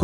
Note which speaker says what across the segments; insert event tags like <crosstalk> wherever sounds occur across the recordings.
Speaker 1: ค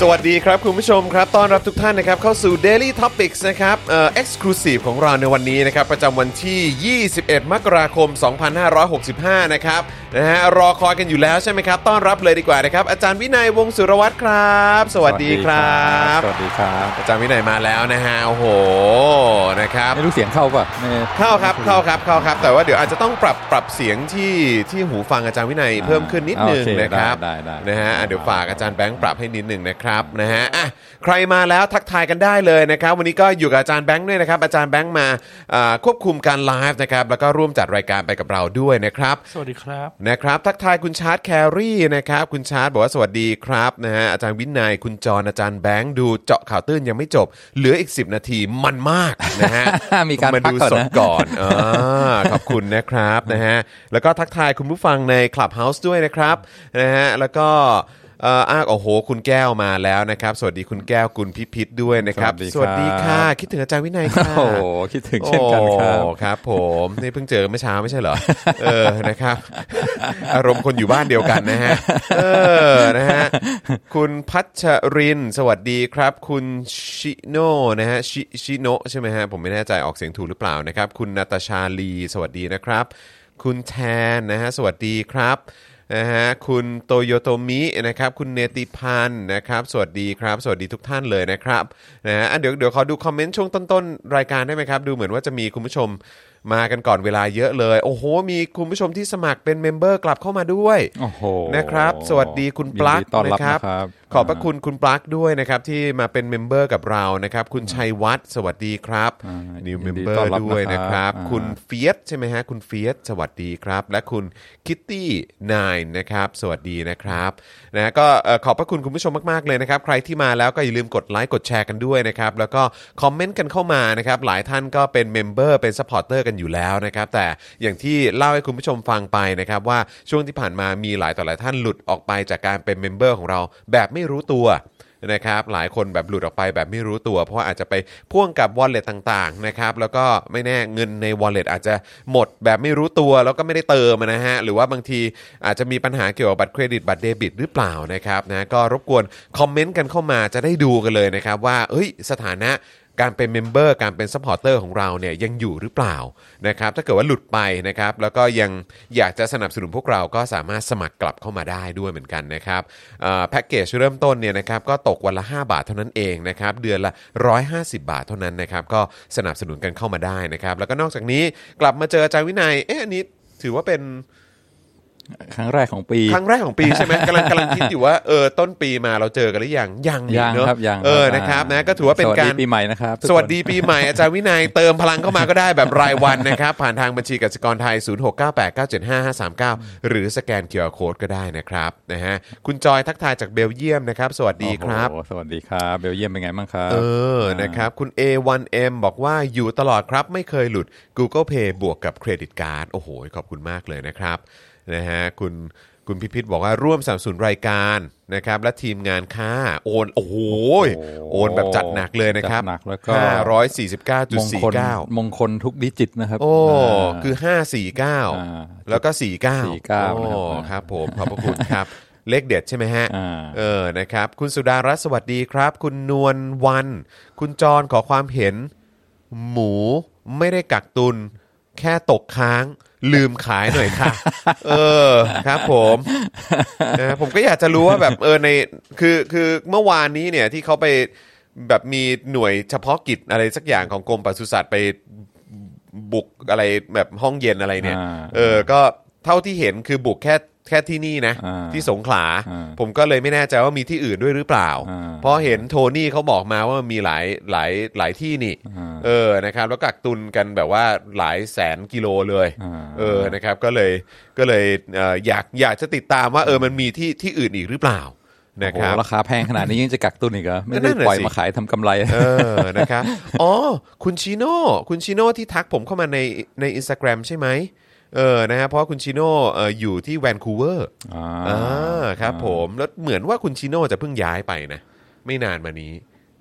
Speaker 1: สวัสดีครับ คุณผู้ชมครับต้อนรับทุกท่านนะครับเข้าสู่ Daily Topics นะครับเอ่อ Exclusive ของเราในวันนี้นะครับประจำวันที่ 21 มกราคม 2565 นะครับนะฮะรอคอยกันอยู่แล้วใช่ไหมครับ ต้อนรับเลยดีกว่านะครับ อาจารย์วินัยวงศ์สุรวัตรครับ สวัสดีครับ
Speaker 2: สวัสดีครับ
Speaker 1: อาจารย์วินัยมาแล้วนะฮะโอ้โหนะครับ
Speaker 2: ไม่รู้เสียง <laughs> เข้าป่ะไม่
Speaker 1: เข้าครับเข้าครับเข้าครับ แต่ว่าเดี๋ยวอาจจะต้องปรับปรับเสียงที่ที่หูฟังอาจารย์วินัยเพิ่มขึ้นนิดนึง
Speaker 2: โอเค
Speaker 1: นะครับ
Speaker 2: ได้ได้ได้
Speaker 1: นะฮะอ่ะเดี๋ยวฝากอาจารย์แบงค์ปรับให้นิดนึงนะครับนะฮะอ่ะใครมาแล้วทักทายกันได้เลยนะครับ วันนี้ก็อยู่กับอาจารย์แบงค์ด้วยนะครับอาจารย์แบงค์มาอ่าควบคุมการไลฟ์นะครับแล้วก็ร่วมจัดรายการไปกับเราด้วยนะครับ
Speaker 3: สวัสดีครับ
Speaker 1: นะครับทักทายคุณชาร์ตแครี่นะครับคุณชาร์ตบอกว่าสวัสดีครับนะฮะอาจารย์วินัยคุณจรอาจารย์แบงค์ดูเจาะข่าวตื้นยังไม่จบ เหลืออีก 10 นาทีมันมากนะฮะ
Speaker 2: <laughs> มีการ
Speaker 1: มา
Speaker 2: พัก
Speaker 1: ดู
Speaker 2: ก่อน
Speaker 1: สด
Speaker 2: นะ
Speaker 1: ก่อน <laughs> อาขอบคุณนะครับนะฮะแล้วก็ทักทายคุณผู้ฟังใน Clubhouse ด้วยนะครับนะฮะแล้วก็เอ่ออ้าวโอ้โห คุณแก้วมาแล้วนะครับ สวัสดีคุณแก้วคุณพิพิธด้วยนะครับ
Speaker 2: สวัสดีครับ
Speaker 1: ค่ะ คิดถึงอาจารย์วินัยค่ะ
Speaker 2: โอ้โหคิดถึงเช่นกันครับ
Speaker 1: โอ้ครับผม <laughs> นี่เพิ่งเจอเมื่อเช้าไม่ใช่เหรอ เออนะครับ <laughs> อารมณ์คนอยู่บ้านเดียวกันนะฮะเออนะฮะคุณพัชรินทร์สวัสดีครับ คุณชิโน่นะฮะชิชิโนะใช่ไหมฮะผมไม่แน่ใจออกเสียงถูกหรือเปล่านะครับ คุณนาตาชาลี สวัสดีนะครับ คุณแทนนะฮะสวัสดีครับนะฮะคุณโตโยโตมินะครับคุณเนติพันธ์นะครับ สวัสดีครับ สวัสดีทุกท่านเลยนะครับนะฮะอ่ะเดี๋ยวเดี๋ยวขอดูคอมเมนต์ช่วงต้นๆ รายการได้ไหมครับ ดูเหมือนว่าจะมีคุณผู้ชมมากันก่อนเวลาเยอะเลย โอ้โห มีคุณผู้ชมที่สมัครเป็นเมมเบอร์กลับเข้ามาด้วย
Speaker 2: โอ้โห
Speaker 1: นะครับ สวัสดีคุณปลั๊ก
Speaker 2: ยินดีต้อนรับ
Speaker 1: นะครับ
Speaker 2: นะครับ
Speaker 1: ขอบพระคุณคุณปลั๊กด้วยนะครับ ที่มาเป็นเมมเบอร์กับเรานะครับ คุณชัยวัฒน์สวัสดีครับ
Speaker 2: อ่า
Speaker 1: นิว
Speaker 2: ยิ
Speaker 1: เม
Speaker 2: น
Speaker 1: ม
Speaker 2: ดี
Speaker 1: เบอ
Speaker 2: ต้อน
Speaker 1: ร์
Speaker 2: รับ
Speaker 1: ด้วยนะครับ
Speaker 2: นะครับอ่า
Speaker 1: คุณเฟียสใช่ไหมฮะ คุณเฟียสสวัสดีครับ และคุณคิตตี้นายนะครับ สวัสดีนะครับนะก็เอ่อขอบพระคุณคุณผู้ชมมากๆเลยนะครับ ใครที่มาแล้วก็อย่าลืมกดไลค์กดแชร์กันด้วยนะครับ แล้วก็คอมเมนต์กันเข้ามานะครับ หลายท่านก็เป็นเมมเบอร์เป็นซัพพอร์เตอร์กันอยู่แล้วนะครับ แต่อย่างที่เล่าให้คุณผู้ชมฟังไปนะครับ ว่าช่วงที่ผ่านมามีหลายต่อหลายท่านหลุดออกไปจากการเป็นเมมเบอร์ของเราแบบไม่รู้ตัว นะครับหลายคนแบบหลุดออกไปแบบไม่รู้ตัว เพราะว่าอาจจะไปพ่วงกับ wallet ต่างๆนะครับแล้วก็ไม่แน่เงินใน wallet อาจจะหมดแบบไม่รู้ตัว แล้วก็ไม่ได้เติมนะฮะหรือว่าบางทีอาจจะมีปัญหาเกี่ยวกับบัตรเครดิตบัตรเดบิตหรือเปล่านะครับนะก็รบกวนคอมเมนต์กันเข้ามาจะได้ดูกันเลยนะครับว่าเอ้ยสถานะ การเป็นเมมเบอร์การเป็นซัพพอร์เตอร์ของเราเนี่ยยังอยู่หรือเปล่านะครับถ้าเกิดว่าหลุดไปนะครับแล้วก็ยังอยากจะสนับสนุนพวกเราก็สามารถสมัครกลับเข้ามาได้ด้วยเหมือนกันนะครับเอ่อแพ็กเกจเริ่มต้นเนี่ยนะครับก็ตกวันละ 5 บาทเท่านั้นเองนะครับเดือนละ 150 บาทเท่านั้นนะครับก็สนับสนุนกันเข้ามาได้นะครับแล้วก็นอกจากนี้กลับมาเจออาจารย์วินัยเอ๊ะอันนี้ถือว่าเป็น
Speaker 2: ครั้งแรกของปี
Speaker 1: ครั้งแรกของปีใช่ไหมกำลังกำลังคิดอยู่ว่าเออต้นปีมาเราเจอกันหรือยังยังนี่
Speaker 2: ยัง
Speaker 1: เนอะ
Speaker 2: ครับยัง
Speaker 1: เออ
Speaker 2: ครับ
Speaker 1: นะครับนะก็ถือว่าเป็น
Speaker 2: สวัสดี
Speaker 1: การ
Speaker 2: ปีใหม่นะครับทุกคน
Speaker 1: สวัสดีปีใหม่อาจารย์วินัยเติมพลังเข้ามาก็ได้แบบรายวัน
Speaker 2: <laughs>
Speaker 1: นะครับ ผ่านทางบัญชีกสิกรไทย 0698975539 หรือสแกนเคอร์โคดก็ได้นะครับนะฮะคุณจอยทักทายจากเบลเยียมนะครับ สวัสดีครับ
Speaker 2: โอ้โหสวัสดีครับ เบลเยียมเป็นไงบ้างครับ
Speaker 1: เออ นะครับ คุณ A1M บอกว่าอยู่ตลอดครับ ไม่เคยหลุด Google Pay บวกกับเครดิตการ์ด โอ้โห ขอบคุณมากเลยนะครับ นะฮะ คุณ คุณพิพิธบอกว่าร่วมสนับสนุนรายการนะครับ และทีมงานค่าโอน โอ้โหยโอนแบบจัดหนักเลยนะครับ
Speaker 2: จัดหนักแล้วก็
Speaker 1: ห้าร้อยสี่สิบเก้าม จุด
Speaker 2: ง
Speaker 1: สี่
Speaker 2: คล
Speaker 1: เก้า
Speaker 2: มงคลทุกดิจิตนะครับ
Speaker 1: โอ้
Speaker 2: า
Speaker 1: คือ
Speaker 2: อ่า
Speaker 1: 549 แล้วก็ 49
Speaker 2: 49
Speaker 1: โอ้
Speaker 2: นะค
Speaker 1: ครั
Speaker 2: รับ
Speaker 1: บผม ขอบพระคุณครับ เลขเด็ดใช่ไหมฮะ
Speaker 2: อ่า
Speaker 1: เออ นะครับ คุณสุดารัตน์สวัสดีครับ คุณนวลวัน คุณจรขอความเห็น หมูไม่ได้กักตุน แค่ตกค้าง ลืมขายหน่อยค่ะ <laughs> เออ ครับผมนะผมก็อยากจะรู้ว่าแบบ เออ ใน คือ คือ เมื่อวานนี้เนี่ยที่เขาไป แบบมีหน่วยเฉพาะกิจอะไรสักอย่างของกรมปศุสัตว์ไป บุกอะไรแบบห้องเย็นอะไรเนี่ย
Speaker 2: อ่า
Speaker 1: เออ ก็เท่าที่เห็นคือบุกแค่แค่ที่นี่นะ
Speaker 2: อ่า
Speaker 1: ที่สงขลา
Speaker 2: อ่า
Speaker 1: ผมก็เลยไม่แน่ใจว่ามีที่อื่นด้วยหรือเปล่า
Speaker 2: อ่า
Speaker 1: เพราะเห็นโทนี่เขาบอกมาว่ามันมีหลายหลายหลายที่นี่
Speaker 2: อ่า
Speaker 1: เออ นะครับ แล้วกักตุนกันแบบว่าหลายแสนกิโลเลย
Speaker 2: อ่า
Speaker 1: เออ นะครับ ก็เลยก็เลยเอ่ออยากอยากจะติดตามว่าเออ มันมีที่ที่อื่นอีกหรือเปล่า นะครับ
Speaker 2: โอ้โหราคาแพงขนาดนี้ยังจะกักตุนอีกเหรอ ไม่
Speaker 1: นั่
Speaker 2: ได้
Speaker 1: นน่ะ
Speaker 2: ปล่อย
Speaker 1: สิ
Speaker 2: มาขายทำกำไร
Speaker 1: เออ นะครับ <laughs> อ๋อ คุณชิโน่ คุณชิโน่ที่ทักผมเข้ามาในในอินสตาแกรมใช่ไหม เออ นะฮะ เพราะคุณชิโน่เอ่ออยู่ที่แวนคูเวอร์
Speaker 2: อ่า
Speaker 1: อ่าครับผม แล้วเหมือนว่าคุณชิโน่จะเพิ่งย้ายไปนะ ไม่นานมานี้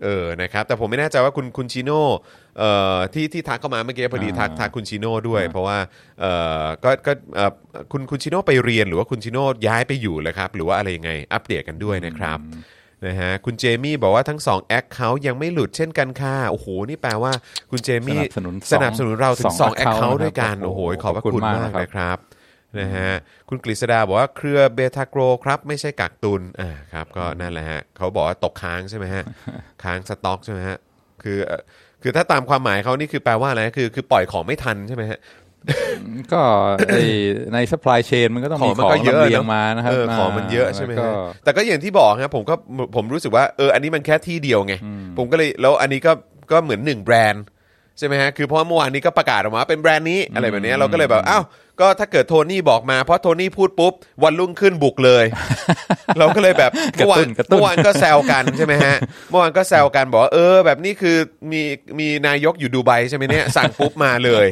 Speaker 1: เออ นะครับ แต่ผมไม่แน่ใจว่าคุณคุณชิโน่ เอ่อ ที่ที่ทักเข้ามาเมื่อกี้พอดีทักทักคุณชิโน่ด้วย เพราะว่า เอ่อ ก็ ก็เอ่อคุณคุณชิโน่ไปเรียนหรือว่าคุณชิโน่ย้ายไปอยู่เลยครับ หรือว่าอะไรยังไง อัปเดตกันด้วยนะครับ นะฮะคุณเจมี่บอกว่าทั้ง2แอคเคาท์ยังไม่หลุดเช่นกันค่ะโอ้โห นี่แปลว่าคุณเจมี่
Speaker 2: สนับสนุนสอง
Speaker 1: สนับสนุนเราถึง2แอคเคาท์
Speaker 2: สอง account
Speaker 1: ด้วยกัน
Speaker 2: นะครับ
Speaker 1: โอ้โห
Speaker 2: โอ้โห
Speaker 1: ขอบพระ
Speaker 2: ขอบคุ
Speaker 1: คุณมาม
Speaker 2: ณาก กนะครับ
Speaker 1: นะครับนะฮะคุณกฤษดาบอกว่าเครือเบทาโกรครับ ไม่ใช่กักตุนอ่าครับก็นั่นแหละฮะเขาบอกว่าตกค้างใช่ไหม
Speaker 2: <laughs>
Speaker 1: ฮะ ค้างสต็อกใช่ไหมฮะคือเอ่อคือถ้าตามความหมายเขานี่คือแปลว่าอะไรคือคือปล่อยของไม่ทันใช่ไหมฮะ
Speaker 2: ก็ไอ้ใน supply chain มันก็ต้อง
Speaker 1: ขอ
Speaker 2: มี
Speaker 1: งมั
Speaker 2: ข
Speaker 1: น
Speaker 2: อ
Speaker 1: ก็
Speaker 2: ง
Speaker 1: เยอะ
Speaker 2: ลำเลีย
Speaker 1: เน
Speaker 2: ง
Speaker 1: อะ
Speaker 2: มานะครับ
Speaker 1: เออของมันเยอะใช่ไหม
Speaker 2: แล้ว
Speaker 1: ฮะ
Speaker 2: ก็
Speaker 1: แต่ก็อย่างที่บอกครับผมก็ผมรู้สึกว่าเอออันนี้มันแค่ที่เดียวไง ผมก็เลยแล้วอันนี้ก็ก็เหมือนหนึ่งแบรนด์ใช่ไหมฮะคือเพราะเมื่อวานนี้ก็ประกาศออกมาเป็นแบรนด์นี้อะไรแบบเนี้ยเราก็เลยแบบอ้าวก็ถ้าเกิดโทนี่บอกมาเพราะโทนี่พูดปุ๊บวันรุ่งขึ้นบุกเลย
Speaker 2: <laughs>
Speaker 1: เราก็เลยแบบ
Speaker 2: ก
Speaker 1: เมื่
Speaker 2: ระ
Speaker 1: อวา
Speaker 2: ตุ้
Speaker 1: น
Speaker 2: นกระตุ้
Speaker 1: เมื่
Speaker 2: น
Speaker 1: อวานก็แซวกันใช่ไหมฮะเมื่อวานก็แซวกันบอกว่าเออ แบบนี้คือมีมีนายกอยู่ดูไบใช่ไหมเนี่ยสั่งปุ๊บมาเลย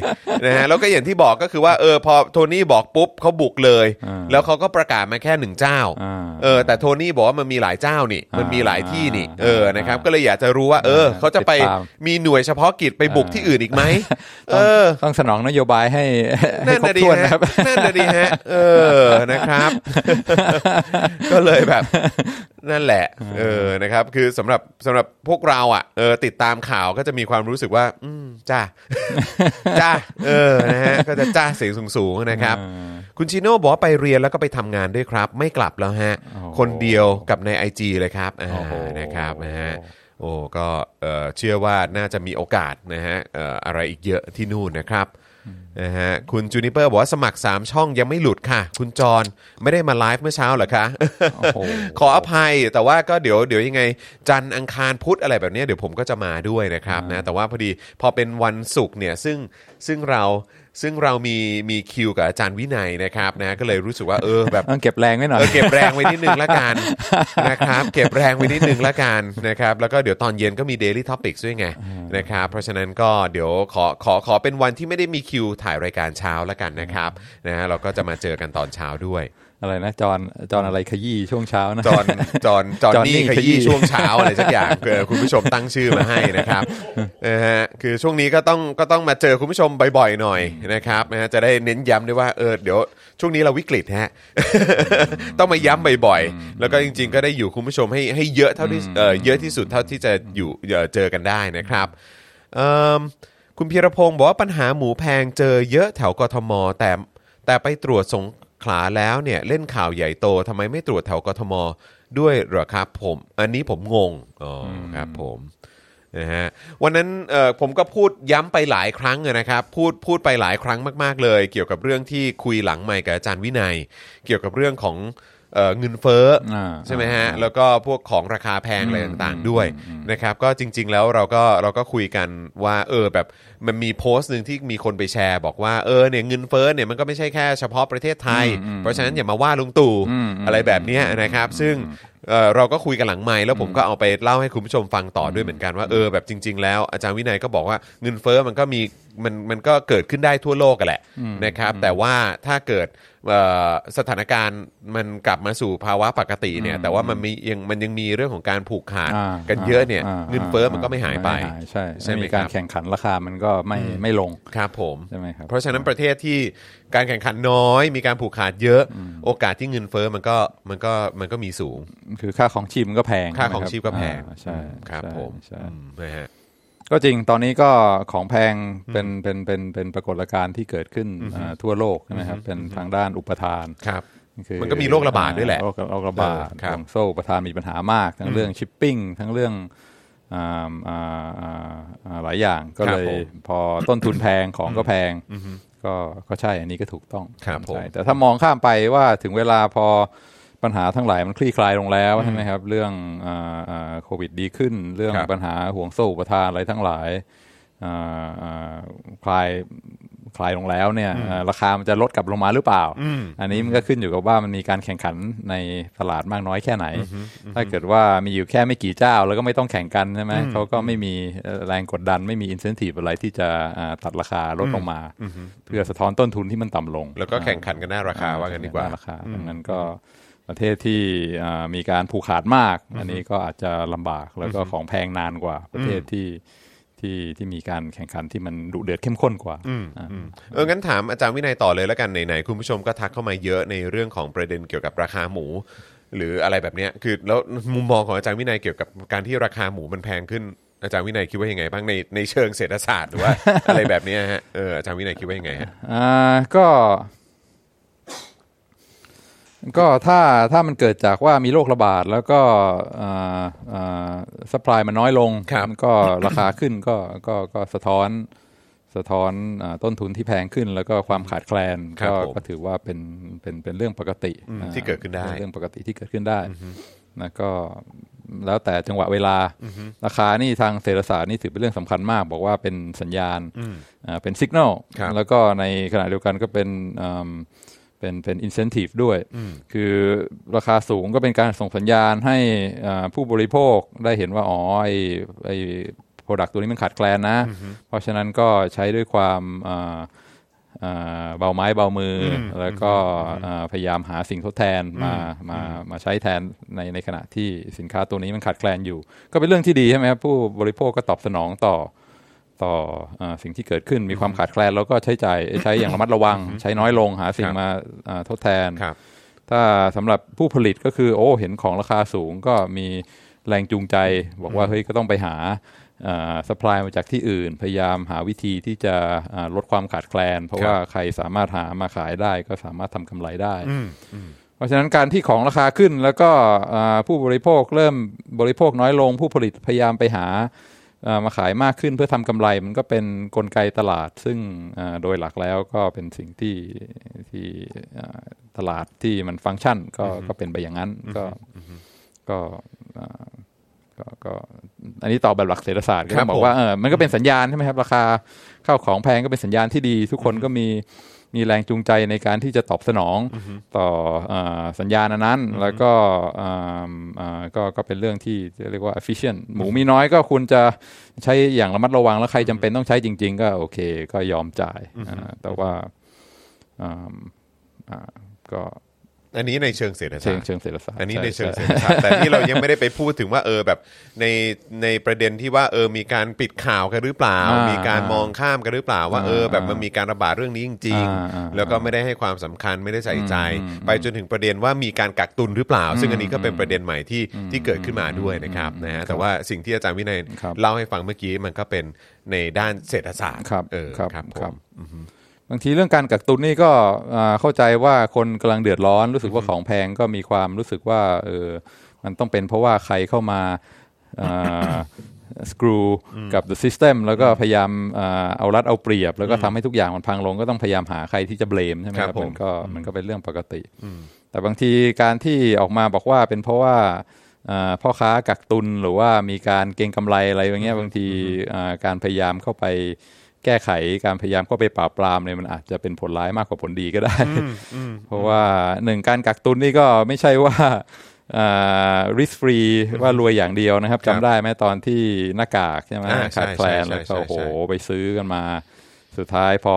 Speaker 1: นะฮะแล้วก็อย่างที่บอกก็คือว่าเออพอโทนี่บอกปุ๊บเขาบุกเลย แล้วเขาก็ประกาศมาแค่หนึ่งเจ้า
Speaker 2: อ่า
Speaker 1: เออแต่โทนี่บอกว่ามันมีหลายเจ้านี่ มันมีหลายที่นี่
Speaker 2: อ่า
Speaker 1: เออนะครับ ก็เลยอยากจะรู้ว่า เออ
Speaker 2: เออ
Speaker 1: เขาจะไป
Speaker 2: ติดตาม
Speaker 1: มีหน่วยเฉพาะกิจไปบุกที่อื่นอีกไหมเออ
Speaker 2: ต้องสนองนโยบายให้ <laughs> ให้
Speaker 1: นั่น
Speaker 2: ค
Speaker 1: นะดี
Speaker 2: รบถ้วน
Speaker 1: ฮะ
Speaker 2: นะครับ
Speaker 1: นั่นนะดีฮะ เออ
Speaker 2: <laughs>
Speaker 1: นะครับ ก็เลยแบบ นั่นแหละ เออนะครับ คือสำหรับสำหรับพวกเราอ่ะเออติดตามข่าวก็จะมีความรู้สึกว่า อืมจ้า <laughs> จ้าเออนะฮะก็จะจ้าเสียงสูงๆนะครับ คุณชิโน่บอกว่าไปเรียนแล้วก็ไปทำงานด้วยครับ ไม่กลับแล้วฮะ
Speaker 2: โอ้โห
Speaker 1: คนเดียวกับใน IG เลยครับอ่า
Speaker 2: โอ้โห
Speaker 1: นะครับนะฮะโอ้ก็เอ่อเชื่อว่าน่าจะมีโอกาสนะฮะเอ่ออะไรอีกเยอะที่นู่นนะครับนะฮะคุณจูนิเปอร์บอกว่าสมัคร 3 ช่องยังไม่หลุดค่ะ คุณจรไม่ได้มาไลฟ์เมื่อเช้าเหรอคะ
Speaker 2: โอ้โห
Speaker 1: ขออภัยแต่ว่าก็เดี๋ยวเดี๋ยวยังไง จันทร์อังคารพุธอะไรแบบเนี้ยเดี๋ยวผมก็จะมาด้วยนะครับนะแต่ว่าพอดีพอเป็นวันศุกร์เนี่ยซึ่งซึ่งเราซึ่งเรามีมีคิวกับอาจารย์วินัยนะครับนะก็เลยรู้สึกว่าเออแบบ
Speaker 2: ต้องเก็บแรงไว้หน่อย
Speaker 1: เออเก็บแรงไว้นิดนึงละกัน นะครับเก็บแรงไว้นิดนึงละกันนะครับแล้วก็เดี๋ยวตอนเย็นก็มี Daily Topics ด้วยไงนะครับเพราะฉะนั้นก็เดี๋ยวขอขอขอเป็นวันที่ไม่ได้มีคิวถ่ายรายการเช้าละกันนะครับนะฮะเราก็จะมาเจอกันตอนเช้าด้วย
Speaker 2: อะไรนะ จอนจอนอะไรขยี้ช่วงเช้านะ
Speaker 1: จอนจอนจอน
Speaker 2: จอนนี่
Speaker 1: นี่ข
Speaker 2: ขยี้
Speaker 1: ยี้ช่วงเช้าอะไรสักอย่าง <laughs> เออคุณผู้ชมตั้งชื่อมาให้นะครับนะฮะคือช่วงนี้ก็ต้องก็ต้องมาเจอคุณผู้ชมบ่อยๆหน่อยนะครับนะฮะจะได้เน้นย้ำด้วยว่าเออเดี๋ยวช่วงนี้เราวิกฤตฮะ <laughs> ต้องมาย้ำบ่อยๆ แล้วก็จริง ๆ ก็ได้อยู่คุณผู้ชมให้ให้เยอะเท่าที่เออเยอะที่สุดเท่าที่จะอยู่เอ่อเจอกันได้นะครับเอิ่มคุณพีรพงศ์บอกว่าปัญหาหมูแพงเจอเยอะแถวกทมแต่ แต่ไปตรวจสงขลาแล้วเนี่ยเล่นข่าวใหญ่โตทำไมไม่ตรวจแถวกทมด้วยเหรอครับผม อันนี้ผมงงอ๋ออครับผมนะฮะวันนั้นเอ่อผมก็พูดย้ำไปหลายครั้งอะนะครับพูดพูดไปหลายครั้งมากๆเลย เกี่ยวกับเรื่องที่คุยหลังใหม่กับอาจารย์วินัย เกี่ยวกับเรื่องของเอ่อเงินเฟ้ออ
Speaker 2: อ่า
Speaker 1: ใช่ไหมฮะ แล้วก็พวกของราคาแพงอะไรต่างๆด้วยนะครับ ก็จริง ๆ แล้วเราก็เราก็คุยกันว่าเออแบบมันมีโพสต์หนึ่งที่มีคนไปแชร์ บอกว่าเออเนี่ยเงินเฟ้อเนี่ยมันก็ไม่ใช่แค่เฉพาะประเทศไทย เพราะฉะนั้นอย่ามาว่าลุงตู่อะไรแบบเนี้ยนะครับ ซึ่งเอ่อเราก็คุยกันหลังไมค์แล้วผมก็เอาไปเล่าให้คุณผู้ชมฟังต่อด้วยเหมือนกันว่าเออแบบจริง ๆ แล้วอาจารย์วินัยก็บอกว่าเงินเฟ้อมันก็มีมันมันก็เกิดขึ้นได้ทั่วโลกกันแหละนะครับ แต่ว่าถ้าเกิด เอ่อสถานการณ์มันกลับมาสู่ภาวะปกติเนี่ย
Speaker 2: อืม
Speaker 1: แต่ว่ามันมียังมันยังมีเรื่องของการผูกขาด
Speaker 2: อ่า
Speaker 1: กันเยอะเนี่ย
Speaker 2: า
Speaker 1: เงินเฟ้อมันก็ไม่หายไป
Speaker 2: ใช่
Speaker 1: ใช่
Speaker 2: ไม่
Speaker 1: ไหม
Speaker 2: มี
Speaker 1: ค
Speaker 2: การ
Speaker 1: รับ
Speaker 2: แข่งขันราคามันก็ไม่ไม่ลง
Speaker 1: ครับผม
Speaker 2: ใช่ไหมครับ
Speaker 1: เพราะฉะนั้นประเทศที่การแข่งขันน้อย มีการผูกขาดเยอะ โอกาสที่เงินเฟ้อมันก็มันก็มันก็มีสูง
Speaker 2: คือค่าของชีพมันก็แพง
Speaker 1: ค่าของชีพก็แพง
Speaker 2: อ่าใช่
Speaker 1: ครับ
Speaker 2: ใช่
Speaker 1: ผม
Speaker 2: ใช่
Speaker 1: อืมนะฮะ
Speaker 2: ก็จริงตอนนี้ก็ของแพงเป็นเป็นเป็นเป็นปรากฏการณ์ที่เกิดขึ้นอ่าทั่วโลกนะครับเป็นทางด้านอุปทาน
Speaker 1: ครับ
Speaker 2: คือ
Speaker 1: มันก็มีโรคระบาดด้วยแหละ
Speaker 2: โรคโรคระบาด
Speaker 1: เออครับ
Speaker 2: ห่วงโซ่อุปทานมีปัญหามาก ทั้งเรื่องชิปปิ้งทั้งเรื่องอ่าอ่าอ่าอ่าหลายอย่างก็เลยพอต้นทุนแพงของก็แพงก็ก็ใช่อันนี้ก็ถูกต้อง
Speaker 1: ครับผม
Speaker 2: ใช่แต่ถ้ามองข้ามไปว่าถึงเวลาพอ ปัญหาทั้งหลายมันคลี่คลายลงแล้วใช่ไหมครับ เรื่องอ่าอ่าโควิดดีขึ้น เรื่อง
Speaker 1: ครับ
Speaker 2: ปัญหาห่วงโซ่อุปทานอะไรทั้งหลายอ่าอ่าคลายคลายลงแล้วเนี่ยอ่าราคามันจะลดกลับลงมาหรือเปล่า
Speaker 1: อืม
Speaker 2: อันนี้มันก็ขึ้นอยู่กับว่ามันมีการแข่งขันในตลาดมากน้อยแค่ไหน ถ้าเกิดว่ามีอยู่แค่ไม่กี่เจ้า แล้วก็ไม่ต้องแข่งกันใช่ไหมเขาก็ไม่มีเอ่อแรงกดดันไม่มีอินเซนティブอะไรที่จะอ่าตัดราคาลดลงมา เพื่อสะท้อนต้นทุนที่มันต่ำลง
Speaker 1: แล้วก็แข่งขันกันหน้าราคาว่ากันดีกว่า
Speaker 2: ราคาดังนั้นก็ประเทศที่อ่ามีการผูกขาดมาก อันนี้ก็อาจจะลำบากแล้วก็ของแพงนานกว่า ประเทศที่ที่ที่มีการแข่งขันที่มันดุเดือดเข้มข้นกว่าอ่า
Speaker 1: เอองั้นถามอาจารย์วินัยต่อเลยแล้วกันไหนๆคุณผู้ชมก็ทักเข้ามาเยอะในเรื่องของประเด็นเกี่ยวกับราคาหมู หรืออะไรแบบเนี้ยคือแล้วมุมมองของอาจารย์วินัยเกี่ยวกับการที่ราคาหมูมันแพงขึ้นอาจารย์วินัยคิดว่ายังไงบ้างในในเชิงเศรษฐศาสตร์หรือว่า อะไรแบบเนี้ยฮะเอออาจารย์วินัยคิดว่ายังไงฮะ
Speaker 2: อ่าก็ก็ถ้าถ้ามันเกิดจากว่ามีโรคระบาดแล้วก็สป라이มันน้อยลง
Speaker 1: ครับ
Speaker 2: มันก็ ราคาขึ้นก็ก็ก็สะท้อนสะท้อนอ่าต้นทุนที่แพงขึ้น แล้วก็ความขาดแคลน
Speaker 1: ครับ
Speaker 2: ก็
Speaker 1: ผม
Speaker 2: ก็ถือว่าเป็นเป็นเป็นเรื่องปกติ
Speaker 1: อืม
Speaker 2: อ่า
Speaker 1: ที่เกิดขึ้นได้
Speaker 2: ป็เรื่องปกติที่เกิดขึ้นได้แล้วก็แล้วแต่จังหวะเวลาราคานี่ทางเศรษฐศาสตร์นี่ถือเป็นเรื่องสำคัญมาก บอกว่าเป็นสัญญาณ อ่าเป็นสัญญาณ
Speaker 1: ครับ
Speaker 2: แล้วก็ในขณะเดียวกันก็เป็นอืมเป็นเป็น incentive ด้วย คือราคาสูงก็เป็นการส่งสัญญาณให้อ่าผู้บริโภคได้เห็นว่าอ๋อไอไอ product ตัวนี้มันขาดแคลนนะ เพราะฉะนั้นก็ใช้ด้วยความอ่าอ่าเบาไม้เบามืออแล้วก็อ่าพยายามหาสิ่งทดแทนมามามาใช้แทนในในขณะที่สินค้าตัวนี้มันขาดแคลนอยู่ ก็เป็นเรื่องที่ดีใช่ไหมครับผู้บริโภคก็ตอบสนองต่อ ต่ออาสิ่งที่เกิดขึ้นมีความขาดแคลนแล้วก็ใช้จ่ายเอ้ยใช้อย่างระมัดระวัง ใช้น้อยลงหาสิ่ง
Speaker 1: ครับ
Speaker 2: มาอ่าทดแทน
Speaker 1: ครับ
Speaker 2: ถ้าสำหรับผู้ผลิตก็คือโอ้เห็นของราคาสูงก็มีแรงจูงใจ บอกว่าเฮ้ยก็ต้องไปหาสป라이มาจากที่อื่น พยายามหาวิธีที่จะอ่าลดความขาดแคลน เพราะว่าใครสามารถหามาขายได้ก็สามารถทำกำไรได้ เพราะฉะนั้นการที่ของราคาขึ้นแล้วก็อ่าผู้บริโภคเริ่มบริโภคน้อยลง ผู้ผลิตพยายามไปหาอ่ามาขายมากขึ้นเพื่อทำกำไรมันก็เป็นนกลไกตลาด ซึ่งอ่าโดยหลักแล้วก็เป็นสิ่งที่ที่อ่าตลาดที่มันฟังก์ชันก็ก็เป็นไปอย่างนั้นก็ก็อ่าก็ก็อันนี้ตอบแบบหลักเศรษฐศาสตร์ก็ต้องบอกว่าเออมันก็เป็นสัญญาณใช่ไหมครับราคาข้าวของแพงก็เป็นสัญญาณที่ดี ทุกคนก็มี มีแรงจูงใจในการที่จะตอบสนองต่อเอ่อสัญญาณอันนั้น แล้วก็อืมอ่าก็ก็เป็นเรื่องที่เรียกว่า efficient หมูมีน้อยก็คุณจะใช้อย่างระมัดระวังแล้วใครจำเป็นต้องใช้จริง ๆ ก็โอเค ก็ยอมจ่ายอ่าแต่ว่าอืมอ่าก็
Speaker 1: อันนี้ในเชิงเศรษฐศา
Speaker 2: เชิ
Speaker 1: สต
Speaker 2: ง
Speaker 1: ร์
Speaker 2: เชิงเศรษฐศาสตร์
Speaker 1: อันนี้
Speaker 2: ช่
Speaker 1: ในเชิง
Speaker 2: ช่
Speaker 1: เศรษฐศาสตร์แต่นี่เรายังไม่ได้ไปพูดถึงว่าเออแบบในในประเด็นที่ว่าเออมีการปิดข่าวกันหรือเปล่า
Speaker 2: อ่ามี
Speaker 1: มีการมองข้ามกันหรือเปล่า ว่าเออแบบมันมีการระบาดเรื่องนี้จริง
Speaker 2: อ่าอ่า
Speaker 1: ๆแล้วก็ไม่ได้ให้ความสำคัญไม่ได้ใส่ใจ ไปจนถึงประเด็นว่ามีการกักตุนหรือเปล่า ซึ่งอันนี้ก็เป็นประเด็นใหม่ที่ที่เกิดขึ้นมาด้วยนะครับนะฮะแต่ว่าสิ่งที่อาจารย์วินัย
Speaker 2: ครับ
Speaker 1: เล่าให้ฟังเมื่อกี้มันก็เป็นในด้านเศรษฐศาสตร์
Speaker 2: ครับ
Speaker 1: เออ
Speaker 2: ครับ
Speaker 1: ครับผ
Speaker 2: ครั
Speaker 1: ม
Speaker 2: บางทีเรื่องการกักตุนนี่ก็อ่าเข้าใจว่าคนกำลังเดือดร้อน รู้สึกว่าของแพงก็มีความรู้สึกว่าเออมันต้องเป็นเพราะว่าใครเข้ามา <coughs> สกรูกับ the system แล้วก็พยายามอ่าเอารัดเอาเปรียบ แล้วก็ทำให้ทุกอย่างมันพังลงก็ต้องพยายามหาใครที่จะเบลมใช่ไหมค
Speaker 1: ครั
Speaker 2: รั
Speaker 1: บบ ผม
Speaker 2: มันก็มันก็เป็นเรื่องปกติ แต่บางทีการที่ออกมาบอกว่าเป็นเพราะว่าเอ่อพ่อค้ากักตุนหรือว่ามีการเก็งกำไรอะไรอย่างเงี้ยบางทีเอ่อการพยายามเข้าไปแก้ไขการพยายามเข้าไปปราบปรามเนี่ยมันอาจจะเป็นผลร้ายมากกว่าผลดีก็ได้ <laughs> เพราะว่าหนึ่งการกักตุนนี่ก็ไม่ใช่ว่าริสฟรีว่ารวยอย่างเดียวนะครับ
Speaker 1: ครับ
Speaker 2: จำได้ไหมตอนที่หน้ากากใช่ไหม
Speaker 1: อ่าใช่
Speaker 2: ขาดแคลน
Speaker 1: ใช่
Speaker 2: แล้ว
Speaker 1: ใช่
Speaker 2: ก็โอ้โห
Speaker 1: ใช่
Speaker 2: ไปซื้อกันมา สุดท้ายพอ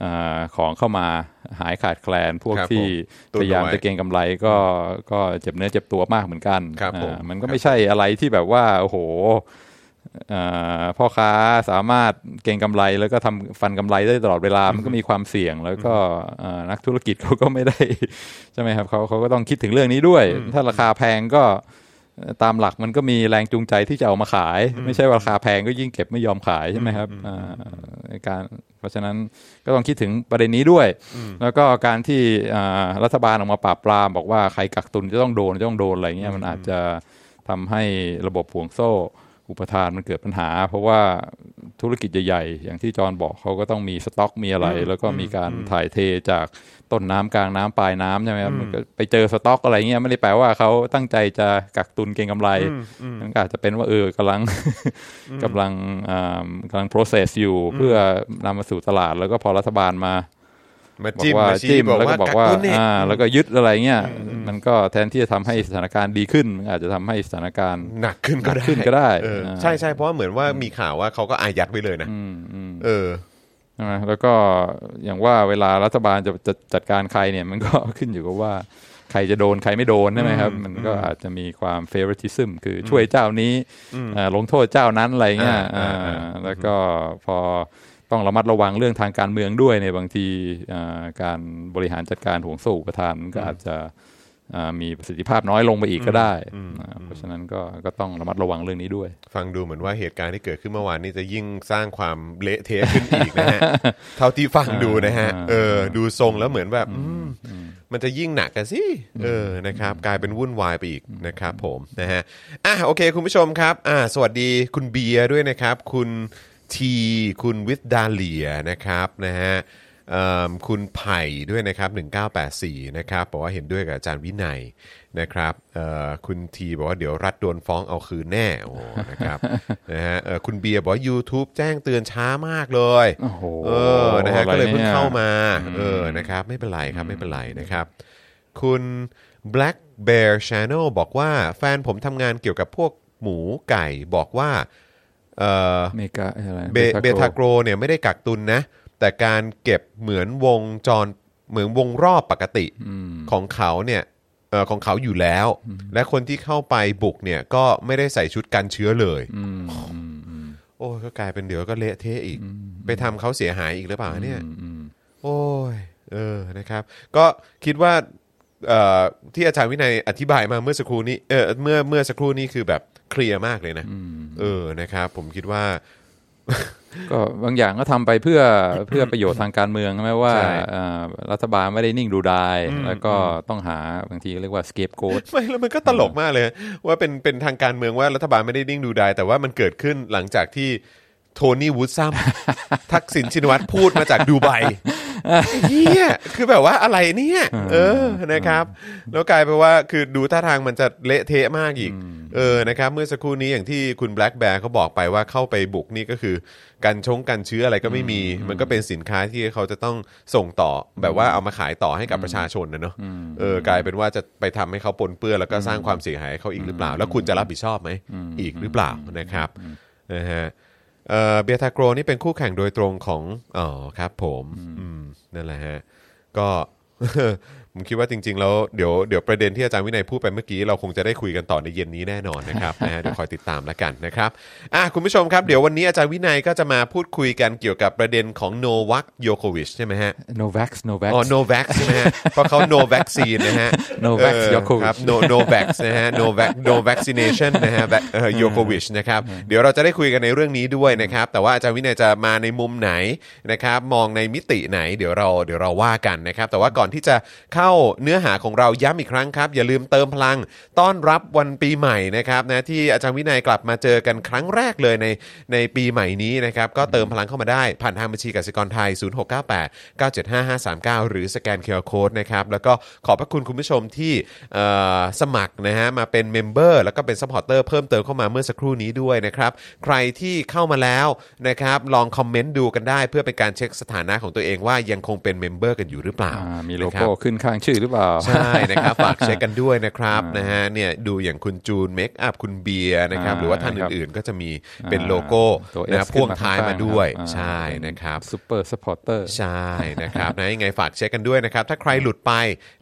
Speaker 2: เออของเข้ามาหายขาดแคลน พวก
Speaker 1: ครับผ
Speaker 2: ที่
Speaker 1: มตุน
Speaker 2: พยายาม
Speaker 1: เอาไว้
Speaker 2: จะเก็งกำไรก็ก็เจ็บเนื้อเจ็บตัวมากเหมือนกัน
Speaker 1: ครับผม
Speaker 2: อ่ามันก็ไม่ใช่อะไรที่แบบว่าโอ้โหเอ่อพ่อค้าสามารถเก็งกำไรแล้วก็ทำฟันกำไรได้ตลอดเวลามันก็มีความเสี่ยง แล้วก็เอ่อนักธุรกิจเขาก็ไม่ได้ <laughs> ใช่ไหมครับเขาเขาก็ต้องคิดถึงเรื่องนี้ด้วย ถ้าราคาแพงก็เอ่อตามหลักมันก็มีแรงจูงใจที่จะเอามาขาย ไม่ใช่ว่าราคาแพงก็ยิ่งเก็บไม่ยอมขายใช่ไหมครับอ่าการเพราะฉะนั้นก็ต้องคิดถึงประเด็นนี้ด้วย แล้วก็การที่อ่ารัฐบาลออกมาปราบปราม บอกว่าใครกักตุนจะต้องโดนจะต้องโดนอะไรเงี้ยมันอาจจะทำให้ระบบห่วงโซ่อุปทานมันเกิดปัญหา เพราะว่าธุรกิจใหญ่ๆอย่างที่จอห์นบอกเขาก็ต้องมีสต็อกมีอะไร แล้วก็มีการถ่ายเทจากต้นน้ำกลางน้ำปลายน้ำใช่ไหมครับมันก็ไปเจอสต็อกอะไรเงี้ยไม่ได้แปลว่าเขาตั้งใจจะกักตุนเก็งกำไรมันก็อาจจะเป็นว่าเออกำลัง กำลังอ่ากำลัง process อยู่เพื่อนำมาสู่ตลาดแล้วก็พอรัฐบาลมา
Speaker 1: มา
Speaker 2: บอ
Speaker 1: จิ้
Speaker 2: ก
Speaker 1: ม
Speaker 2: ว่า
Speaker 1: มาชี้
Speaker 2: จิ้ม
Speaker 1: บอก
Speaker 2: แล้ว
Speaker 1: ว่า
Speaker 2: ก็บอก
Speaker 1: กัก
Speaker 2: ว่า
Speaker 1: ตุนเนี่ย
Speaker 2: อ่าแล้วก็ยึดอะไรเงี้ยมันก็แทนที่จะทำให้สถานการณ์ดีขึ้นมันอาจจะทำให้สถานการณ์
Speaker 1: หนักขึ้นก็ได้
Speaker 2: หนักขึ้นก็ได้
Speaker 1: เออ
Speaker 2: เออ
Speaker 1: ใช่ใช่เพราะว่าเหมือนว่ามีข่าวว่าเขาก็อายัดไว้เลยนะเออ
Speaker 2: ใช่ไหมแล้วก็อย่างว่าเวลารัฐบาลจะจะจัดการใครเนี่ย <laughs> มันก็ ขึ้นอยู่กับว่าใครจะโดนใครไม่โดนใช่ไหมครับ มันก็อาจจะมีความ favoritism คือช่วยเจ้านี้เอ่อลงโทษเจ้านั้นอะไรเงี้ย
Speaker 1: อ่าอ่า
Speaker 2: อ่าแล้วก็พอต้องระมัดระวังเรื่องทางการเมืองด้วยในยบางทีอ่าการบริหารจัดการห่วงโซ่อุปทานมันก็อาจจะอ่ามีประสิทธิภาพน้อยลงไปอีกก็ได้อ่าเพราะฉะนั้นก็ก็ต้องระมัดระวังเรื่องนี้ด้วย
Speaker 1: ฟังดูเหมือนว่าเหตุการณ์ที่เกิดขึ้นเมื่อวานนี่จะยิ่งสร้างความเละเทะขึ้นอีกนะ <laughs> ฮะ เท่าที่ฟังดูนะฮะ เออ ดูทรงแล้วเหมือนแบบอืมมันจะยิ่งหนักกันสิ เออ นะครับ กลายเป็นวุ่นวายไปอีกนะครับผม นะฮะ อ่ะ โอเค คุณผู้ชมครับ อ่ะสวัสดีคุณเบียร์ด้วยนะครับ คุณทีคุณวิทดาเลียนะครับ นะฮะ เอิ่มคุณไผ่ด้วยนะครับ 1984 นะครับบอกว่าเห็นด้วยกับอาจารย์วินัยนะครับเอ่อคุณทีบอกว่าเดี๋ยวรัฐโดนฟ้องเอาคืนแน่โอ้นะครับ <laughs> นะฮะเอ่อคุณเบียร์บอกว่า YouTube แจ้งเตือนช้ามากเลย
Speaker 2: โอ้โห
Speaker 1: เออนะฮะ
Speaker 2: อะไร
Speaker 1: ก็เลยเพิ่ง
Speaker 2: เนี่ย
Speaker 1: เข้ามาเออนะครับ ไม่เป็นไรครับไม่เป็นไรนะครับ คุณ Black Bear Channel บอกว่าแฟนผมทำงานเกี่ยวกับพวกหมูไก่บอกว่าเอ่อ
Speaker 2: อเมริกาอะไรนะ
Speaker 1: เบเบทา
Speaker 2: Beta
Speaker 1: โกรเนี่ยไม่ได้กักตุนนะ แต่การเก็บเหมือนวงจรเหมือนวงรอบปกติของเขาเนี่ยเอ่อของเขาอยู่แล้ว และคนที่เข้าไปบุกเนี่ยก็ไม่ได้ใส่ชุดกันเชื้อเลย
Speaker 2: อืมอืมอืม
Speaker 1: โอ้ยก็กลายเป็นเดี๋ยวก็เละเทะอีก ไปทำเขาเสียหายอีกหรือเปล่าเนี่ย โอ้ยเออนะครับ ก็คิดว่าเอ่อที่อาจารย์วินัยอธิบายมาเมื่อสักครู่นี้เออเมื่อเมื่อสักครู่นี้คือแบบเคลียร์มากเลยนะเออนะครับ ผมคิดว่า
Speaker 2: ก็บางอย่างก็ทำไปเพื่อ
Speaker 1: <coughs>
Speaker 2: เพื่อประโยชน์ทางการเมืองใช่ไหมว่า
Speaker 1: ใช่
Speaker 2: เอ่อรัฐบาลไม่ได้นิ่งดูดาย แล้วก็ต้องหาบางทีเรียกว่า scapegoat
Speaker 1: ไม่แล้วมันก็ตลกมากเลย ว่าเป็นเป็นทางการเมืองว่ารัฐบาลไม่ได้นิ่งดูดายแต่ว่ามันเกิดขึ้นหลังจากที่โทนี่วูดซัม <laughs> ทักษิณชินวัตรพูดมาจากดูไบเฮียคือแบบว่าอะไรเนี่ย เออนะครับ แล้วกลายไปนว่าคือดูท่าทางมันจะเละเทะมากอีก เออนะครับ เมื่อสักครู่นี้อย่างที่คุณแบล็กแบร์เขาบอกไปว่าเข้าไปบุกนี่ก็คือกันชงกันเชื้ออะไรก็ไม่มี มันก็เป็นสินค้าที่เขาจะต้องส่งต่อแบบว่าเอามาขายต่อให้กับประชาชนนะเนอะเออกลายเป็นว่าจะไปทำให้เขาปนเปื้อนแล้วก็สร้างความเสียหายให้เขาอีกหรือเปล่า แล้วคุณจะรับผิดชอบไหมอีกหรือเปล่านะครับนะฮะเอ่อเบียร์ทาโกรนี่เป็นคู่แข่งโดยตรงของอ๋อครับผมอืมนั่นแหละฮะก็ <laughs> ผมคิดว่าจริง ๆ แล้วเดี๋ยวเดี๋ยวประเด็นที่อาจารย์วินัยพูดไปเมื่อกี้เราคงจะได้คุยกันต่อในเย็นนี้แน่นอนนะครับ <laughs> นะฮะเดี๋ยวคอยติดตามแล้วกันนะครับอ่ะคุณผู้ชมครับเดี๋ยววันนี้อาจารย์วินัยก็จะมาพูดคุยกันเกี่ยวกับประเด็นของโนวัคโยโควิชใช่ไหมฮะ
Speaker 2: Novax Novax
Speaker 1: อ๋อ Novax ใช่ไห <laughs> มฮะ เพราะเขา No Vaccine นะฮะ
Speaker 2: Novax
Speaker 1: เออ
Speaker 2: Djokovic
Speaker 1: ครับ No No Vax นะฮะ No Vac No Vaccination นะฮะแบบเอ่อ Djokovic นะครับ เดี๋ยวเราจะได้คุยกันในเรื่องนี้ด้วยนะครับ แต่ว่าอาจารย์วินัยจะมาในมุมไหนนะครับ มองในมิติไหน เดี๋ยวเราเดี๋ยวเราว่ากันนะครับ แต่ว่าก่อนที่จะเข้าเนื้อหาของเราย้ำอีกครั้งครับ อย่าลืมเติมพลังต้อนรับวันปีใหม่นะครับนะที่อาจารย์วินัยกลับมาเจอกันครั้งแรกเลยในในปีใหม่นี้นะครับ ก็เติมพลังเข้ามาได้ ผ่านทางบัญชีกสิกรไทย 0698 975539 หรือสแกนเคอร์โคดนะครับ แล้วก็ขอบพระคุณคุณผู้ชมที่เอ่อสมัครนะฮะมาเป็นเมมเบอร์แล้วก็เป็นซัพพอร์เตอร์เพิ่มเติมเข้ามาเมื่อสักครู่นี้ด้วยนะครับ ใครที่เข้ามาแล้วนะครับ ลองคอมเมนต์ดูกันได้ เพื่อเป็นการเช็คสถานะของตัวเองว่ายังคงเป็นเมมเบอร์กันอยู่หรือเปล่า
Speaker 2: อ่ามี
Speaker 1: มี
Speaker 2: โลโก้ขึ้นข้ างชื่อหรือเปล่า
Speaker 1: ใช่ <laughs> นะครับ ฝากเช็คกันด้วยนะครับนะฮะเนี่ยดูอย่างคุณจูนเมคอัพคุณเบียร์นะครับ
Speaker 2: อ่า
Speaker 1: หรือว่าท่านอื่นๆ ก็จะมีเป็นโลโก้
Speaker 2: ตัว S
Speaker 1: นะพ่
Speaker 2: ขึ้นมา
Speaker 1: วงท้ายมาด้วย
Speaker 2: ข้างๆ
Speaker 1: ใช่นะครับ
Speaker 2: ซูเปอร์สปอร์เตอร์
Speaker 1: ใช่นะครับ <laughs> นะยังไงฝากเช็คกันด้วยนะครับ ถ้าใครหลุดไป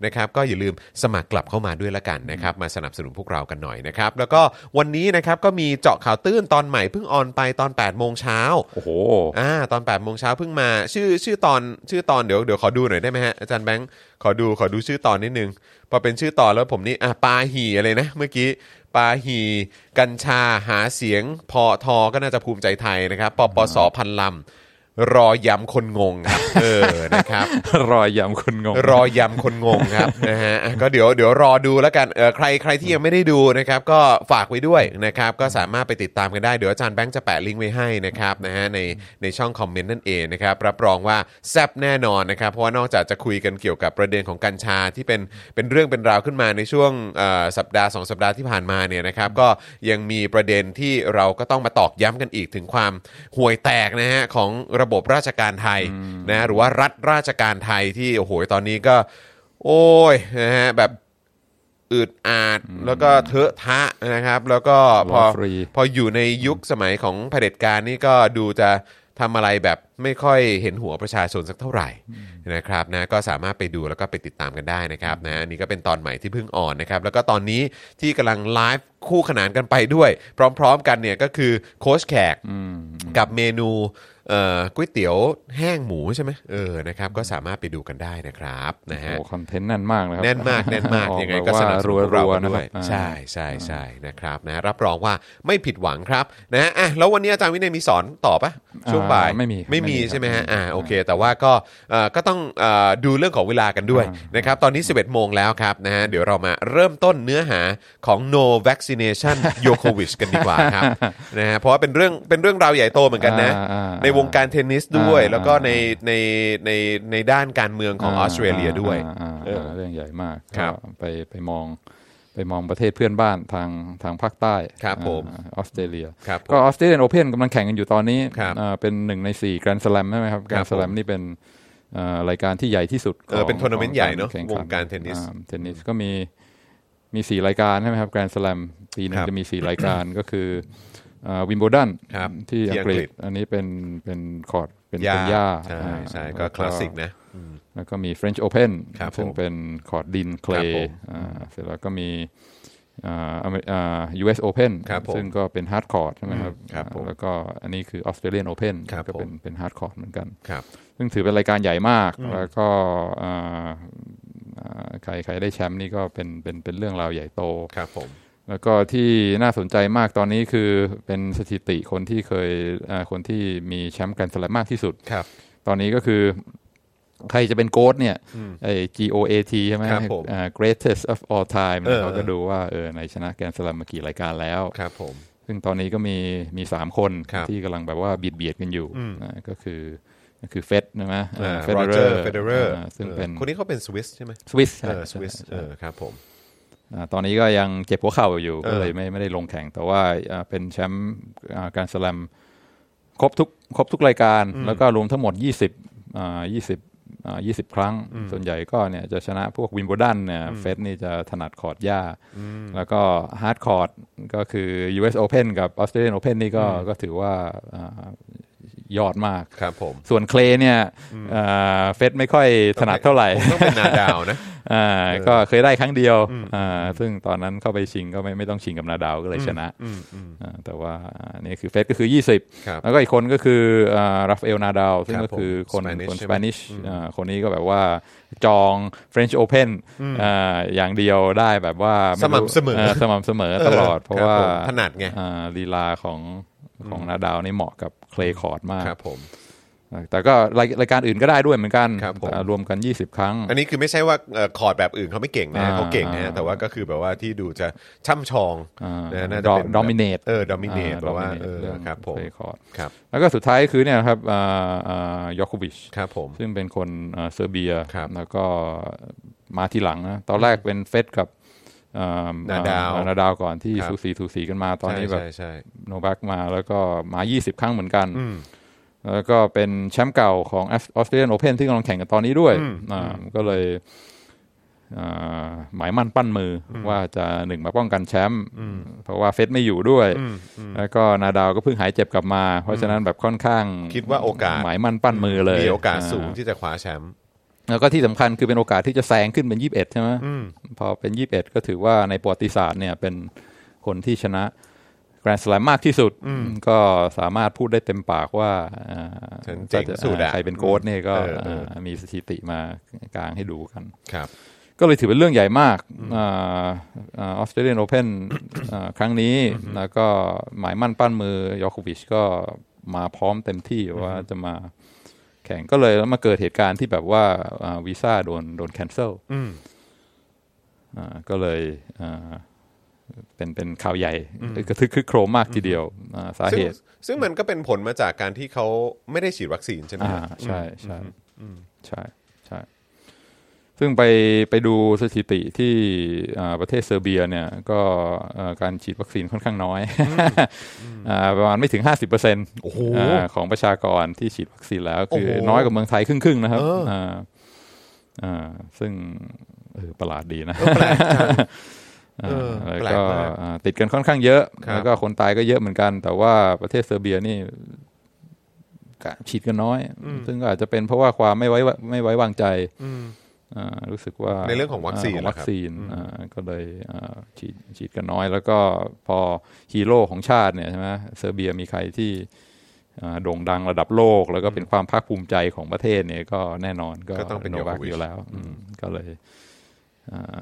Speaker 1: นะครับ ก็อย่าลืมสมัครกลับเข้ามาด้วยละกันนะครับ มาสนับสนุนพวกเรากันหน่อยนะครับ แล้วก็วันนี้นะครับก็มีเจาะข่าวตื้นตอนใหม่เพิ่งออนไปตอน8ปดโมงเช้า
Speaker 2: โอ้โห <laughs>
Speaker 1: อ่าตอน8ปดโมงเช้าเพิ่งมาชื่อชื่อตอนชื่อตอนเดี๋ยวเดี๋ยวขอดูหน่อยได้ไหมฮะอาจารย์แบงค์ขอดูขอดูชื่อตอนนิดนึงพอเป็นชื่อตอนแล้วผมนี่อ่ะปาหีอะไรนะเมื่อกี้ปาหีกัญชาหาเสียงพอทอก็น่าจะภูมิใจไทยนะครับปปสพันลำรอยำคนงงครับเออนะครับ
Speaker 2: รอยยำคุณงง
Speaker 1: รอยำคนงงครับ <laughs> นะฮะอ่ะก็เดี๋ยวเดี๋ยวรอดูแล้วกันเออใครใครที่ยังไม่ได้ดูนะครับ ก็ฝากไว้ด้วยนะครับ ก็สามารถไปติดตามกันได้เดี๋ยวอาจารย์แบงค์จะแปะลิงก์ไว้ให้นะครับนะฮะในในช่องคอมเมนต์นั่นเองนะครับ รับรองว่าแซบแน่นอนนะครับ เพราะว่านอกจากจะคุยกันเกี่ยวกับประเด็นของกัญชาที่เป็นเป็นเรื่องเป็นราวขึ้นมาในช่วงเอ่อสัปดาห์สองสัปดาห์ที่ผ่านมาเนี่ยนะครับ ก็ยังมีประเด็นที่เราก็ต้องมาตอกย้ำกันอีกถึงความห่วยแตกนะฮะของระบบราชการไทยนะหรือว่ารัฐราชการไทยที่โอ้โหตอนนี้ก็ โอ้ยนะฮะแบบอึดอาดแล้วก็เทอะทะนะครับ แล้วก็พอ
Speaker 2: War free
Speaker 1: พออยู่ในยุคสมัยของเผด็จการนี่ก็ดูจะทำอะไรแบบไม่ค่อยเห็นหัวประชาชนสักเท่าไหร่นะครับนะก็สามารถไปดูแล้วก็ไปติดตามกันได้นะครับนะอันนี่ก็เป็นตอนใหม่ที่เพิ่งออนนะครับแล้วก็ตอนนี้ที่กำลังไลฟ์คู่ขนานกันไปด้วย พร้อม ๆ กันเนี่ยก็คือโค้ชแขก
Speaker 2: อืม
Speaker 1: กับเมนูเอ่อก๋วยเตี๋ยวแห้งหมูใช่ไหมเออนะครับก็สามารถไปดูกันได้นะครับนะฮะ
Speaker 2: โอ้คอนเทนต์แน่นมากนะครับ
Speaker 1: แน่นมากแน่น
Speaker 2: <laughs>
Speaker 1: มาก
Speaker 2: ออ
Speaker 1: ยังไงก็สนับสนุน
Speaker 2: รั
Speaker 1: เรา
Speaker 2: ว
Speaker 1: กั
Speaker 2: ๆ
Speaker 1: น
Speaker 2: นะ
Speaker 1: ด้วย
Speaker 2: ครับ
Speaker 1: ใช่ใช่ใช่นะครับนะรับรองว่าไม่ผิดหวังครับนะฮะอ่ะแล้ววันนี้อาจารย์วินัยมีสอนต่อปะช่วงบ่าย
Speaker 2: อ่ไม่มีครับ
Speaker 1: ไม่มี
Speaker 2: ครับ
Speaker 1: ใช่ไหมฮะอ่าโอเค แต่ว่าก็เอ่อก็ต้องเอ่อดูเรื่องของเวลากันด้วยนะครับตอนนี้ 11 โมงแล้วครับนะฮะเดี๋ยวเรามาเริ่มต้นเนื้อหาของ no
Speaker 2: <laughs>
Speaker 1: vaccination Djokovic กันดีกว่าครับนะฮะเพราะว่าเป็นเรื่องเป็นเรื่องราวใหญ่โตเหมือนกันนะ
Speaker 2: อ่าอ่อ่
Speaker 1: ในวงการเทนนิสด้วย
Speaker 2: อ่า
Speaker 1: แล้วก็ในในในในด้านการเมืองของออสเตรเลียด้วย
Speaker 2: อ่า
Speaker 1: เออ
Speaker 2: เรื่องใหญ่มาก
Speaker 1: ครับ
Speaker 2: ก็ไปไปมองไปมองประเทศเพื่อนบ้านทางทางภาคใต้
Speaker 1: ครับผม
Speaker 2: อ่าออสเตรเลีย
Speaker 1: ครับผ
Speaker 2: ก็
Speaker 1: ม
Speaker 2: ออสเตรเลียนโอเพนกำลังแข่งกันอยู่ตอนนี้
Speaker 1: ครับ
Speaker 2: อ่าเป็นหนึ่งในสี่แกรนด์ส a ลมใช่ไหมครับแกร
Speaker 1: ผ
Speaker 2: น
Speaker 1: ม
Speaker 2: ด์ส a ลมนี่เป็นอ่ารายการที่ใหญ่ที่สุด
Speaker 1: เออเป็นทัวร์นาเมนต์
Speaker 2: ของ
Speaker 1: ใหญ่เนอะ
Speaker 2: แข่ขั
Speaker 1: วงการเทนนิส
Speaker 2: อ่าเทนนิสก็มีมีสี่รายการใช่ไหมครับแกรนด์ส a ลมปีหนึง
Speaker 1: ครับ
Speaker 2: จะมีสี่รายการ <coughs> ก็คือวิมโบดัน
Speaker 1: ครับ
Speaker 2: ที่อังกฤ
Speaker 1: ที่อังกฤ
Speaker 2: ษ
Speaker 1: ษ
Speaker 2: อันนี้เป็นเป็นคอร์ดเป็น
Speaker 1: หญ้
Speaker 2: เป็นหญ้า
Speaker 1: ใช่
Speaker 2: อ่า
Speaker 1: ใช่ก็
Speaker 2: แว
Speaker 1: คลาสสิกนะ
Speaker 2: แล้วก็มี French Open
Speaker 1: ครับ
Speaker 2: ซึ่ง
Speaker 1: ผม
Speaker 2: เป็นคอร์ดดินเคล
Speaker 1: ครับผม
Speaker 2: ย์อ่าเสร็จแล้วก็มีอ่าอเมริอ่า US Open
Speaker 1: ครับผม
Speaker 2: ซึ่งก็เป็นฮาร์ดคอร์ดใช่ไหมครับ
Speaker 1: อืมครับผม
Speaker 2: อ่าแล้วก็อันนี้คือ Australian Open
Speaker 1: ครับ
Speaker 2: ก็เป็
Speaker 1: ผ
Speaker 2: น
Speaker 1: ม
Speaker 2: เป็นฮาร์ดคอร์ดเหมือนกัน
Speaker 1: ครับ
Speaker 2: ซึ่งถือเป็นรายการใหญ่มาก
Speaker 1: อืม
Speaker 2: แล้วก็อ่าอ่าใครใครได้แชมป์นี่ก็เป็นเป็นเป็นเรื่องราวใหญ่โต
Speaker 1: ครับผม
Speaker 2: แล้วก็ที่น่าสนใจมากตอนนี้คือเป็นสถิติคนที่เคยอ่าคนที่มีแชมป์กันสลัมมากที่สุด
Speaker 1: ครับ
Speaker 2: ตอนนี้ก็คือใครจะเป็นโกดเนี่ย
Speaker 1: อืม
Speaker 2: ไอ้ G O A T ใช่ไหม
Speaker 1: ครับผม
Speaker 2: อ่า greatest of all time
Speaker 1: เออ
Speaker 2: เขาก็ดูว่าเออในชนะแกรนด์สลัมมากี่รายการแล้ว
Speaker 1: ครับผม
Speaker 2: ซึ่งตอนนี้ก็มีมีสามคน
Speaker 1: ครับ
Speaker 2: ที่กำลังแบบว่าเบียดเบียดกันอยู่
Speaker 1: อืม
Speaker 2: นะก็คือก็คือเฟดใช่ไหม
Speaker 1: อ่า
Speaker 2: เฟ
Speaker 1: โรเจอร์เฟเดอเรอร์
Speaker 2: ซึ่งเป็น
Speaker 1: คนนี้เขาเป็นสวิสใช่ไหม
Speaker 2: สวิส
Speaker 1: เออสวิสเออครับผม
Speaker 2: ตอนนี้ก็ยังเจ็บหัวเข่าอยู่
Speaker 1: เออ
Speaker 2: ก็เลยไม่ไม่ได้ลงแข่ง แต่ว่าอ่าเป็นแชมป์อ่าแการสลัมครบทุกครบทุกรายการ แล้วก็รวมทั้งหมด 20อ่า20อ่า20 ครั้ง ส่วนใหญ่ก็เนี่ยจะชนะพวกวิม b บ e ดันเนี่ยเฟสนี่จะถนัดคอร์ดหญ้า แล้วก็ฮาร์ดคอร์ดก็คือ US Open กับ Australian Open นี่ก็ก็ถือว่าอ่ายอดมาก
Speaker 1: ครับผม
Speaker 2: ส่วนเคลเนี่ยอ่าเฟสไม่ค่อยถนัดเท่าไหร่
Speaker 1: ต้องเป็นนาดาวนะ
Speaker 2: อ่าก็เคยได้ครั้งเดียวอ่าซึ่งตอนนั้นเข้าไปชิงก็ไม่ไม่ต้องชิงกับนาดาวก็เลยชนะอ่าแต่ว่าอันนี่คือเฟสก็คือ
Speaker 1: ครับ
Speaker 2: 20 แล้วก็อีกคนก็คืออ่าราฟาเอลนาดาวซึ่งก็คือ
Speaker 1: ผม
Speaker 2: คนคน
Speaker 1: Spanish
Speaker 2: สเปนิชอ่าคนนี้ก็แบบว่าจอง French Open อ่าอย่างเดียวได้แบบว่าไรู้
Speaker 1: สม่ำเสมอ
Speaker 2: สม่ำเสมอตลอด เพราะว่า
Speaker 1: คบผมถนัดไง
Speaker 2: อ่าลีลาของของนาดาวนี่เหมาะกับเคลย์คอร์ดมาก
Speaker 1: ครับผม
Speaker 2: แต่ก็รายรายการอื่นก็ได้ด้วยเหมือนกัน
Speaker 1: ครับผม
Speaker 2: แต่รวมกัน 20 ครั้ง
Speaker 1: อันนี้คือไม่ใช่ว่าเอ่อคอร์ดแบบอื่นเขาไม่เก่งนะ
Speaker 2: อ่า
Speaker 1: เขาเก่งนะ
Speaker 2: อ่า
Speaker 1: แต่ว่าก็คือแบบว่าที่ดูจะช่ำชองนะน่าจะเป็น
Speaker 2: ดอมิเนต
Speaker 1: เออดอมิเนต
Speaker 2: อ่
Speaker 1: แปลว่าเออ
Speaker 2: เรื่อง
Speaker 1: ครับผม
Speaker 2: เพลย์คอร์ด
Speaker 1: ครับ
Speaker 2: แล้วก็สุดท้ายคือเนี่ยนะครับอ่าอ่ายอโควิช
Speaker 1: ครับผม
Speaker 2: ซึ่งเป็นคนอ่าเซอร์เบีย
Speaker 1: ครับ
Speaker 2: แล้วก็มาทีหลังนะ ตอนแรกเป็นเฟสกับอ่
Speaker 1: นาดาว
Speaker 2: อ่นาดาวก่อนที่
Speaker 1: ครับ
Speaker 2: สูสีสูสีกันมาตอนนี้แบบ
Speaker 1: ใช่ใช่ใช่
Speaker 2: โนบักมาแล้วก็มา 20 ครั้งเหมือนกัน
Speaker 1: อืม
Speaker 2: แล้วก็เป็นแชมป์เก่าของออสเตรเลียนโอเพนที่กำลังแข่งกันตอนนี้ด้วยอ่าก็เลย เอ่อหมายมั่นปั้นมืออว่าจะหนึ่งมาป้องกันแชมป์เพราะว่าเฟสไม่อยู่ด้วย แล้วก็นาดาวก็เพิ่งหายเจ็บกลับมา เพราะฉะนั้นแบบค่อนข้าง
Speaker 1: คิดว่าโอกาส
Speaker 2: หมายมั่นปั้นมือเลย
Speaker 1: มีโอกาสสูง
Speaker 2: อ่
Speaker 1: ที่จะคว้าแชมป์
Speaker 2: แล้วก็ที่สำคัญคือเป็นโอกาสที่จะแซงขึ้นเป็น 21 ใช่ไหม
Speaker 1: อืม
Speaker 2: พอเป็น 21 ก็ถือว่าในประวัติศาสตร์เนี่ยเป็นคนที่ชนะแกรนด์สลมมากที่สุด ก็สามารถพูดได้เต็มปากว่าอ่า
Speaker 1: ฉันเจ๋งสุดอะ
Speaker 2: ใครเป็นโค้ชเนี่ยก็
Speaker 1: ออเออ
Speaker 2: อ่ามีสถิติมากลางให้ดูกัน
Speaker 1: ครับ
Speaker 2: ก็เลยถือเป็นเรื่องใหญ่มากออสเตรเลียนโอเพนครั้งนี้ แล้วก็หมายมั่นปั้นมือยอควิชก็มาพร้อมเต็มที่ว่าจะมาแข่งก็เลยแล้วมาเกิดเหตุการณ์ที่แบบว่าวีซ่าโดนโดนแคนเซิล
Speaker 1: อืม
Speaker 2: ก็เลยอ่าเป็นเป็นข่าวใหญ่กระทึกครึกโครมมากทีเดียวอ่าสา
Speaker 1: ซึ่ง
Speaker 2: เหตุ
Speaker 1: ซึ่งมันก็เป็นผลมาจากการที่เขาไม่ได้ฉีดวัคซีนใช่ไหม
Speaker 2: อ่าใช่ใช่ใช่ใช่ ซึ่งไปไปดูสถิติที่อ่าประเทศเซอร์เบียเนี่ยก็เอ่อการฉีดวัคซีนค่อนข้างน้อยอ่าประมาณไม่ถึง 50%
Speaker 1: โอ้โห
Speaker 2: อาของประชากรที่ฉีดวัคซีนแล้ว คือ
Speaker 1: โอ้โห
Speaker 2: น้อยกว่าเมืองไทยครึ่งๆนะครับ
Speaker 1: เอออ่
Speaker 2: าอ่าซึ่งเออประหลาดดีนะ
Speaker 1: แปลกจัง เออแปล
Speaker 2: แล้ว
Speaker 1: ก
Speaker 2: ก็
Speaker 1: มาก
Speaker 2: อ่าติดกันค่อนข้างเยอะ
Speaker 1: ครับ
Speaker 2: แล้วก็คนตายก็เยอะเหมือนกัน แต่ว่าประเทศเซอร์เบียนี่กะฉีดกันน้อย ซึ่งก็อาจจะเป็นเพราะว่าความไม่ไว้วะไม่ไว้วางใจ
Speaker 1: อืม
Speaker 2: อ่ารู้สึกว่า
Speaker 1: ในเรื่องของวัคซีนา
Speaker 2: ข
Speaker 1: เหรอครับ
Speaker 2: วัคซีนอ่าก็เลยอ่าฉีดฉีดกันน้อย แล้วก็พอฮีโร่ของชาติเนี่ยใช่ไหมเซอร์เบียมีใครที่อ่าโด่งดังระดับโลก แล้วก็เป็นความภาคภูมิใจของประเทศเนี่ยก็แน่นอนก็
Speaker 1: ก็ต้องเป็น
Speaker 2: โนวัค
Speaker 1: Djokovic
Speaker 2: อยู่แล้วอืมก็เลยอ่า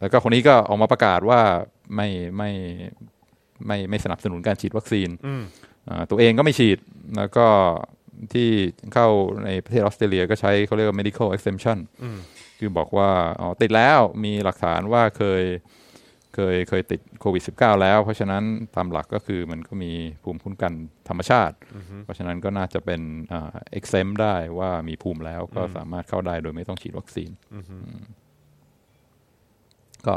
Speaker 2: แล้วก็คนนี้ก็ออกมาประกาศว่าไม่ไม่ไม่ไม่สนับสนุนการฉีดวัคซีน
Speaker 1: อืม
Speaker 2: อ่าตัวเองก็ไม่ฉีด แล้วก็ที่เข้าในประเทศออสเตรเลียก็ใช้เขาเรียกว่า medical exemption
Speaker 1: อืม
Speaker 2: คือบอกว่าอ๋อติดแล้วมีหลักฐานว่าเคยเคยเคยติดโควิด -19 แล้ว เพราะฉะนั้นตามหลักก็คือมันก็มีภูมิคุ้มกันธรรมชาติ เพราะฉะนั้นก็น่าจะเป็นเอ็กเซมได้ว่ามีภูมิแล้วก็สามารถเข้าได้โดยไม่ต้องฉีดวัคซีนอืมก็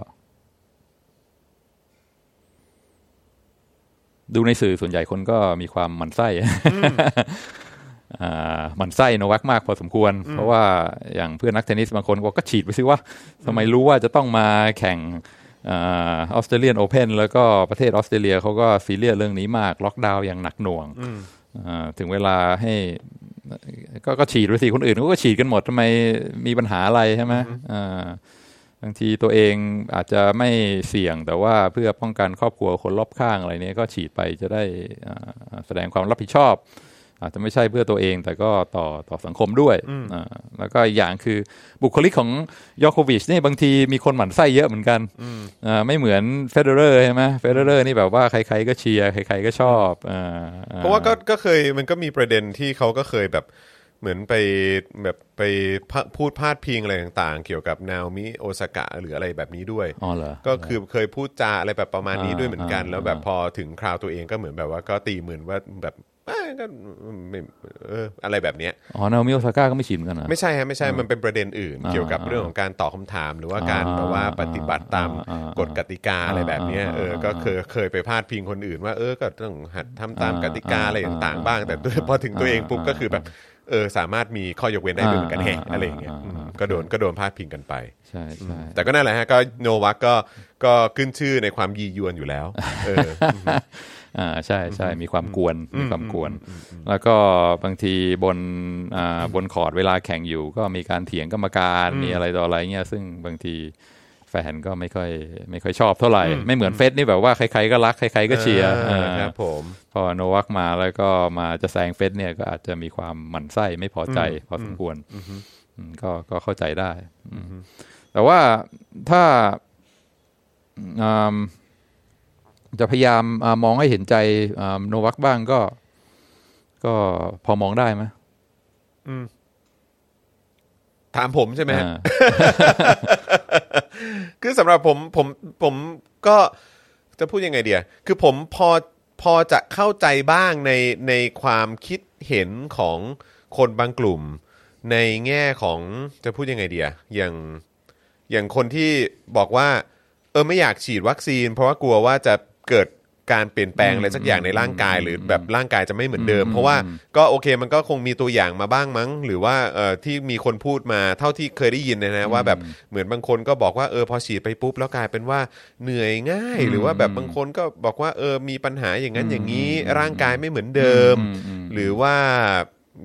Speaker 2: ดูในสื่อส่วนใหญ่คนก็มีความหมันไส้ อ่าหมันไส้โนวักมากพอสมควร เพราะว่าอย่างเพื่อนนักเทนนิสบางคนก็บอกก็ฉีดไปซิว่าทำไมรู้ว่าจะต้องมาแข่งอาออสเตรเลียนโอเพนแล้วก็ประเทศออสเตรเลียเขาก็ซีเรียสเรื่องนี้มาก ล็อกดาวน์อย่างหนักหน่วงอ่าถึงเวลาให้กก็ฉีดไปสิคนอื่นเขาก็ฉีดกันหมดทำไมมีปัญหาอะไรใช่ไหมอ่าบางทีตัวเองอาจจะไม่เสี่ยงแต่ว่าเพื่อป้องกันครอบครัวคนรอบข้างอะไรเนี้ยก็ฉีดไปจะได้อ่าแสดงความรับผิดชอบ อาจจะไม่ใช่เพื่อตัวเองแต่ก็ต่อต่อสังคมด้วยอ่าแล้วก็อีกอย่างคือบุคลิกของยอโควิชนี่บางทีมีคนหมั่นไส้เยอะเหมือนกันอ่าไม่เหมือนเฟเดเรอร์ใช่ไหมเฟเดเรอร์นี่แบบว่าใครๆก็เชียร์ใครๆก็ชอบอ่า
Speaker 1: เพราะว่าก็ก็เคยมันก็มีประเด็นที่เขาก็เคยแบบเหมือนไปแบบไปพะพูดพาดพิงอะไรต่างๆ เกี่ยวกับนาวมิโอซากะหรืออะไรแบบนี้ด้วย
Speaker 2: อ๋อเหรอ
Speaker 1: ก็คือเคยพูดจาอะไรแบบประมาณนี้
Speaker 2: อ่า
Speaker 1: ด้วยเหมือนกัน
Speaker 2: อ่า
Speaker 1: แล้วแบบ
Speaker 2: อ่า
Speaker 1: พอถึงคราวตัวเองก็เหมือนแบบว่าก็ตีหมื่นว่าแบบเอ้ยก็ไม่เอออะไรแบบเนี้ย
Speaker 2: อ๋อนาโอมิโอซาก้าก็ไม่ชิมกันนะ
Speaker 1: ไม่ใช่ฮะไม่ใช่มันเป็นประเด็นอื่น
Speaker 2: อ่า
Speaker 1: เกี่ยวกับเรื่องของการตอบคำถาม หรือว่าการ
Speaker 2: อ่า
Speaker 1: แบบว่าปฏิบัติตาม
Speaker 2: อ่าอ่าก
Speaker 1: ฎกติกาอะไรแบบเนี้ย
Speaker 2: อ่า
Speaker 1: เออก็เคยเคยไปพาดพิงคนอื่น ว่าเออก็ต้องหัดทำตามกติกา
Speaker 2: อ่า
Speaker 1: อะไรต่าง
Speaker 2: อ่า
Speaker 1: ๆบ้าง แต่
Speaker 2: อ่า
Speaker 1: พอถึงตัวเองปุ๊บ
Speaker 2: อ่า
Speaker 1: ก็คือแบบเออสามารถมีข้อยกเว้นได้ด้วยเหมือนกันแฮะ
Speaker 2: อ่า
Speaker 1: อะไรอย่างเงี้ย
Speaker 2: อ่า
Speaker 1: อืม
Speaker 2: อ่า
Speaker 1: ก็โดนก็โดนพาดพิงกันไป
Speaker 2: ใช่ใช่
Speaker 1: แต่ก็นั่นแหละฮะก็โนวักก็ก็ขึ้นชื่อในความยียวนอยู่แล้วเออ
Speaker 2: อ่าใช่ใช่มีความกวนมีความกวน แล้วก็บางทีบนอ่าบนคอร์ดเวลาแข่งอยู่ ก็มีการเถียงกรรมการมีอะไรต่ออะไรเงี้ยซึ่งบางทีแฟนก็ไม่ค่อยไม่ค่อยชอบเท่าไหร่ ไม่เหมือนเฟสนี่แบบว่าใครๆก็รักใค <laughs> รๆก็เชียร์
Speaker 1: อ่า
Speaker 2: อ่า
Speaker 1: ครับผม
Speaker 2: พอโนวักมาแล้วก็มาจะแซงเฟสเนี่ยก็อาจจะมีความหมั่นไส้ไม่พอใจพอสมควรอืมก็ก็เข้าใจได้อืมแต่ว่าถ้าอืม จะพยายามอามองให้เห็นใจอ่าโนวักบ้างก็ ก็พอมองได้ไหม
Speaker 1: ถามผมใช่ไหมฮะ
Speaker 2: อ่า
Speaker 1: คือสำหรับผมผมผมก็จะพูดยังไงเดียคือผมพอพอจะเข้าใจบ้างในในความคิดเห็นของคนบางกลุ่ม ในแง่ของจะพูดยังไงเดียอย่างอย่างคนที่บอกว่า เออไม่อยากฉีดวัคซีน เพราะว่ากลัวว่าจะเกิด การเปลี่ยนแปลงอะไรสักอย่างในร่างกายหรือแบบร่างกายจะไม่เหมือนเดิม เพราะว่าก็โอเคมันก็คงมีตัวอย่างมาบ้างมั้ง หรือว่าเอ่อที่มีคนพูดมาเท่าที่เคยได้ยินเนยนะว่าแบบเหมือนบางคนก็บอกว่าเออพอฉีดไปปุ๊บแล้วกลายเป็นว่าเหนื่อยง่าย หรือว่าแบบบางคนก็บอกว่าเออมีปัญหาอย่างนั้นอย่างนี้ ร่างกายไม่เหมือนเดิม หรือว่า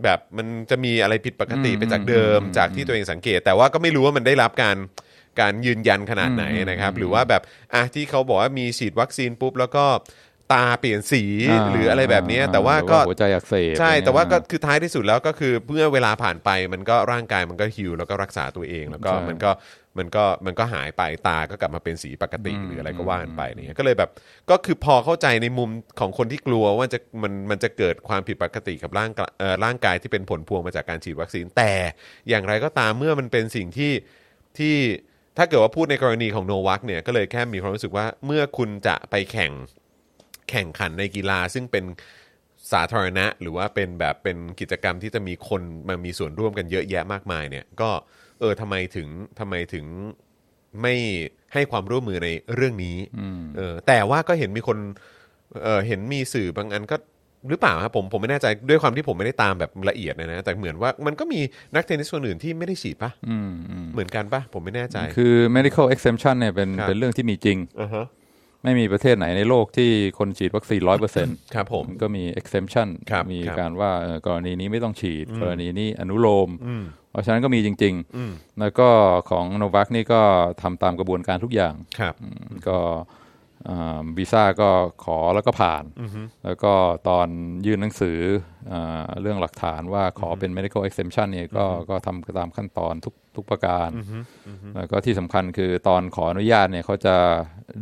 Speaker 1: แบบมันจะมีอะไรผิดปกติไปจากเดิม จากที่ตัวเองสังเกต แต่ว่าก็ไม่รู้ว่ามันได้รับการการยืนยันขนาดไหนนะครับ หรือว่าแบบอ่ะที่เขาบอกว่ามีฉีดวัคซีนปุ๊บ แล้วก็ตาเปลี่ยนสีหรืออะไรแบบเนี้ยแต่ว่าก็
Speaker 2: หรือหัวใจอักเสบ
Speaker 1: ใช่แต่ว่าก็
Speaker 2: อะไรเงี้ย
Speaker 1: คือท้ายที่สุดแล้วก็คือเมื่อเวลาผ่านไปมันก็ร่างกายมันก็ฮิวแล้วก็รักษาตัวเองแล้วก็
Speaker 2: ใช่
Speaker 1: มันก็มันก็มันก็หายไปตาก็กลับมาเป็นสีปกติหรืออะไรก็ว่ากันไปเนี่ยก็เลยแบบก็คือพอเข้าใจในมุมของคนที่กลัวว่าจะมันมันจะเกิดความผิดปกติกับร่างกะเอ่อร่างกายที่เป็นผลพวงมาจากการฉีดวัคซีนแต่อย่างไรก็ตามเมื่อมันเป็นสิ่งที่ที่ถ้าเกิดว่าพูดในกรณีของโนวัคเนี่ยก็เลยแค่มีความรู้สึกว่าเมื่อคุณจะไปแข่ง แข่งขันในกีฬาซึ่งเป็นสาธารณะ หรือว่าเป็นแบบเป็นกิจกรรมที่จะมีคนมามีส่วนร่วมกันเยอะแยะมากมายเนี่ยก็เออทำไมถึงทำไมถึงไม่ให้ความร่วมมือในเรื่องนี้เออแต่ว่าก็เห็นมีคนเออเห็นมีสื่อบางอันก็หรือเปล่าครับผมผมไม่แน่ใจด้วยความที่ผมไม่ได้ตามแบบละเอียดนะนะแต่เหมือนว่ามันก็มีนักเทนนิสคนอื่นที่ไม่ได้ฉีดปะ
Speaker 2: อืมอืม
Speaker 1: เหมือนกันปะผมไม่แน่ใจ
Speaker 2: คือ medical exemption เนี่ยเป็น
Speaker 1: ครับ
Speaker 2: เป็นเรื่องที่มีจริง
Speaker 1: อ่าฮะ
Speaker 2: ไม่มีประเทศไหนในโลกที่คนฉีดวัคซีนร้อยเปอร์เซ็นต์
Speaker 1: ครับผม
Speaker 2: ก็มี exemption
Speaker 1: ครับ
Speaker 2: มี
Speaker 1: ครับ
Speaker 2: การว่าเอ่อกรณีนี้ไม่ต้องฉีด กรณีนี้อนุโลม เพราะฉะนั้นก็มีจริง
Speaker 1: อืม
Speaker 2: ๆ แล้วก็ของโนวัคนี่ก็ทำตามกระบวนการทุกอย่าง
Speaker 1: ครับ
Speaker 2: ก็อ่าวีซ่าก็ขอแล้วก็ผ่าน แล้วก็ตอนยื่นหนังสืออาเรื่องหลักฐานว่าขอเป็น medical exemption เนี่ยก็ก็ทำตามขั้นตอนทุกทุกประการ แล้วก็ที่สำคัญคือตอนขออนุญาตเนี่ยเขาจะ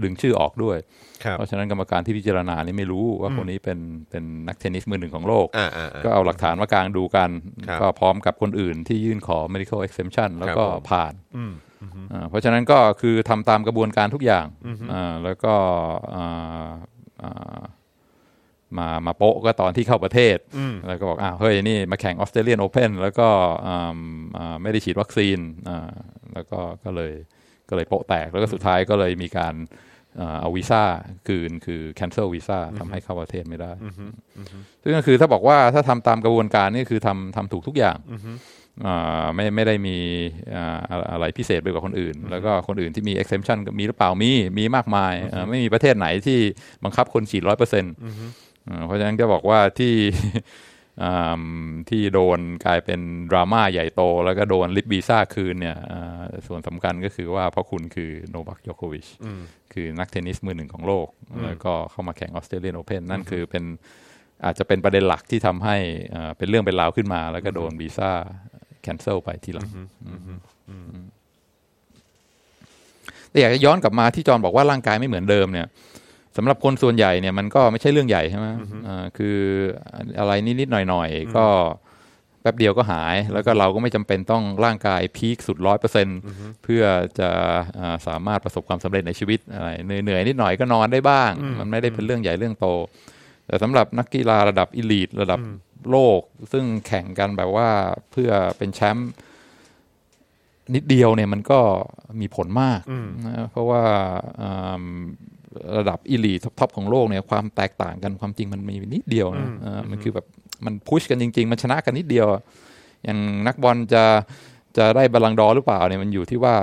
Speaker 2: ดึงชื่อออกด้วย
Speaker 1: ครับ
Speaker 2: เพราะฉะนั้นกรรมการที่พิจารณานี่ไม่รู้ว่าคนนี้เป็นเป็นนักเทนนิสมือหนึ่งของโลก
Speaker 1: อ่าอ่าอ่า
Speaker 2: ก็เอาหลักฐานมากลางดูกัน
Speaker 1: ครับ
Speaker 2: ก็พร้อมกับคนอื่นที่ยื่นขอ medical exemption แล้วก็
Speaker 1: ครับผม
Speaker 2: ผ่าน
Speaker 1: อืม
Speaker 2: อ่าเพราะฉะนั้นก็คือทำตามกระบวนการทุกอย่างอ่าแล้วก็อ่าอ่ามามาโปะก็ตอนที่เข้าประเทศ แล้วก็บอกอ้าวเฮ้ยนี่มาแข่งออสเตรเลียนโอเพ่นแล้วก็อืมอ่าไม่ได้ฉีดวัคซีนอ่าแล้วก็ก็เลยก็เลยโปะแตก แล้วก็สุดท้ายก็เลยมีการอ่าเอาวีซ่าคืนคือ cancel วีซ่าทำให้เข้าประเทศไม่ได้ซึ่งก็คือถ้าบอกว่าถ้าทำตามกระบวนการนี่คือทำทำถูกทุกอย่าง อ่าไม่ไม่ได้มีอ่าอะไรอะไรพิเศษไปกว่าคนอื่น แล้วก็คนอื่นที่มี exemption ก็มีหรือเปล่ามีมีมากมายอ่าไม่มีประเทศไหนที่บังคับคนฉีดร้อยเปอร์เซ็นต์เพราะฉะนั้นก็บอกว่าที่ <laughs> อ่าที่โดนกลายเป็นดราม่าใหญ่โต แล้วก็โดนลิบวีซ่าคืนเนี่ยอ่าส่วนสำคัญก็คือว่าเพราะคุณคือโนวัคโยโควิชคือนักเทนนิสมือหนึ่งของโลก แล้วก็เข้ามาแข่งออสเตรเลียนโอเพ่นนั่นคือเป็น อาจจะเป็นประเด็นหลักที่ทำให้เอ่อเป็นเรื่องเป็นราวขึ้นมา แล้วก็โดนวีซ่าแคนเซิลไปทีหลังแต่อยากจะย้อนกลับมาที่จอห์นบอกว่าร่างกายไม่เหมือนเดิมเนี่ยสำหรับคนส่วนใหญ่เนี่ยมันก็ไม่ใช่เรื่องใหญ่ใช่ไหมเอ่อคืออะไรนิดๆหน่อยๆ ก็แป๊บเดียวก็หาย แล้วก็เราก็ไม่จำเป็นต้องร่างกายพีคสุดร้อยเปอร์เซ็นเพื่อจะเอ่อสามารถประสบความสำเร็จในชีวิตอะไรเหนื่อยๆนิดหน่อยก็นอนได้บ้าง มันไม่ได้เป็นเรื่องใหญ่เรื่องโต แต่สำหรับนักกีฬาระดับอีลีทระดับโลก ซึ่งแข่งกันแบบว่าเพื่อเป็นแชมป์นิดเดียวเนี่ยมันก็มีผลมากนะเพราะว่าอืมระดับอีลีทท็อปๆของโลกเนี่ยความแตกต่างกันความจริงมันมีนิดเดียวนะเออมันคือแบบมันพุชกันจริง ๆ มันชนะกันนิดเดียวอะอย่างนักบอลจะจะได้บอลลังก์ดอร์หรือเปล่าเนี่ยมันอยู่ที่ว่า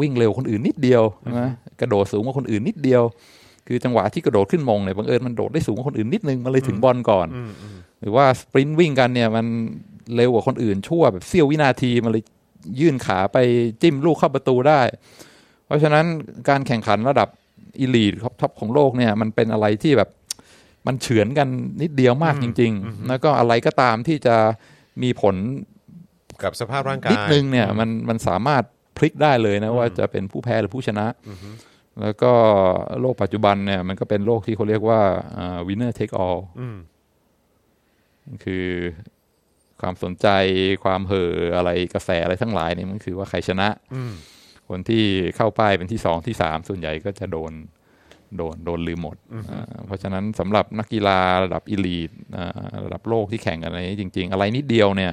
Speaker 2: วิ่งเร็วคนอื่นนิดเดียวนะกระโดดสูงกว่าคนอื่นนิดเดียว คือจังหวะที่กระโดดขึ้นมงเนี่ยบังเอิญมันโดดได้สูงกว่าคนอื่นนิดนึง มันเลยถึงบอลก่อน หรือว่าสปรินต์วิ่งกันเนี่ยมันเร็วกว่าคนอื่นชั่วแบบเสี้ยววินาที มันเลยยื่นขาไปจิ้มลูกเข้าประตูได้ เพราะฉะนั้นการแข่งขันระดับอีลีทท็อปของโลกเนี่ยมันเป็นอะไรที่แบบมันเฉือนกันนิดเดียวมากจริง ๆ แล้วก็อะไรก็ตามที่จะมีผล
Speaker 1: กับสภาพร่างกาย
Speaker 2: นิดนึงเนี่ยมันมันสามารถพลิกได้เลยนะว่าจะเป็นผู้แพ้หรือผู้ชนะ แล้วก็โลกปัจจุบันเนี่ยมันก็เป็นโลกที่เขาเรียกว่าวินเนอร์เทคออลคือความสนใจความเห่ออะไรกระแสอะไรทั้งหลายเนี่ยมันคือว่าใครชนะ คนที่เข้าป้ายเป็นที่สองที่สามส่วนใหญ่ก็จะโดนโดนโดนลืมหมดอ่าเพราะฉะนั้นสำหรับนักกีฬาระดับอีลีทระดับโลกที่แข่งกันอะไรนี้จริง ๆ อะไรนิดเดียวเนี่ย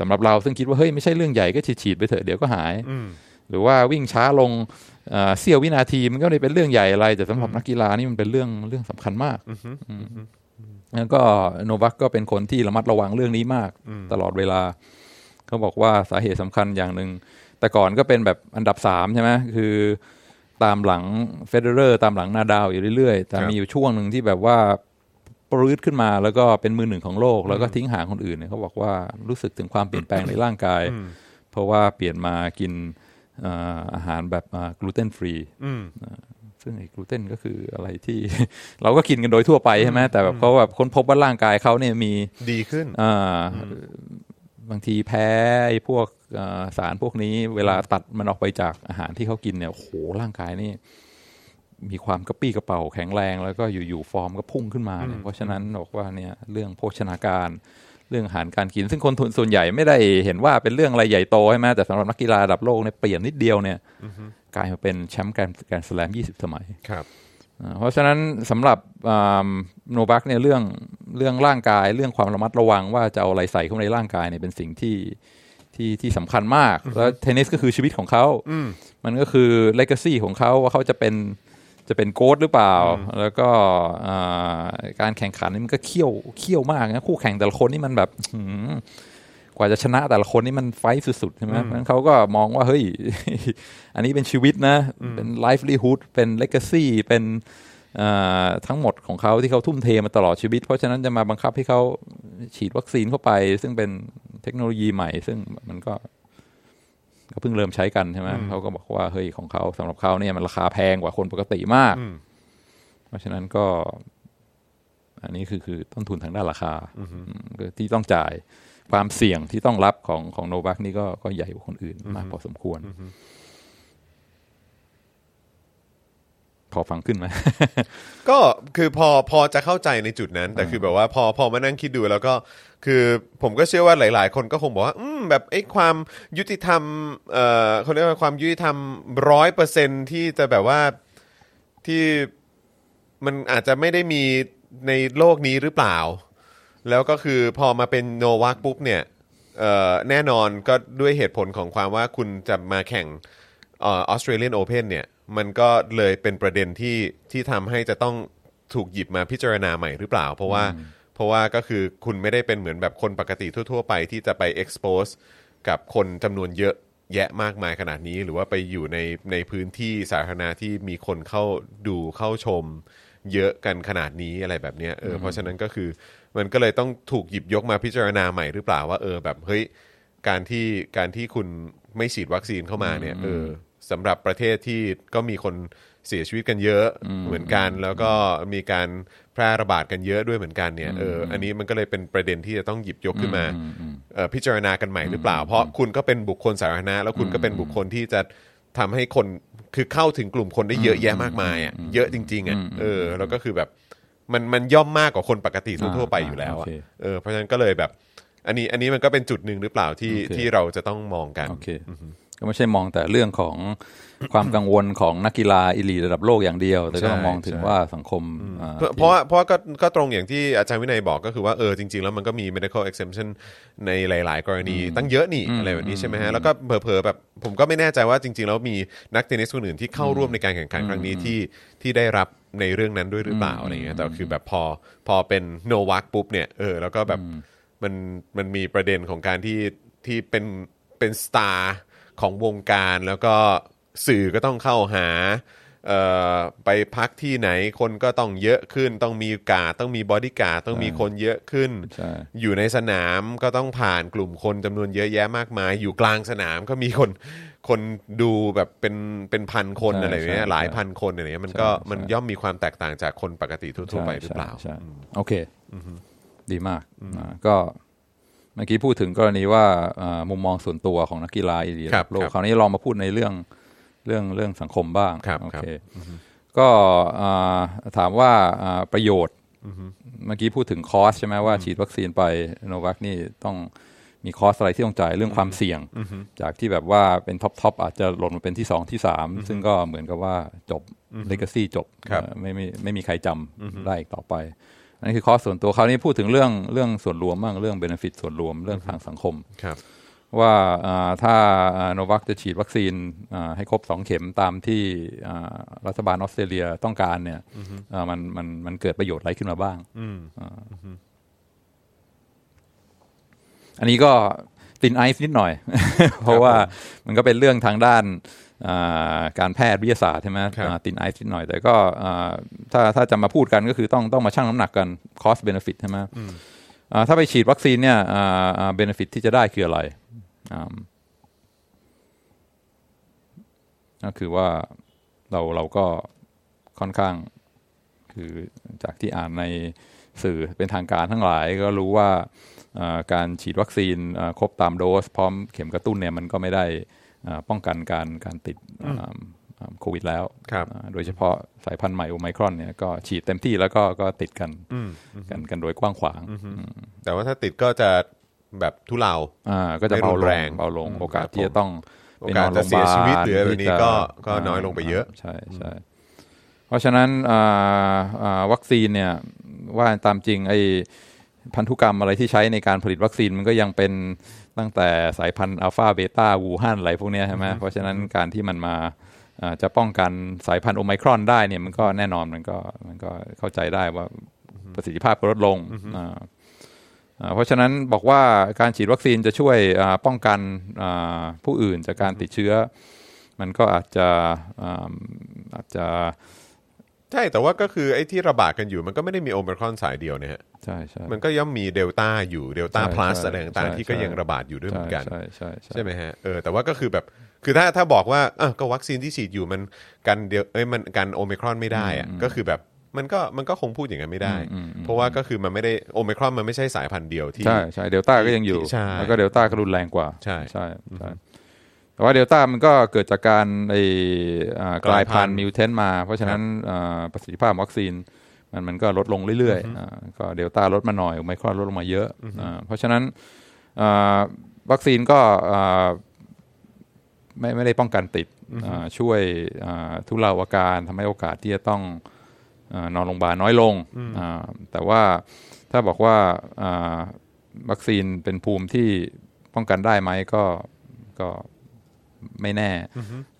Speaker 2: สำหรับเราซึ่งคิดว่าเฮ้ยไม่ใช่เรื่องใหญ่ก็ฉีดๆไปเถอะเดี๋ยวก็หาย หรือว่าวิ่งช้าลง เอ่อเสี้ยววินาทีมันก็ไม่ได้เป็นเรื่องใหญ่อะไร แต่สำหรับนักกีฬานี่มันเป็นเรื่องเรื่องสำคัญมากอืมแล้วก็โนวักก็เป็นคนที่ระมัดระวังเรื่องนี้มาก ตลอดเวลา เขาบอกว่าสาเหตุสำคัญอย่างหนึ่ง แต่ก่อนก็เป็นแบบอันดับสามใช่ไหมคือตามหลังเฟเดเรอร์ตามหลังนาดาวอยู่เรื่อยๆ แต่
Speaker 1: ครับ
Speaker 2: มีอยู่ช่วงหนึ่งที่แบบว่าปรื้ดขึ้นมาแล้วก็เป็นมือหนึ่งของโลก แล้วก็ทิ้งห่างคนอื่นเนี่ยเขาบอกว่ารู้สึกถึงความเปลี่ยนแปลงในร่างกาย เพราะว่าเปลี่ยนมากินเอ่ออาหารแบบกลูเตนฟรี
Speaker 1: อืม
Speaker 2: ซึ่งไอ้กลูเตนก็คืออะไรที่ <laughs> เราก็กินกันโดยทั่วไปใช่ไหมแต่แบบเขาแบบค้นพบว่าร่างกายเขาเนี่ยมี
Speaker 1: ดีขึ้น
Speaker 2: อ่าบางทีแพ้ไอ้พวกอ่าสารพวกนี้เวลาตัดมันออกไปจากอาหารที่เขากินเนี่ยโอ้โหร่างกายนี่ มีความกระปี้กระเป๋าแข็งแรงแล้วก็อยู่ๆฟอร์มก็พุ่งขึ้นมาเนี่ยเพราะฉะนั้นบอกว่าเนี่ยเรื่องโภชนาการเรื่องอาหารการกิน ซึ่งคนส่วนใหญ่ไม่ได้เห็นว่าเป็นเรื่องอะไรใหญ่โตใช่ไหมแต่สำหรับนักกีฬาระดับโลกเนี่ยเปลี่ยนนิดเดียวเนี่ยกลายมาเป็นแชมป์แกรนด์แกรนด์สแลม20 สมัย
Speaker 1: ครับ
Speaker 2: อ่าเพราะฉะนั้นสำหรับโนบักเนี่ยเรื่องเรื่องร่างกายเรื่องความระมัดระวังว่าจะเอาอะไรใส่เข้าในร่างกายเนี่ยเป็นสิ่งที่ที่ที่สำคัญมาก แล้วเทนนิสก็คือชีวิตของเขา มันก็คือเลก a ซีของเขาว่าเขาจะเป็นจะเป็นโกดหรือเปล่า แล้วก็อ่าการแข่งขันนี่มันก็เขี้ยวเขี้ยวมากนะคู่แข่งแต่ละคนนี่มันแบบหืมกว่าจะชนะแต่ละคนนี่มันไฟท์สุดๆใช่ไหมเพราะฉะนั้นเขาก็มองว่าเฮ้ย <laughs> อันนี้เป็นชีวิตนะ เป็นไลฟ์ลีฮูดเป็นเลก a ซีเป็นเอ่อทั้งหมดของเขาที่เขาทุ่มเทมาตลอดชีวิต เพราะฉะนั้นจะมาบังคับให้เขาฉีดวัคซีนเข้าไป ซึ่งเป็นเทคโนโลยีใหม่ ซึ่งมันก็ ก็เพิ่งเริ่มใช้กันใช่ไหมเขาก็บอกว่าเฮ้ยของเขาสำหรับเขาเนี่ยมันราคาแพงกว่าคนปกติมาก
Speaker 1: อืม
Speaker 2: เพราะฉะนั้นก็ อันนี้คือคือต้นทุนทางด้านราคาอืมก็ที่ต้องจ่ายความเสี่ยงที่ต้องรับของของโนวัคนี่ก็ก็ใหญ่กว่าคนอื่นมากพอสมควร พอฟังขึ้นไหม
Speaker 1: ก็คือพอพอจะเข้าใจในจุดนั้น แต่คือแบบว่าพอพอมานั่งคิดดูแล้วก็คือผมก็เชื่อว่าหลาย ๆ คนก็คงบอกว่าอืมแบบไอ้ความยุติธรรมเอ่อเขาเรียกว่าความยุติธรรมร้อยเปอร์เซ็นที่จะแบบว่าที่มันอาจจะไม่ได้มีในโลกนี้หรือเปล่า แล้วก็คือพอมาเป็นโนวักปุ๊บเนี่ยเอ่อแน่นอนก็ด้วยเหตุผลของความว่าคุณจะมาแข่ง เออสเตรเลียนโอเพนเนี่ยมันก็เลยเป็นประเด็นที่ที่ทำให้จะต้องถูกหยิบมาพิจารณาใหม่หรือเปล่า เพราะว่าเพราะว่าก็คือคุณไม่ได้เป็นเหมือนแบบคนปกติทั่ว ๆ ไปที่จะไป expose กับคนจำนวนเยอะแยะมากมายขนาดนี้ หรือว่าไปอยู่ในในพื้นที่สาธารณะที่มีคนเข้าดูเข้าชม เยอะกันขนาดนี้อะไรแบบเนี้ยเอออเพราะฉะนั้นก็คือมันก็เลยต้องถูกหยิบยกมาพิจารณาใหม่หรือเปล่าว่าเออแบบเฮ้ย การที่การที่คุณไม่ฉีดวัคซีนเข้ามาเนี่ยเออสำหรับประเทศที่ก็มีคนเสียชีวิตกันเยอะเหมือนกัน แล้วก็มีการแพร่ระบาดกันเยอะด้วยเหมือนกันเนี่ยเอออันนี้มันก็เลยเป็นประเด็นที่จะต้องหยิบยกขึ้นมาเอ่อพิจารณากันใหม่หรือเปล่า เพราะคุณก็เป็นบุคคลสาธารณะแล้วคุณก็เป็นบุคคลที่จะทำให้คนคือเข้าถึงกลุ่มคนได้เยอะแยะมากมายอ่ะเยอะจริงๆอ่ะเออแล้วก็คือแบบมันมันย่อมมากกว่าคนปกติทั่วๆไปอยู่แล้วอะ
Speaker 2: อ่าโอเค
Speaker 1: เออเพราะฉะนั้นก็เลยแบบ อันนี้อันนี้มันก็เป็นจุดหนึ่งหรือเปล่าที่
Speaker 2: โอเค
Speaker 1: ที่เราจะต้องมองกัน
Speaker 2: โอเคก็ไม่ใช่มองแต่เรื่องของ ความกังวลของนักกีฬาอีลีระดับโลกอย่างเดียว แต่ก็
Speaker 1: ใช่
Speaker 2: มองถึง
Speaker 1: ใช่
Speaker 2: ว่าสังคมอ่า
Speaker 1: เพราะเพราะว่าเพราะว่าก็ก็ตรงอย่างที่อาจารย์วินัยบอกก็คือว่าเออจริง ๆ แล้วมันก็มี medical exemption ในหลาย ๆ กรณีตั้งเยอะนี่อะไรแบบนี้ใช่ไหมฮะแล้วก็เผลอๆแบบผมก็ไม่แน่ใจว่าจริง ๆ แล้วมีนักเทนนิสคนอื่นที่เข้าร่วมในการแข่งขันครั้งนี้ที่ที่ได้รับในเรื่องนั้นด้วยหรือเปล่าอะไรเงี้ยแต่คือแบบพอพอเป็นโนวักปุ๊บเนี่ยเออแล้วก็แบบมันมันมีประเด็นของการที่ที่เป็นเป็นสตาร์ของวงการแล้วก็สื่อก็ต้องเข้าหา เอ่อไปพักที่ไหนคนก็ต้องเยอะขึ้น ต้องมีกาดต้องมีบอดี้การ์ดต้องมีคนเยอะขึ้น
Speaker 2: ใช่
Speaker 1: อยู่ในสนามก็ต้องผ่านกลุ่มคนจำนวนเยอะแยะมากมาย อยู่กลางสนามก็มีคนคนดูแบบเป็นเป็นพันคนอะไรอย่างเงี้ยหลายพันคนอะไรเงี้ยมันก็มันย่อมมีความแตกต่างจากคนปกติทั่วๆไปหรือเปล่า
Speaker 2: ใช่ใช่โอเคดีมากอ่าก็เมื่อกี้พูดถึงกรณีว่าอ่ามุมมองส่วนตัวของนักกีฬาอีลีระ
Speaker 1: ครั
Speaker 2: ดั
Speaker 1: บบ
Speaker 2: โลก
Speaker 1: ครับ
Speaker 2: คราวนี้ลองมาพูดในเรื่องเรื่องเรื่องสังคมบ้าง
Speaker 1: ครับ
Speaker 2: โอ
Speaker 1: ครับ
Speaker 2: เคก็อ่าถามว่าอ่าประโยชน์ เมื่อกี้พูดถึงคอสใช่ไหมว่าฉีดวัคซีนไปโนวัคนี่ต้องมีคอสอะไรที่ต้องจ่ายเรื่องความเสี่ยง จากที่แบบว่าเป็นท็อปทอปอาจจะหล่นมาเป็นที่สองที่สามซึ่งก็เหมือนกับว่าจบเลก a ซี่จบ
Speaker 1: ครับ
Speaker 2: เอ่อไม่ไม่ไม่มีใครจำได้อีกต่อไป อันนี้คือคอสส่วนตัวคราวนี้พูดถึงเรื่องเรื่องส่วนรวมบ้างเรื่องเบนฟิตส่วนรวมเรื่องทางสังคม
Speaker 1: ครับ
Speaker 2: ว่าเอ่อถ้าโนวัคจะฉีดวัคซีนเอ่อให้ครบ 2 เข็มตามที่เอ่อรัฐบาลออสเตรเลียต้องการเนี่ยเอ่อมันมันมันเกิดประโยชน์อะไรขึ้นมาบ้าง
Speaker 1: อืม
Speaker 2: อันนี้ก็ตินไอซ์นิดหน่อย <laughs> เพราะว่ามันก็เป็นเรื่องทางด้านอ่าการแพทย์วิทยาศาสตร์ใช่ไหม
Speaker 1: ครับ
Speaker 2: อ่าตินไอซ์นิดหน่อย แต่ก็อ่าถ้าถ้าจะมาพูดกันก็คือต้องต้องมาชั่งน้ำหนักกันคอสเบนฟิตใช่ไหมอ่าถ้าไปฉีดวัคซีนเนี่ยเบนฟิตที่จะได้คืออะไรอ่าก็คือว่าเราเราก็ค่อนข้าง คือจากที่อ่านในสื่อเป็นทางการทั้งหลายก็รู้ว่าเอ่อการฉีดวัคซีนเอ่อครบตามโดส พร้อมเข็มกระตุ้นเนี่ยมันก็ไม่ได้เอ่อป้องกันการการติดอ่าอ่าโควิดแล้ว
Speaker 1: ครับ
Speaker 2: อ่าโดยเฉพาะสายพันธุ์ใหม่โอไมครอนเนี่ยก็ฉีดเต็มที่แล้วก็ก็ติดกัน
Speaker 1: อืม
Speaker 2: กันกันโดยกว้างขวาง
Speaker 1: แต่ว่าถ้าติดก็จะแบบทุเลา
Speaker 2: อ่าก็จะเบาล
Speaker 1: ไม่รุนแรง ง
Speaker 2: เบาลง
Speaker 1: อืม
Speaker 2: โอกา
Speaker 1: ค
Speaker 2: ส
Speaker 1: รับ
Speaker 2: ที่จะต้อง
Speaker 1: ผม
Speaker 2: ไปนอน
Speaker 1: โอกาสจะ
Speaker 2: โรงพ
Speaker 1: เสี
Speaker 2: ยายบาล
Speaker 1: ชีวิตหรืออะไรแบบนี้
Speaker 2: ที่จะ
Speaker 1: ก็ก็น้อยลงไปเยอะ
Speaker 2: ใช่ใช่เพราะฉะนั้นอ่าอ่าวัคซีนเนี่ยว่าตามจริงไอ พันธุกรรมอะไรที่ใช้ในการผลิตวัคซีนมันก็ยังเป็นตั้งแต่สายพันธุ์อัลฟาเบต้าวูฮั่นอะไรพวกเนี้ยใช่ไหมเพราะฉะนั้นการที่มันมาเอ่อจะป้องกันสายพันธุ์โอไมครอนได้เนี่ยมันก็แน่นอนมันก็มันก็เข้าใจได้ว่าประสิทธิภาพก็ลดลงอ่าอ่าเพราะฉะนั้นบอกว่าการฉีดวัคซีนจะช่วยอ่าป้องกันอ่าผู้อื่นจากการติดเชื้อ มันก็อาจจะอ่าอาจจะ
Speaker 1: ใช่แต่ว่าก็คือไอ้ที่ระบาดกันอยู่มันก็ไม่ได้มีโอมครอนสายเดียวนะฮะ
Speaker 2: ใช่ใช่
Speaker 1: มันก็ย่อมมีเดลต้าอยู่เดลต้า
Speaker 2: ใช่
Speaker 1: พลัส
Speaker 2: ใช่
Speaker 1: อะไรต่าง
Speaker 2: ใช่
Speaker 1: ๆที่ก็
Speaker 2: ใช่
Speaker 1: ยังระบาดอยู่ด้วยเหมือนกัน
Speaker 2: ใช่ใช่ใช่
Speaker 1: ใช่ไหมฮะเออแต่ว่าก็คือแบบคือถ้าถ้าบอกว่าเออก็วัคซีนที่ฉีดอยู่มันกันเดียวเอ้ยมันกันโอมครอนไม่ได้อะก็คือแบบมันก็มันก็คงพูดอย่างนั้นไม่ได้
Speaker 2: อืมอืมอืม
Speaker 1: เพราะว่าก็คือมันไม่ได้โอมครอนมันไม่ใช่สายพันธุ์เดียวที่
Speaker 2: ใช่ใช่เดลต้าก็ยังอยู่
Speaker 1: ใช่
Speaker 2: แล้วก็เดลต้าก็รุนแรงกว่า
Speaker 1: ใช่
Speaker 2: ใช่ใช่แต่ว่าเดลต้ามันก็เกิดจากการไอ้อ่าก
Speaker 1: กลา
Speaker 2: ลาย ย
Speaker 1: พั
Speaker 2: พั
Speaker 1: น
Speaker 2: น
Speaker 1: ธุ์
Speaker 2: ธุ์มิวเทนมา เพราะฉะนั้นอ่าประสิทธิภาพวัคซีนมันมันก็ลดลงเรื่อยๆอ่าก็เดลต้าลดมาหน่อยไมครอนลดลงมาเยอะอ่าเพราะฉะนั้นอ่าวัคซีนก็อ่าไม่ไม่ได้ป้องกันติดอ่าช่วยอ่าทุเลาอาการทำให้โอกาสที่จะต้องอานอนโรงพยาบาลน้อยลงอ่าแต่ว่าถ้าบอกว่าอ่า วัคซีนเป็นภูมิที่ป้องกันได้ไหมก็ก็ไม่แน่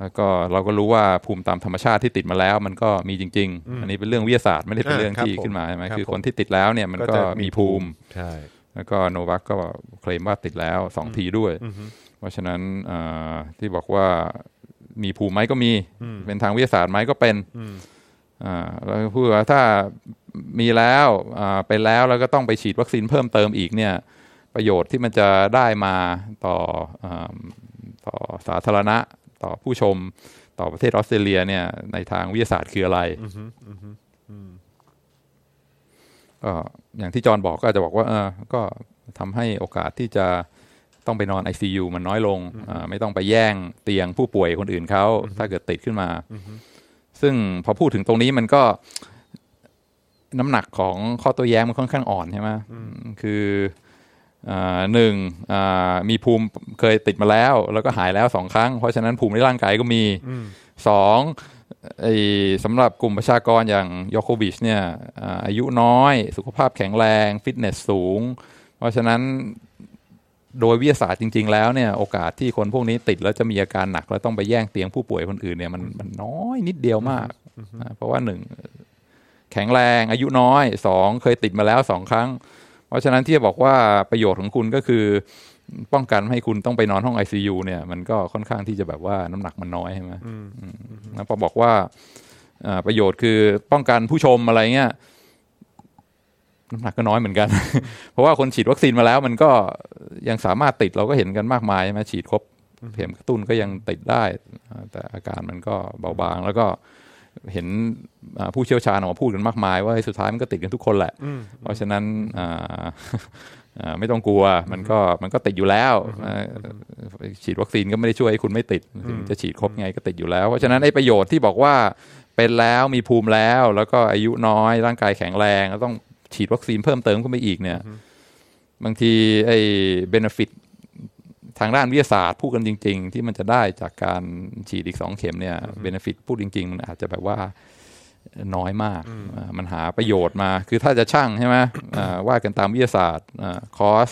Speaker 2: แล้วก็เราก็รู้ว่าภูมิตามธรรมชาติที่ติดมาแล้ว มันก็มีจริง ๆ อันนี้เป็นเรื่องวิทยาศาสตร์ไม่ได้เป็น
Speaker 1: อ่า
Speaker 2: เรื่องที่
Speaker 1: ครับผม
Speaker 2: ขึ้นมาใช่ไหม
Speaker 1: ครับ
Speaker 2: คือคนที่ติดแล้วเนี่ยมันก็มีภูมิ
Speaker 1: ใช่
Speaker 2: แล้วก็โนวัคก็เคลมว่าติดแล้วสองทีด้วย เพราะฉะนั้นเอ่อที่บอกว่ามีภูมิไหมก็มี เป็นทางวิทยาศาสตร์ไหมก็เป็นอ่าแล้วก็พูดว่าถ้ามีแล้วอ่าไปแล้วแล้วก็ต้องไปฉีดวัคซีนเพิ่มเติมอีกเนี่ย ประโยชน์ที่มันจะได้มาต่อเอมต่อสาธารณะ ต่อผู้ชมต่อประเทศออสเตรเลียเนี่ยในทางวิทยาศาสตร์คืออะไรก็อย่างที่จอห์นบอกก็อาจจะบอกว่าเออก็ทำให้โอกาสที่จะต้องไปนอน ICU มันน้อยลงอ่าไม่ต้องไปแย่งเตียงผู้ป่วยคนอื่นเขาถ้าเกิดติดขึ้นมา ซึ่งพอพูดถึงตรงนี้มันก็ น้ำหนักของข้อโตัวแย้งมันค่อนข้างอ่อนใช่ไหมคือ อ่าหนึ่งอ่ามีภูมิเคยติดมาแล้ว แล้วก็หายแล้วสองครั้ง เพราะฉะนั้นภูมิในร่างกายก็มีสองไอ้สำหรับกลุ่มประชากรอย่างโยโควิชเนี่ยอ่าอายุน้อย สุขภาพแข็งแรง ฟิตเนสสูง เพราะฉะนั้นโดยวิทยาศาสตร์จริง ๆ แล้วเนี่ยโอกาสที่คนพวกนี้ติดแล้วจะมีอาการหนัก แล้วต้องไปแย่งเตียงผู้ป่วยคนอื่นเนี่ยมันมันน้อยนิดเดียวมากอ่าเพราะว่าหนึ่งแข็งแรงอายุน้อยสองเคยติดมาแล้วสองครั้ง เพราะฉะนั้นที่จะบอกว่าประโยชน์ของคุณก็คือป้องกันไม่ให้คุณต้องไปนอนห้อง ICU เนี่ยมันก็ค่อนข้างที่จะแบบว่าน้ำหนักมันน้อยใช่ไหมอืมแล้วพอบอกว่าเอ่อประโยชน์คือป้องกันผู้ชมอะไรเงี้ยน้ำหนักก็น้อยเหมือน <laughs> กัน เพราะว่าคนฉีดวัคซีนมาแล้ว มันก็ยังสามารถติดเราก็เห็นกันมากมายใช่ไหมฉีดครบเข็มกระตุ้นก็ยังติดได้อ่าแต่อาการมันก็เบาบาง แล้วก็เห็นอ่าผู้เชี่ยวชาญออกมาพูดกันมากมาย ว่าเฮ้ยสุดท้ายมันก็ติดกันทุกคนแหละ เพราะฉะนั้นอ่าอ่าไม่ต้องกลัวมันก็มันก็ติดอยู่แล้วเอ่อฉีดวัคซีนก็ไม่ได้ช่วยให้คุณไม่ติดถึงจะฉีดครบไงก็ติดอยู่แล้ว เพราะฉะนั้นไอ้ประโยชน์ที่บอกว่าเป็นแล้วมีภูมิแล้ว แล้วก็อายุน้อยร่างกายแข็งแรงแล้วต้องฉีดวัคซีนเพิ่มเติมขึ้นไปอีกเนี่ย บางทีไอ้เบนฟิตทางด้านวิทยาศาสตร์พูดกันจริง ๆ ที่มันจะได้จากการฉีดอีกสองเข็มเนี่ยเบนฟิตพูดจริง ๆ มันอาจจะแบบว่า น้อยมากอ่ามันหาประโยชน์มา คือถ้าจะช่างใช่ไหมอ่าว่ากันตามวิทยาศาสตร์คอส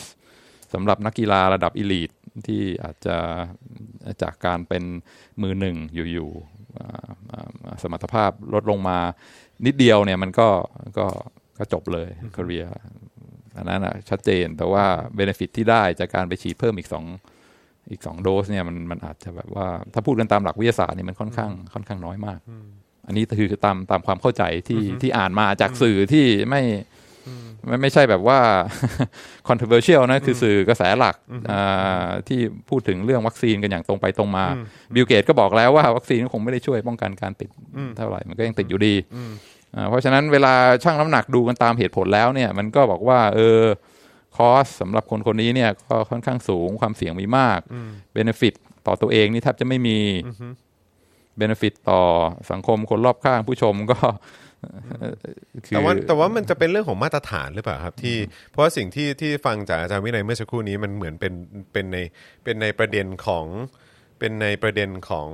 Speaker 2: สำหรับนักกีฬาระดับอีลีท ที่อาจจะจากการเป็นมือหนึ่งอยู่ๆอ่าอ่าสมรรถภาพลดลงมานิดเดียวเนี่ยมันก็ก็ก็จบเลยคาเรียอันนั้นอะชัดเจนแต่ว่าเบนฟิตที่ได้จากการไปฉีดเพิ่มอีกสองอีกสองโดสเนี่ยมันมันอาจจะแบบว่าถ้าพูดกันตามหลักวิทยาศาสตร์เนี่ยมันค่อนข้างค่อนข้างน้อยมาก อันนี้คือตามตามความเข้าใจที่ที่อ่านมาจากสื่อที่ไม่ไม่ไม่ใช่แบบว่า <laughs> controversial นะคือสื่อกระแสหลักอ่าที่พูดถึงเรื่องวัคซีนกันอย่างตรงไปตรงมาบิลเกตก็บอกแล้วว่าวัคซีนก็คงไม่ได้ช่วยป้องกันการติดเท่าไหร่มันก็ยังติดอยู่ดีอ่าเพราะฉะนั้นเวลาชั่งน้ำหนักดูกันตามเหตุผลแล้วเนี่ย มันก็บอกว่า เออคอสสำหรับคนคนนี้เนี่ยก็ค่อนข้างสูงความเสี่ยงมีมากเบนฟิตต่อตัวเองนี่แทบจะไม่มี เบนฟิตต่อสังคมคนรอบข้างผู้ชมก็ <laughs> เอ่อคือ
Speaker 1: แต่ว่าแต่ว่ามันจะเป็นเรื่องของมาตรฐานหรือเปล่าครับที่เพราะว่าสิ่งที่ที่ฟังจากอาจารย์วินัยเมื่อสักครู่นี้มันเหมือนเป็นเป็นในเป็นในประเด็นของเป็นในประเด็นของ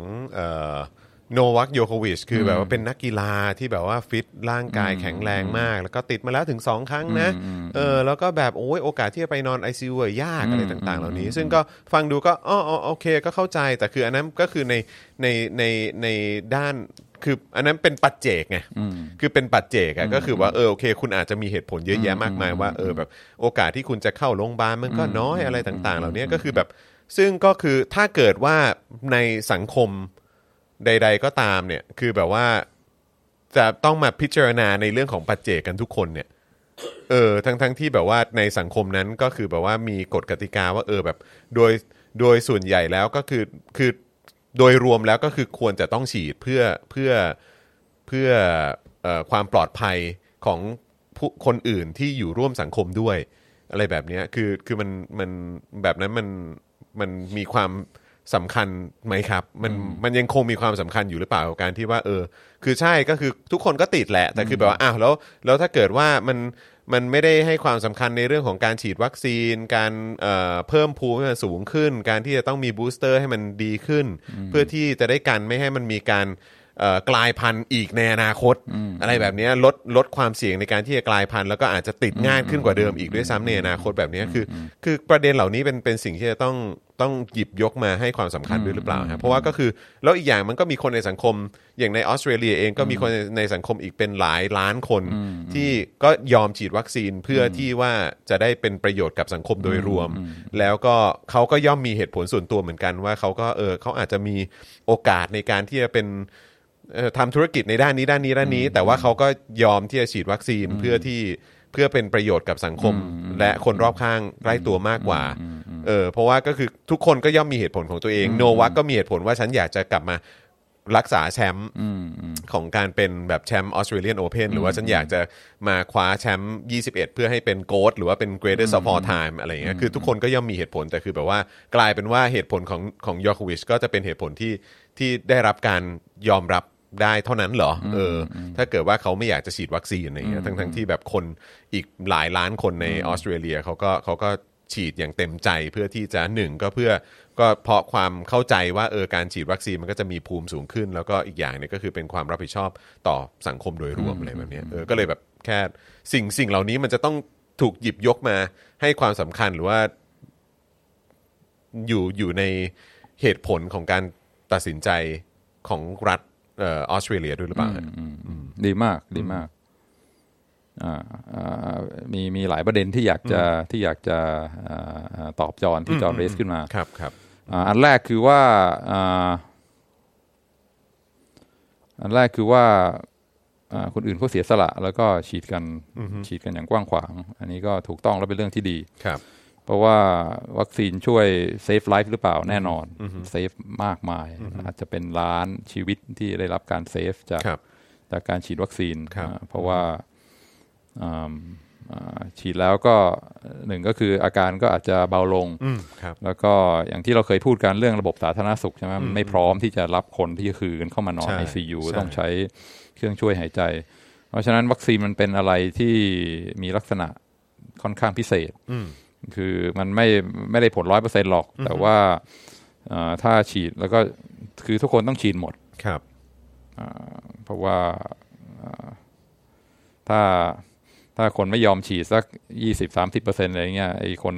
Speaker 1: โนวัคโยโควิชคือแบบว่าเป็นนักกีฬาที่แบบว่าฟิตร่างกายแข็งแรงมาก แล้วก็ติดมาแล้วถึง 2 ครั้งนะเออแล้วก็แบบโอ้ยโอกาสที่จะไปนอน ICU อะยากอะไรต่าง ๆ เหล่านี้ ซึ่งก็ฟังดูก็อ๋ออ๋อโอเคก็เข้าใจแต่คืออันนั้นก็คือในในในในด้าน คืออันนั้นเป็นปัจเจกไง คือเป็นปัจเจกอะก็คือว่าเออโอเค คุณอาจจะมีเหตุผลเยอะแยะมากมายว่าเออแบบโอกาสที่คุณจะเข้าโรงพยาบาลมันก็น้อยอะไรต่าง ๆ เหล่านี้ก็คือแบบ ซึ่งก็คือถ้าเกิดว่าในสังคมใด ๆ ก็ตามเนี่ย คือแบบว่าจะต้องมาพิจารณาในเรื่องของปัจเจกกันทุกคนเนี่ย เออทั้งทั้งที่แบบว่าในสังคมนั้นก็คือแบบว่ามีกฎกติกาว่าเออแบบ โดยโดยส่วนใหญ่แล้วก็คือคือโดยรวมแล้วก็คือควรจะต้องฉีดเพื่อเพื่อเพื่อเอ่อความปลอดภัยของผู้คนอื่นที่อยู่ร่วมสังคมด้วย อะไรแบบเนี้ยคือคือมันมันแบบนั้นมันมันมีความสำคัญไหมครับ มันมันยังคงมีความสำคัญอยู่หรือเปล่ากับการที่ว่าเออ คือใช่ก็คือทุกคนก็ติดแหละ แต่คือแบบว่าอ้าวแล้วแล้วถ้าเกิดว่ามันมันไม่ได้ให้ความสำคัญในเรื่องของการฉีดวัคซีน การเอ่อเพิ่มภูมิให้มันสูงขึ้น การที่จะต้องมีบูสเตอร์ให้มันดีขึ้น เพื่อที่จะได้กันไม่ให้มันมีการเอ่อกลายพันธุ์อีกในอนาคต อะไรแบบเนี้ยลดลดความเสี่ยงในการที่จะกลายพันธุ์แล้วก็อาจจะติดง่ายขึ้นกว่าเดิมอีกด้วยซ้ำในอนาคตแบบเนี้ยคือ คือประเด็นเหล่านี้เป็นเป็นสิ่งที่จะต้องต้องหยิบยกมาให้ความสำคัญด้วยหรือเปล่าฮะเพราะว่าก็คือแล้วอีกอย่างมันก็มีคนในสังคม อย่างในออสเตรเลียเองก็มีคนในสังคมอีกเป็นหลายล้านคน ที่ก็ยอมฉีดวัคซีนเพื่อที่ว่าจะได้เป็นประโยชน์กับสังคมโดยรวม แล้วก็เขาก็ย่อมมีเหตุผลส่วนตัวเหมือนกันว่าเขาก็เออเขาอาจจะมีโอกาสในการที่จะเป็น เอ่อทำธุรกิจในด้านนี้ด้านนี้ด้านนี้ แต่ว่าเขาก็ยอมที่จะฉีดวัคซีนเพื่อที่เพื่อเป็นประโยชน์กับสังคม และคนรอบข้างใกล้ตัวมากกว่าเออเพราะว่าก็คือทุกคนก็ย่อมมีเหตุผลของตัวเอง โนวักก็มีเหตุผลว่าฉันอยากจะกลับมารักษาแชมป์
Speaker 2: อืมอืม
Speaker 1: ของการเป็นแบบแชมป์ออสเตรเลียนโอเพนหรือว่าฉันอยากจะมาคว้าแชมป์ 21 เพื่อให้เป็นโกดหรือว่าเป็น greatest of all time อะไรอย่างเงี้ยคือทุกคนก็ย่อมมีเหตุผล แต่คือแบบว่ากลายเป็นว่าเหตุผลของของยอควิชก็จะเป็นเหตุผลที่ที่ได้รับการยอมรับได้เท่านั้นเหรอเอออ ถ้าเกิดว่าเขาไม่อยากจะฉีดวัคซีนอะไรอย่างเงี้ยทั้งทั้งที่แบบคนอีกหลายล้านคนในออสเตรเลียเขาก็เขาก็ฉีดอย่างเต็มใจเพื่อที่จะหนึ่งก็เพื่อ ก็เพราะความเข้าใจว่าเออการฉีดวัคซีนมันก็จะมีภูมิสูงขึ้น แล้วก็อีกอย่างเนี่ยก็คือเป็นความรับผิดชอบต่อสังคมโดยรวมอะไรแบบเนี้ยเออก็เลยแบบแค่สิ่งสิ่งเหล่านี้มันจะต้องถูกหยิบยกมาให้ความสำคัญหรือว่าอยู่อยู่ในเหตุผลของการตัดสินใจของรัฐเอ่อออสเตรเลียด้วยหรือเปล่าฮะ
Speaker 2: ดีมากดีมากอ่าอ่ามีมีหลายประเด็นที่อยากจะที่อยากจะอ่าอ่าตอบจอนที่จอนเรสขึ้นมา
Speaker 1: ครับครับ
Speaker 2: อ่าอันแรกคือว่าอ่าอันแรกคือว่าอ่าคนอื่นเขาเสียสละแล้วก็ฉีดกันฉีดกันอย่างกว้างขวาง อันนี้ก็ถูกต้องและเป็นเรื่องที่ดี
Speaker 1: ครับ
Speaker 2: เพราะว่าวัคซีนช่วยเซฟไลฟ์หรือเปล่าแน่นอนเซฟมากมาย อาจจะเป็นล้านชีวิตที่ได้รับการเซฟจาก
Speaker 1: ครับ
Speaker 2: จากการฉีดวัคซีน
Speaker 1: ครับ
Speaker 2: อ่าเพราะว่าอืมอ่าฉีดแล้วก็หนึ่งก็คืออาการก็อาจจะเบาลง
Speaker 1: อืมครับ
Speaker 2: แล้วก็อย่างที่เราเคยพูดกันเรื่องระบบสาธารณสุขใช่ไหมมันไม่พร้อมที่จะรับคนที่คือกันเข้ามานอน
Speaker 1: ใช่
Speaker 2: ไอซียู
Speaker 1: ใช่
Speaker 2: ต้องใช้เครื่องช่วยหายใจ เพราะฉะนั้นวัคซีนมันเป็นอะไรที่มีลักษณะค่อนข้างพิเศษ
Speaker 1: อืม
Speaker 2: คือมันไม่ไม่ได้ผลร้อยเปอร์เซ็นต์หรอก แต่ว่าเอ่อถ้าฉีดแล้วก็คือทุกคนต้องฉีดหมด
Speaker 1: ครับ
Speaker 2: เพราะว่าเอ่อถ้าถ้าคนไม่ยอมฉีดสักยี่สิบสามสิบเปอร์เซ็นต์อะไรเงี้ยไอคน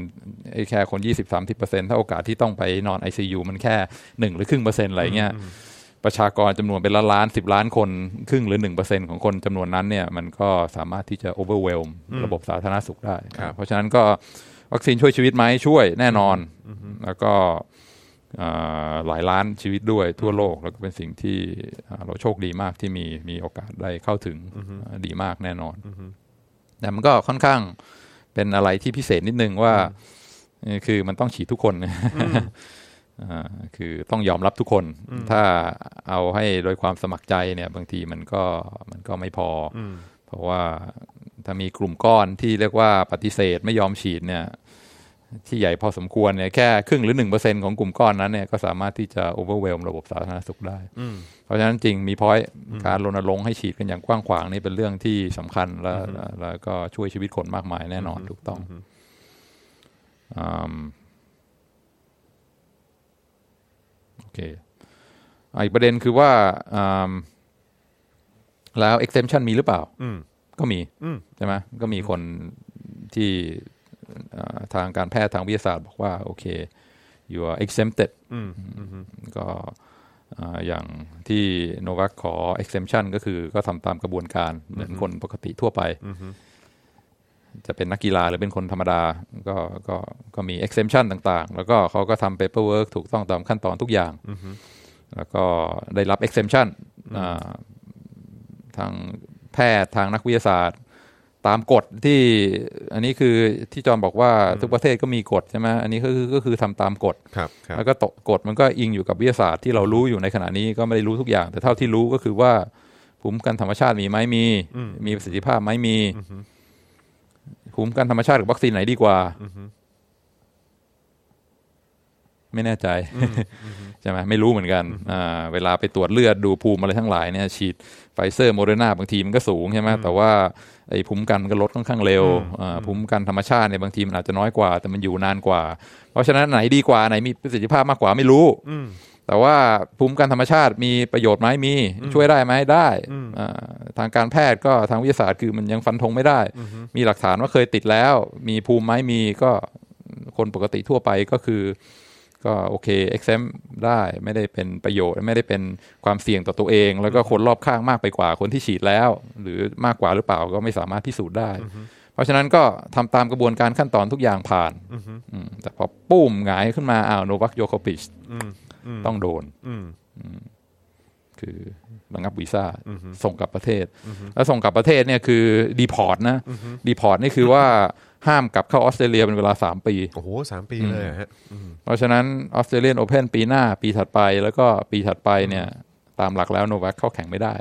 Speaker 2: ไอ ไอ้แค่คน 20-30%ถ้าโอกาสที่ต้องไปนอน ICU มันแค่ 1 หรือครึ่งเปอร์เซ็นต์อะไรเงี้ยประชากรจำนวนเป็นล้านล้านสิบล้านคนครึ่งหรือ 1%ของคนจำนวนนั้นเนี่ยมันก็สามารถที่จะ overwhelm ระบบสาธารณสุขได้
Speaker 1: ครับ
Speaker 2: เพราะฉะนั้นก็วัคซีนช่วยชีวิตไหมช่วยแน่นอน แล้วก็เอ่อหลายล้านชีวิตด้วยทั่วโลก แล้วก็เป็นสิ่งที่เอ่อเราโชคดีมากที่มีมีโอกาสได้เข้าถึงเอ่อดีมากแน่นอน แต่มันก็ค่อนข้างเป็นอะไรที่พิเศษนิดนึงว่าเอ่อคือมันต้องฉีดทุกคน <laughs> อ่าคือต้องยอมรับทุกคน ถ้าเอาให้โดยความสมัครใจเนี่ย บางทีมันก็มันก็ไม่พออเพราะว่าถ้ามีกลุ่มก้อนที่เรียกว่าปฏิเสธไม่ยอมฉีดเนี่ย ที่ใหญ่พอสมควรเนี่ยแค่ครึ่งหรือหนึ่งเปอร์เซ็นของกลุ่มก้อนนั้นเนี่ยก็สามารถที่จะโอเวอร์เวลระบบสาธารณสุขได้ เพราะฉะนั้นจริงมีพอยการรณรงค์ให้ฉีดกันอย่างกว้างขวางนี่เป็นเรื่องที่สำคัญและและแล้วก็ช่วยชีวิตคนมากมายแน่นอนถูกต้องอืมโอเคอ่ะอีกประเด็นคือว่าอืมแล้ว exemption มีหรือเปล่า
Speaker 1: อืม
Speaker 2: ก็มี
Speaker 1: อืม
Speaker 2: ใช่ไหมก็มีคนที่เอ่อทางการแพทย์ทางวิทยาศาสตร์บอกว่า โอเค you are exempted
Speaker 1: อืม
Speaker 2: ก็เอ่ออย่างที่โนวัคขอ exemption ก็คือก็ทำตามกระบวนการเหมือนคนปกติทั่วไป จะเป็นนักกีฬาหรือเป็นคนธรรมดา ก็ก็ก็มี exemption ต่างๆ แล้วก็เขาก็ทำ paperwork ถูกต้องตามขั้นตอนทุกอย่าง แล้วก็ได้รับ exemption อ่าทางแพทย์ทางนักวิทยาศาสตร์ ตามกฎที่อันนี้คือที่จอห์นบอกว่าทุกประเทศก็มีกฎใช่ไหมอันนี้ก็คือก็คือทำตามกฎ
Speaker 1: ครับครับ
Speaker 2: แล้วก็ตกกฎมันก็อิงอยู่กับวิทยาศาสตร์ที่เรารู้อยู่ในขณะนี้ก็ไม่ได้รู้ทุกอย่าง แต่เท่าที่รู้ก็คือว่าภูมิคุ้มกันธรรมชาติมีไหมมี มีประสิทธิภาพไหมมีภูมิคุ้มกันธรรมชาติกับวัคซีนไหนดีกว่า ไม่แน่ใจใช่ไหมไม่รู้เหมือนกันอ่าเวลาไปตรวจเลือดดูภูมิอะไรทั้งหลายเนี่ยฉีดไฟเซอร์โมเดอร์นาบางทีมันก็สูงใช่ไหมแต่ว่าไอ้ภูมิคุ้มกันมันก็ลดค่อนข้างเร็วอ่าภูมิคุ้มกันธรรมชาติเนี่ยบางทีมันอาจจะน้อยกว่า แต่มันอยู่นานกว่า เพราะฉะนั้นไหนดีกว่าไหนมีประสิทธิภาพมากกว่าไม่รู้
Speaker 1: อืม
Speaker 2: แต่ว่าภูมิคุ้มกันธรรมชาติมีประโยชน์ไหมมีช่วยได้ไหมได้อ่าทางการแพทย์ก็ทางวิทยาศาสตร์คือมันยังฟันธงไม่ได้ มีหลักฐานว่าเคยติดแล้ว มีภูมิไหมมีก็คนปกติทั่วไปก็คือ ก็โอเคเอ็กเซมได้ไม่ได้เป็นประโยชน์ ไม่ได้เป็นความเสี่ยงต่อตัวเอง แล้วก็คนรอบข้างมากไปกว่าคนที่ฉีดแล้ว หรือมากกว่าหรือเปล่าก็ไม่สามารถพิสูจน์ได้ เพราะฉะนั้นก็ทำตามกระบวนการขั้นตอนทุกอย่างผ่านอืมแต่พอปุ้มหงายขึ้นมาอ้าวโนวัคโยโคปิชต้องโดน
Speaker 1: อืม
Speaker 2: คือระงับวีซ่าส่งกลับประเทศ แล้วส่งกลับประเทศเนี่ยคือดีพอร์ตนะดีพอร์ตนี่คือว่าห้ามกลับเข้าออสเตรเลียเป็นเวลา 3 ปี
Speaker 1: โอ้โหสามปีเลยเหรอฮะ
Speaker 2: เพราะฉะนั้นออสเตรเลียนโอเพนปีหน้าปีถัดไปแล้วก็ปีถัดไปเนี่ยตามหลักแล้วโนวัคเข้าแข่งไม่ได้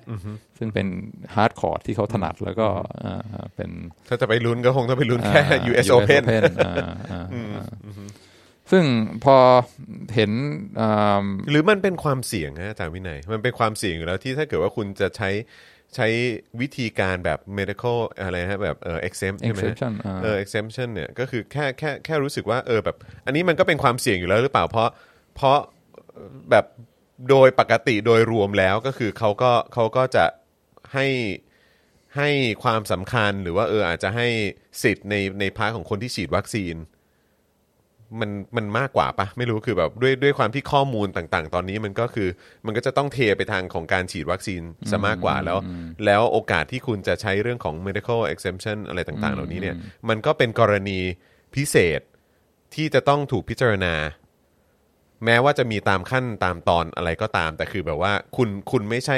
Speaker 2: ซึ่งเป็นฮาร์ดคอร์ดที่เขาถนัดแล้วก็เอ่อเป็น
Speaker 1: ถ้าจะไปลุ้นก็คงต้องไปลุ้นแค่
Speaker 2: อ่า
Speaker 1: US Open
Speaker 2: อ่าอ่าอ่าซึ่งพอเห็นอ่า
Speaker 1: หรือมันเป็นความเสี่ยงนะอาจารย์วินัย มันเป็นความเสี่ยงอยู่แล้วที่ถ้าเกิดว่าคุณจะใช้ใช้วิธีการแบบ medical อะไรนะฮะแบบเออ exempt ใช่ไหมฮะ
Speaker 2: exemption อ่า
Speaker 1: เออ exemption เนี่ยก็คือแค่แค่แค่รู้สึกว่าเออแบบ อันนี้มันก็เป็นความเสี่ยงอยู่แล้วหรือเปล่าเพราะเพราะแบบโดยปกติโดยรวมแล้วก็คือเขาก็เขาก็จะให้ให้ความสำคัญหรือว่าเอออาจจะให้สิทธิ์ในในพาร์ทของคนที่ฉีดวัคซีน มันมันมากกว่าปะไม่รู้คือแบบด้วยด้วยความที่ข้อมูลต่างๆ ตอนนี้มันก็คือมันก็จะต้องเทไปทางของการฉีดวัคซีนซะมากกว่าแล้ว แล้วโอกาสที่คุณจะใช้เรื่องของ medical exemption อะไรต่างๆ เหล่านี้เนี่ย มันก็เป็นกรณีพิเศษที่จะต้องถูกพิจารณา แม้ว่าจะมีตามขั้นตามตอนอะไรก็ตาม แต่คือแบบว่าคุณคุณไม่ใช่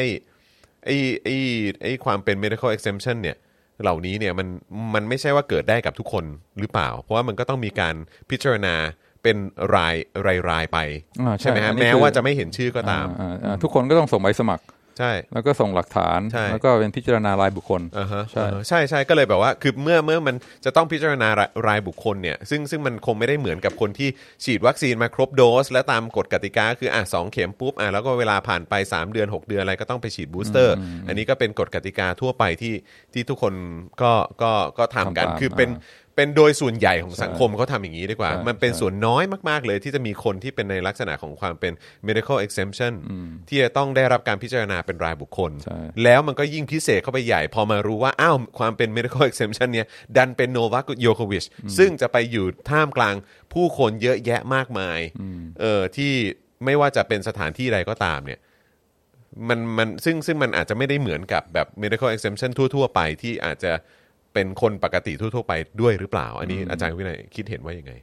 Speaker 1: ไอ้ไอ้ไอ้ความเป็น medical exemption เนี่ยเหล่านี้เนี่ยมันมันไม่ใช่ว่าเกิดได้กับทุกคนหรือเปล่า เพราะว่ามันก็ต้องมีการพิจารณาเป็นรายรายรายไป
Speaker 2: อ่าใช่
Speaker 1: ไหม
Speaker 2: อั
Speaker 1: ฮะ
Speaker 2: นนี้คือ
Speaker 1: แม้ว่าจะไม่เห็นชื่อก็ตาม
Speaker 2: อ่อ่อ่าทุกคนก็ต้องส่งใบสมัคร
Speaker 1: ใช่
Speaker 2: แล้วก็ส่งหลักฐาน
Speaker 1: ใช่
Speaker 2: แล้วก็เป็นพิจารณารายบุคคล
Speaker 1: อ่าฮะ
Speaker 2: ใช่
Speaker 1: อ่าฮะใช่ใช่ก็เลยแบบว่าคือเมื่อเมื่อมันจะต้องพิจารณารายรายบุคคลเนี่ยซึ่งซึ่งมันคงไม่ได้เหมือนกับคนที่ฉีดวัคซีนมาครบโดส และตามกฎกติกาคืออ่ะสองเข็มปุ๊บอ่ะแล้วก็เวลาผ่านไป 3 เดือน 6 เดือนอะไรก็ต้องไปฉีดบูสเตอร์ อันนี้ก็เป็นกฎกติกาทั่วไปที่ที่ทุกคนก็ก็ก็ทำกัน
Speaker 2: ทำตาม
Speaker 1: คือเป็น
Speaker 2: อ่า
Speaker 1: เป็น เป็นโดยส่วนใหญ่ของสังคมเขาทำอย่างนี้ดีกว่า
Speaker 2: ใช่
Speaker 1: มันเป็น
Speaker 2: ใช่
Speaker 1: ส่วนน้อยมากๆเลย ที่จะมีคนที่เป็นในลักษณะของความเป็น medical exemption ที่จะต้องได้รับการพิจารณาเป็นรายบุคคล
Speaker 2: ใช่
Speaker 1: แล้วมันก็ยิ่งพิเศษเข้าไปใหญ่ พอมารู้ว่า อ้าว ความเป็น medical <laughs> exemption เนี่ย ดันเป็นโนวัคโยโควิชซึ่งจะไปอยู่ท่ามกลางผู้คนเยอะแยะมากมายเออที่ไม่ว่าจะเป็นสถานที่ใดก็ตามเนี่ย มันมันซึ่งซึ่งมันอาจจะไม่ได้เหมือนกับแบบ medical exemption ทั่ว ๆ ไปที่อาจจะเป็นคนปกติทั่ว ๆ ไปด้วยหรือเปล่า อันนี้อาจารย์วินัยคิดเห็นว่ายังไง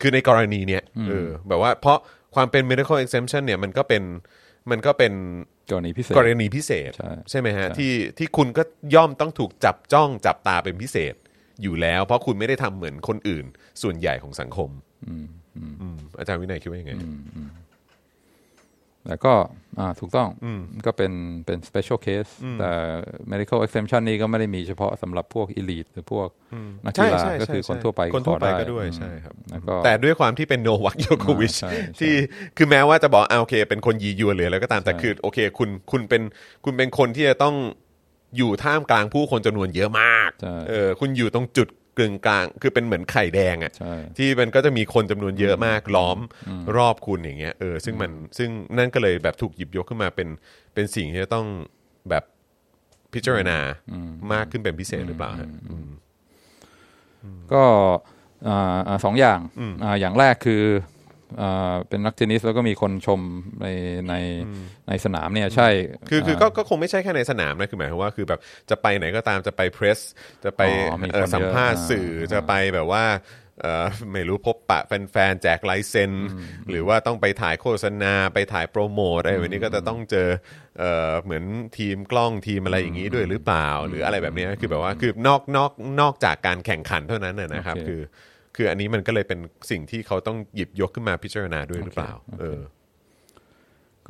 Speaker 1: คือในกรณีเนี้ยเออแบบว่าเพราะความเป็น medical exemption เนี่ยมันก็เป็นมันก็เป็น
Speaker 2: กรณีพิเศษ
Speaker 1: กรณีพิเศษ
Speaker 2: ใช่
Speaker 1: ไหมฮะ
Speaker 2: ใช่
Speaker 1: ที่ที่คุณก็ย่อมต้องถูกจับจ้องจับตาเป็นพิเศษอยู่แล้ว เพราะคุณไม่ได้ทำเหมือนคนอื่น ส่วนใหญ่ของสังคมอืมอาจารย์วินัยคิดว่ายังไง
Speaker 2: แล้วก็อ่าถูกต้องก็เป็นเป็น special case แต่ medical exemption นี่ก็ไม่ได้มีเฉพาะสำหรับพวก elite หรือพวกนักกีฬา
Speaker 1: ใช่ใช่ใช่
Speaker 2: ก็คือคน
Speaker 1: ใช่
Speaker 2: ทั่วไป
Speaker 1: คนทั่วไป
Speaker 2: ขอ
Speaker 1: ก็ด้วย
Speaker 2: อืม
Speaker 1: ใช่ครับ
Speaker 2: แล้วก็
Speaker 1: แต่ด้วยความที่เป็นโน
Speaker 2: <laughs>
Speaker 1: วัคโยโควิช
Speaker 2: ใช่ใช่
Speaker 1: ที่คือแม้ว่าจะบอกอ่าโอเค เป็นคนยียวนหรืออะไรก็ตามแต่คือโอเค คุณคุณเป็นคุณเป็นคนที่จะต้องอยู่ท่ามกลางผู้คนจำนวนเยอะมาก
Speaker 2: ใช่
Speaker 1: เออคุณอยู่ตรงจุดกึ่งกลาง คือเป็นเหมือนไข่แดงอ่ะ
Speaker 2: ใช่
Speaker 1: ที่มันก็จะมีคนจำนวนเยอะมากล้อมรอบคุณอย่างเงี้ยเออซึ่งมันซึ่งนั่นก็เลยแบบถูกหยิบยกขึ้นมาเป็นเป็นสิ่งที่จะต้องแบบพิจารณามากขึ้นเป็นพิเศษหรือเปล่าฮะอืม
Speaker 2: ก็อ่าอ่าสองอย่างอาอย่างแรกคืออาเป็นนักเทนนิสแล้วก็มีคนชมในในในสนามเนี่ยใช่
Speaker 1: คือคืออา ก็ก็คงไม่ใช่แค่ในสนามนะคือหมายความว่าคือแบบจะไปไหนก็ตามจะไปเพรสจะไป
Speaker 2: อ๋อมีคน
Speaker 1: เอ่อสัมภาษณ์
Speaker 2: เยอะ
Speaker 1: สื่ออา จะไปแบบว่าเอ่อไม่รู้พบปะแฟนๆแจกลายเซ็นหรือว่าต้องไปถ่ายโฆษณาไปถ่ายโปรโมทอะไรแบบนี้ก็จะต้องเจอเอ่อเหมือนทีมกล้องทีมอะไรอย่างนี้ด้วยหรือเปล่า หรืออะไรแบบนี้คือแบบว่าคือนอกนอกนอกจากการแข่งขันเท่านั้นนะนะครับ คือ คืออันนี้มันก็เลยเป็นสิ่งที่เขาต้องหยิบยกขึ้นมาพิจารณาด้วยหรือเปล่า เออ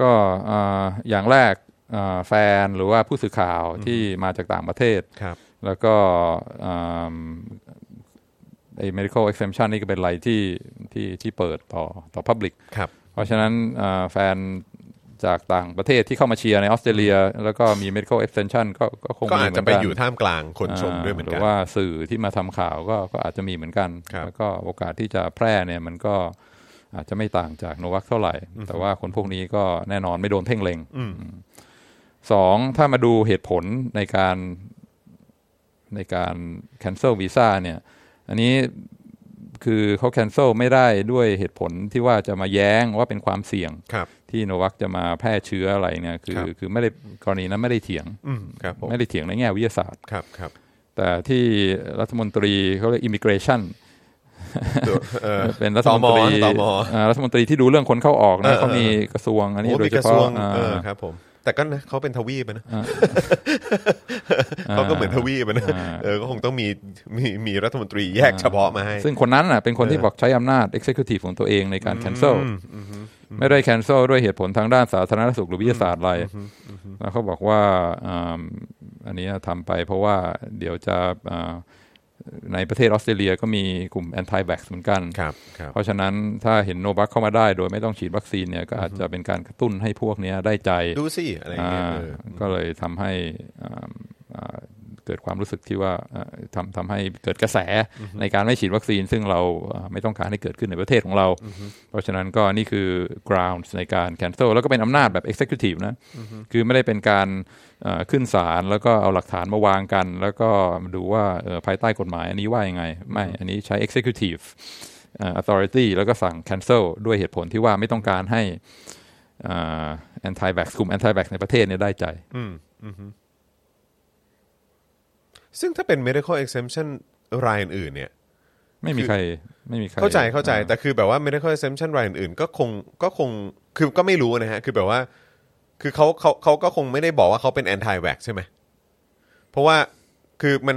Speaker 2: ก็อ่าอย่างแรกอ่าแฟนหรือว่าผู้สื่อข่าวที่มาจากต่างประเทศ
Speaker 1: ครับ
Speaker 2: แล้วก็อ่าไอ้ medical exemption นี่ก็เป็นอะไรที่ที่ที่เปิดต่อต่อ public
Speaker 1: ครับ
Speaker 2: เพราะฉะนั้นอ่าแฟนจากต่างประเทศที่เข้ามาเชียร์ในออสเตรเลีย แล้วก็มี medical exemption ก็ก็คง
Speaker 1: ก็
Speaker 2: มี
Speaker 1: อาจ
Speaker 2: เหมื
Speaker 1: จะ
Speaker 2: น
Speaker 1: ไป
Speaker 2: กัน
Speaker 1: อยู่ท่ามกลางคนชมด้วยเหมือน
Speaker 2: ห
Speaker 1: กั
Speaker 2: รื
Speaker 1: น
Speaker 2: อว่าสื่อที่มาทำข่าวก็ก็อาจจะมีเหมือนกัน
Speaker 1: ครับ
Speaker 2: แล้วก็โอกาสที่จะแพร่เนี่ยมันก็อาจจะไม่ต่างจากโนวัคเท่าไหร่ แต่ว่าคนพวกนี้ก็แน่นอนไม่โดนเพ่งเล็งสองถ้ามาดูเหตุผลในการในการ cancel visa เนี่ย อันนี้คือเขา cancel ไม่ได้ด้วยเหตุผลที่ว่าจะมาแย้งว่าเป็นความเสี่ยง
Speaker 1: ครับ
Speaker 2: ที่โนวัคจะมาแพร่เชื้ออะไรเนี่ย คื
Speaker 1: ค
Speaker 2: อ
Speaker 1: รับ
Speaker 2: คือไม่ได้กรณีนั้นไม่ได้เถียง
Speaker 1: อืมครับผม
Speaker 2: ไม่ได้เถียงในแง่วิทยาศาสตร์
Speaker 1: ครับครับ
Speaker 2: แต่ที่รัฐมนตรีเขาเรียกอิมิเกรชัน
Speaker 1: ตัวเอ่อ
Speaker 2: เป็นรัฐมนตรี
Speaker 1: ตมตม
Speaker 2: อ่ารัฐมนตรีที่ดูเรื่องคนเข้าออกนะเขามีกระทรวงอันนี้
Speaker 1: โอ้
Speaker 2: โด
Speaker 1: มี
Speaker 2: ยเฉ
Speaker 1: กระทรว
Speaker 2: พาะ
Speaker 1: ง
Speaker 2: อ่า
Speaker 1: เออครับผมแต่ก็นะเขาเป็นทวีปอะนะ
Speaker 2: อ่า
Speaker 1: <laughs> เขาก็เหมือนทวีปอะนะเออก็คงต้องมีมีมีรัฐมนตรีแยกเฉพาะมาให้
Speaker 2: ซึ่งคนนั้นน่ะเป็นคนที่บอกใช้อำนาจ Executive ของตัวเองในการ cancel ไม่ได้ cancel ด้วยเหตุผลทางด้านสาธารณสุขหรือวิทยาศาสตร์อะไรแล้วเขาบอกว่าอ่าอันนี้ทำไปเพราะว่าเดี๋ยวจะอ่าในประเทศออสเตรเลียก็มีกลุ่ม anti vax เหมือนกัน
Speaker 1: ครับครับ
Speaker 2: เพราะฉะนั้นถ้าเห็นโนบัคเข้ามาได้ โดยไม่ต้องฉีดวัคซีนเนี่ยก็อาจจะเป็นการกระตุ้นให้พวกเนี้ยได้ใจ
Speaker 1: ดูสิ อะไรอย่าง
Speaker 2: อ่า
Speaker 1: เงี้ยเออ
Speaker 2: ก็เลยทำให้อ่าอ่าเกิดความรู้สึกที่ว่าอ่าทำทำให้เกิดกระแสในการไม่ฉีดวัคซีน ซึ่งเราอ่าไม่ต้องการให้เกิดขึ้นในประเทศของเรา เพราะฉะนั้นก็นี่คือ grounds ในการ cancel แล้วก็เป็นอำนาจแบบ executive นะ คือไม่ได้เป็นการเอ่อขึ้นศาลแล้วก็เอาหลักฐานมาวางกัน แล้วก็ดูว่าเอ่อภายใต้กฎหมายอันนี้ว่ายังไง ไม่ อันนี้ใช้ executive เอ่อ authority แล้วก็สั่ง cancel ด้วยเหตุผลที่ว่าไม่ต้องการให้เอ่อ anti vax กลุ่ม anti vax ในประเทศเนี่ยได้ใจ
Speaker 1: ซึ่งถ้าเป็น medical exemption รายอื่นๆเนี่ย
Speaker 2: ไม่มีใครไม่มีใคร
Speaker 1: เข้าใจเข้าใจแต่คือแบบว่า medical exemption รายอื่นๆก็คงก็คงคือก็ไม่รู้นะฮะ คือแบบว่า คือเขาเขาเขาก็คงไม่ได้บอกว่าเขาเป็น anti vax ใช่ไหมเพราะว่าคือมัน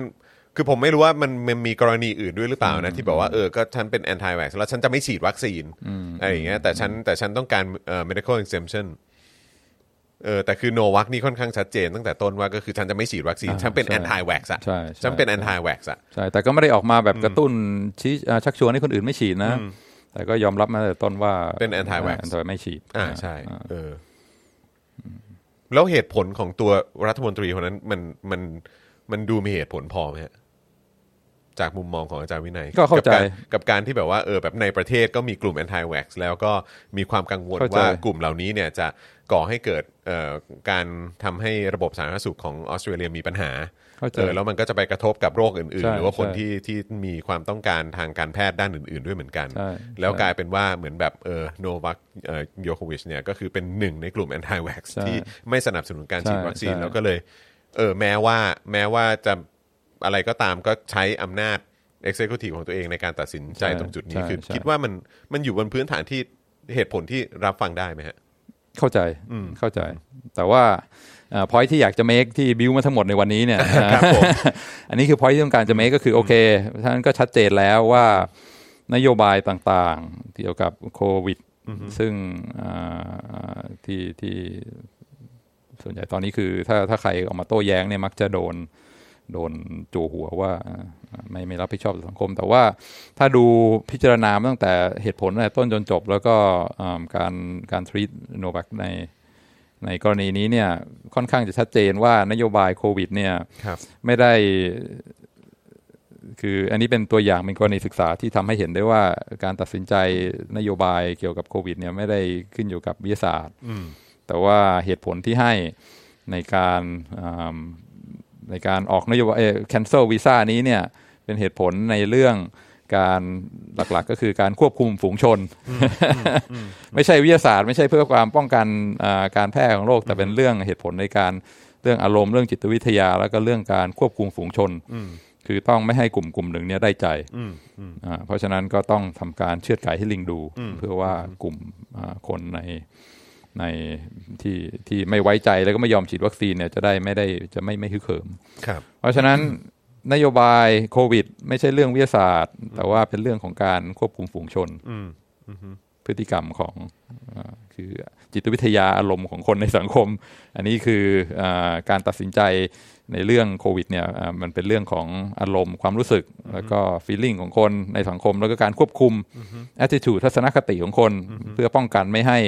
Speaker 1: คือผมไม่รู้ว่ามันมันมีกรณีอื่นด้วยหรือเปล่านะ ที่บอกว่าเออก็ฉันเป็น anti vax แล้วฉันจะไม่ฉีดวัคซีนอะไรอย่างเงี้ยแต่ฉันแต่ฉันต้องการเอ่อ medical exemption เออแต่คือโนวัคนี่ค่อนข้างชัดเจนตั้งแต่ต้นว่าก็คือฉันจะไม่ฉีดวัคซีน
Speaker 2: อ่า
Speaker 1: ฉันเป็น
Speaker 2: ใช่
Speaker 1: anti vax อะ
Speaker 2: ใช่ใช่
Speaker 1: ฉันเป็น anti vax อะ
Speaker 2: ใช่ แต่ก็ไม่ได้ออกมาแบบกระตุ้นชี้อ่าชักชวนให้คนอื่นไม่ฉีดนะ แต่ก็ยอมรับมาตั้งแต่ต้นว่า
Speaker 1: เป็น anti vax
Speaker 2: อ่า anti ไม่ฉีด
Speaker 1: อ่าใช่ เออ แล้วเหตุผลของตัวรัฐมนตรีคนนั้นมันมันมันดูมีเหตุผลพอไหมฮะ จากมุมมองของอาจารย์วินัย
Speaker 2: ก็เข้าใจ
Speaker 1: บรกับการที่แบบว่าเออแบบในประเทศก็มีกลุ่มแอนตี้แว็กซ์แล้วก็มีความกังวล
Speaker 2: เข้าใจ
Speaker 1: ว่ากลุ่มเหล่านี้เนี่ยจะก่อให้เกิดเอ่อการทำให้ระบบสาธารณสุขของออสเตรเลียมีปัญหา
Speaker 2: เข้าใจ
Speaker 1: เออแล้วมันก็จะไปกระทบกับโรคอื่น
Speaker 2: ใช่
Speaker 1: ๆ หรือว่าคน
Speaker 2: ใช่
Speaker 1: ที่ที่มีความต้องการทางการแพทย์ด้านอื่น ๆ ด้วยเหมือนกัน
Speaker 2: ใช่
Speaker 1: แล้ว
Speaker 2: ใช่
Speaker 1: กลายเป็นว่าเหมือนแบบเออโนวัคเอ่อโยโควิชเนี่ยก็คือเป็นหนึ่งในกลุ่มแอนตี้แว็กซ์
Speaker 2: ใช่
Speaker 1: ที่ไม่สนับสนุนการฉีด
Speaker 2: ใช่
Speaker 1: วัคซีน
Speaker 2: ใช่
Speaker 1: แล้วก็เลยเออแม้ว่าแม้ว่าจะอะไรก็ตามก็ใช้อำนาจ Executive ของตัวเองในการตัดสินใจ
Speaker 2: ใช่
Speaker 1: ตรงจุดนี้
Speaker 2: ใช่
Speaker 1: คือ
Speaker 2: ใช่
Speaker 1: คิดว่ามันมันอยู่บนพื้นฐานที่เหตุผลที่รับฟังได้ไหมฮะ
Speaker 2: เข้าใจเข้าใจ แต่ว่าพอยที่อยากจะ make ที่บิวมาทั้งหมดในวันนี้เนี่ย
Speaker 1: ครับผม
Speaker 2: อันนี้คือพอยที่ต้องการจะ make ก็คือ โอเคท่านก็ชัดเจนแล้วว่านโยบายต่างๆ เกี่ยวกับโควิด ซึ่งอ่าที่ที่ส่วนใหญ่ตอนนี้คือถ้าถ้าใครออกมาโต้แย้งเนี่ยมักจะโดนโดนจู่หัวว่าอ่าไม่ไม่รับผิดชอบต่อสังคม แต่ว่าถ้าดูพิจารณามาตั้งแต่เหตุผลตั้งแต่ต้นจนจบ แล้วก็อ่าการการทรีตโนบักในในกรณีนี้เนี่ยค่อนข้างจะชัดเจนว่านโยบายโควิดเนี่ย
Speaker 1: ครับ
Speaker 2: ไม่ได้ คืออันนี้เป็นตัวอย่างเป็นกรณีศึกษาที่ทำให้เห็นได้ว่าการตัดสินใจนโยบายเกี่ยวกับโควิด เนี่ยไม่ได้ขึ้นอยู่กับวิทยาศาสตร์
Speaker 1: อืม
Speaker 2: แต่ว่าเหตุผลที่ให้ในการอ่าในการออกนโยบาย cancel visa นี้เนี่ยเป็นเหตุผลในเรื่องการหลักๆ ก็คือการควบคุมฝูงชน ไม่ใช่วิทยาศาสตร์ ไม่ใช่เพื่อความป้องกันอ่าการแพร่ของโรคแต่เป็นเรื่องเหตุผลในการเรื่องอารมณ์เรื่องจิตวิทยา แล้วก็เรื่องการควบคุมฝูงชน คือต้องไม่ให้กลุ่มกลุ่มหนึ่งเนี่ยได้ใจ
Speaker 1: อืมอืม
Speaker 2: อ่าเพราะฉะนั้นก็ต้องทำการเชือดไก่ให้ลิงดู
Speaker 1: อืม
Speaker 2: เพื่อว่ากลุ่มอ่าคนในในที่ที่ไม่ไว้ใจแล้วก็ไม่ยอมฉีดวัคซีนเนี่ยจะได้ไม่ได้จะไม่ไม่ฮึกเหิม
Speaker 1: ครับ
Speaker 2: เพราะฉะนั้นนโยบายโควิด ไม่ใช่เรื่องวิทยาศาสตร์ แต่ว่าเป็นเรื่องของการควบคุมฝูงชน
Speaker 1: อืม
Speaker 2: พฤติกรรมของเอ่อคือจิตวิทยาอารมณ์ของคนในสังคม อันนี้คือเออการตัดสินใจในเรื่องโควิดเนี่ยเอ่อมันเป็นเรื่องของอารมณ์ความรู้สึก แล้วก็ฟีลลิ่งของคนในสังคม แล้วก็การควบคุม attitude ทัศนคติของคน เพื่อป้องกันไม่ให้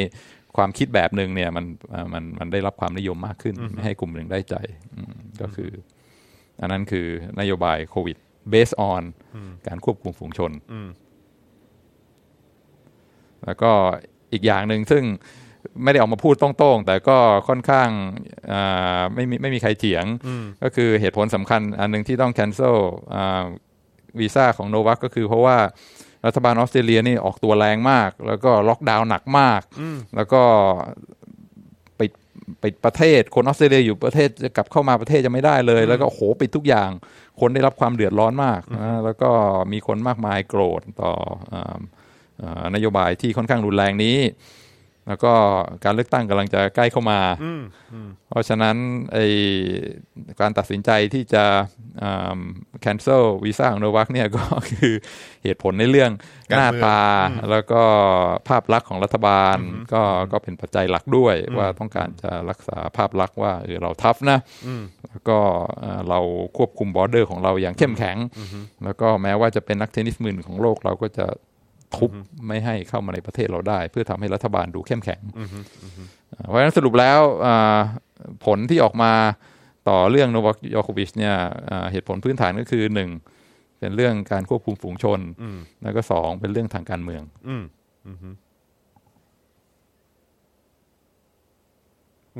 Speaker 2: ความคิดแบบหนึ่งเนี่ยมันเอ่อมันมันได้รับความนิยมมากขึ้น ไม่ให้กลุ่มหนึ่งได้ใจอืมก็คือ อันนั้นคือนโยบายโควิด based on การควบคุมฝูงชน
Speaker 1: อืม
Speaker 2: แล้วก็อีกอย่างหนึ่งซึ่งไม่ได้ออกมาพูดตรงๆ แต่ก็ค่อนข้างอ่าไม่มีไม่มีใครเถียง ก็คือเหตุผลสำคัญอันหนึ่งที่ต้อง cancel อ่าวีซ่าของโนวัคก็คือเพราะว่ารัฐบาลออสเตรเลียนี่ออกตัวแรงมาก แล้วก็ล็อกดาวน์หนักมาก แล้วก็ปิดปิดประเทศ คนออสเตรเลียอยู่ประเทศจะกลับเข้ามาประเทศจะไม่ได้เลย แล้วก็โอ้โหปิดทุกอย่าง คนได้รับความเดือดร้อนมากอ่าแล้วก็มีคนมากมายโกรธต่ออ่า เอ่อนโยบายที่ค่อนข้างรุนแรงนี้ แล้วก็การเลือกตั้งกำลังจะใกล้เข้ามา เพราะฉะนั้นไอการตัดสินใจที่จะอ่า cancel วีซ่าของโนวัคเนี่ย ก็คือเหตุผลในเรื่อง
Speaker 1: การ
Speaker 2: หน้า
Speaker 1: เมือง
Speaker 2: ตา แล้วก็ภาพลักษณ์ของรัฐบาลก็ก็เป็นปัจจัยหลักด้วย ว่าต้องการจะรักษาภาพลักษณ์ว่าเออเราทัฟนะ แล้วก็เอ่อเราควบคุมบอร์เดอร์ของเราอย่างเข้มแข็ง แล้วก็แม้ว่าจะเป็นนักเทนนิสมือหนึ่งของโลกเราก็จะทุบไม่ให้เข้ามาในประเทศเราได้ เพื่อทำให้รัฐบาลดูเข้มแข็งเอ่อเพราะฉะนั้นสรุปแล้วอ่าผลที่ออกมาต่อเรื่องโนวัคยอโควิชเนี่ยอ่าเหตุผลพื้นฐานก็คือหนึ่งเป็นเรื่องการควบคุมฝูงชน
Speaker 1: อืม
Speaker 2: แล้วก็สองเป็นเรื่องทางการเมือง
Speaker 1: อืมอืมฮึ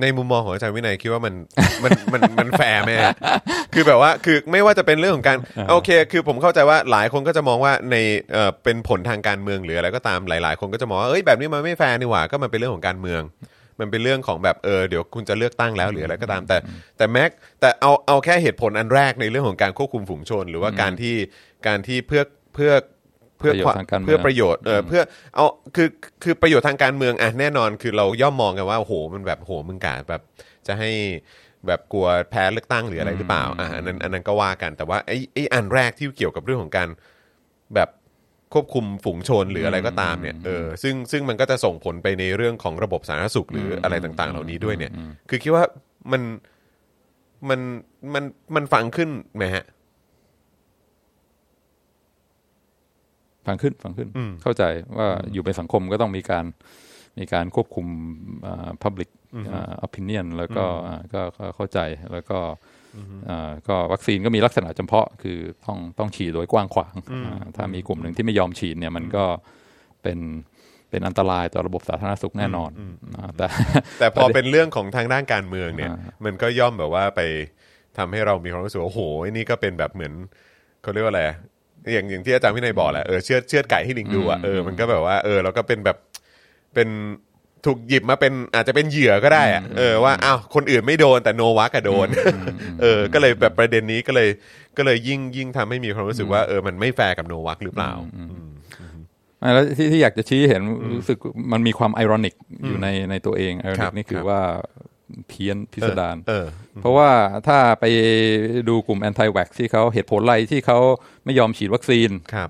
Speaker 1: ในมุมมองของอาจารย์วินัยคิดว่ามัน <laughs> มันมันมันแฟร์ไหมฮะคือแบบว่าคือไม่ว่าจะเป็นเรื่องของการโอเค คือผมเข้าใจว่าหลายคนก็จะมองว่าในเอ่อเป็นผลทางการเมืองหรืออะไรก็ตามหลาย ๆ คนก็จะมองว่าเอ้ยแบบนี้มันไม่แฟร์นี่หว่าก็มันเป็นเรื่องของการเมือง มันเป็นเรื่องของแบบเออเดี๋ยวคุณจะเลือกตั้งแล้วหรืออะไรก็ตาม แต่แต่แม็กแต่เอาเอาแค่เหตุผลอันแรกในเรื่องของการควบคุมฝูงชน หรือว่าการที่การที่เพื่อเพื่อเพื่อ
Speaker 2: ประโยชน์
Speaker 1: ความ
Speaker 2: ทางการเมือง
Speaker 1: เพื่อประ ประโยชน์เออเพื่อเอาคือคือประโยชน์ทางการเมืองอ่ะแน่นอนคือเราย่อมมองกันว่าโอ้โหมันแบบโอ้โหมึงกะแบบจะให้แบบกลัวแพ้เลือกตั้งหรืออะไรหรือเปล่าอ่ะอันนั้นอันนั้นก็ว่ากันแต่ว่าไอ้ไอ้อันแรกที่เกี่ยวกับเรื่องของการแบบควบคุมฝูงชนหรืออะไรก็ตามเนี่ยเออซึ่งซึ่งมันก็จะส่งผลไปในเรื่องของระบบสาธารณสุขหรืออะไรต่าง ๆ เหล่านี้ด้วยเนี่ย คือคิดว่ามันมันมันมันฟังขึ้นไหมฮะ
Speaker 2: ฟังขึ้นฟังขึ้นเข้าใจว่าอยู่เป็นสังคมก็ต้องมีการมีการควบคุมอ่า public อ่า opinion แล้วก็อ่าก็ก็เข้าใจแล้วก็ เอ่อก็วัคซีนก็มีลักษณะจำเพาะ คือต้องต้องฉีดโดยกว้างขวางอ่าถ้ามีกลุ่มหนึ่งที่ไม่ยอมฉีดเนี่ยมันก็เป็นเป็นอันตรายต่อระบบสาธารณสุขแน่นอนอ่าแต่
Speaker 1: แต่พอเป็นเรื่องของทางด้านการเมืองเนี่ย
Speaker 2: อ่
Speaker 1: มันก็ย่อมแบบว่าไปทำให้เรามีความรู้สึกว่าโอ้โหไอ้นี่ก็เป็นแบบเหมือนเขาเรียกว่าอะไรอะอย่างอย่างที่อาจารย์วินัยบอกแหละเออเชือดเชือดไก่ให้ลิงดูอ่ะ
Speaker 2: อืม
Speaker 1: เออมันก็แบบว่าเออเราก็เป็นแบบเป็นถูกหยิบมาเป็นอาจจะเป็นเหยื่อก็ได้อะเออว่าอ้าวคนอื่นไม่โดนแต่โนวาก็โดน <laughs> เออ ก็เลยแบบประเด็นนี้ก็เลยก็เลยยิ่งยิ่งทำให้มีความรู้สึกว่าเออมันไม่แฟร์กับโนวัคหรือเปล่า
Speaker 2: อ่าแล้วที่ที่อยากจะชี้เห็นรู้สึกมันมีความไอรอนิกอยู่ในในตัวเองไอรอ
Speaker 1: ครั
Speaker 2: นิ
Speaker 1: บ
Speaker 2: กนี่คื
Speaker 1: ค
Speaker 2: อ
Speaker 1: รับ
Speaker 2: ว่าเพี้ยนพิสดาร
Speaker 1: เออ
Speaker 2: เพราะว่าถ้าไปดูกลุ่มแอนตี้แว็กที่เขาเหตุผลอะไรที่เขาไม่ยอมฉีดวัคซีน
Speaker 1: ครับ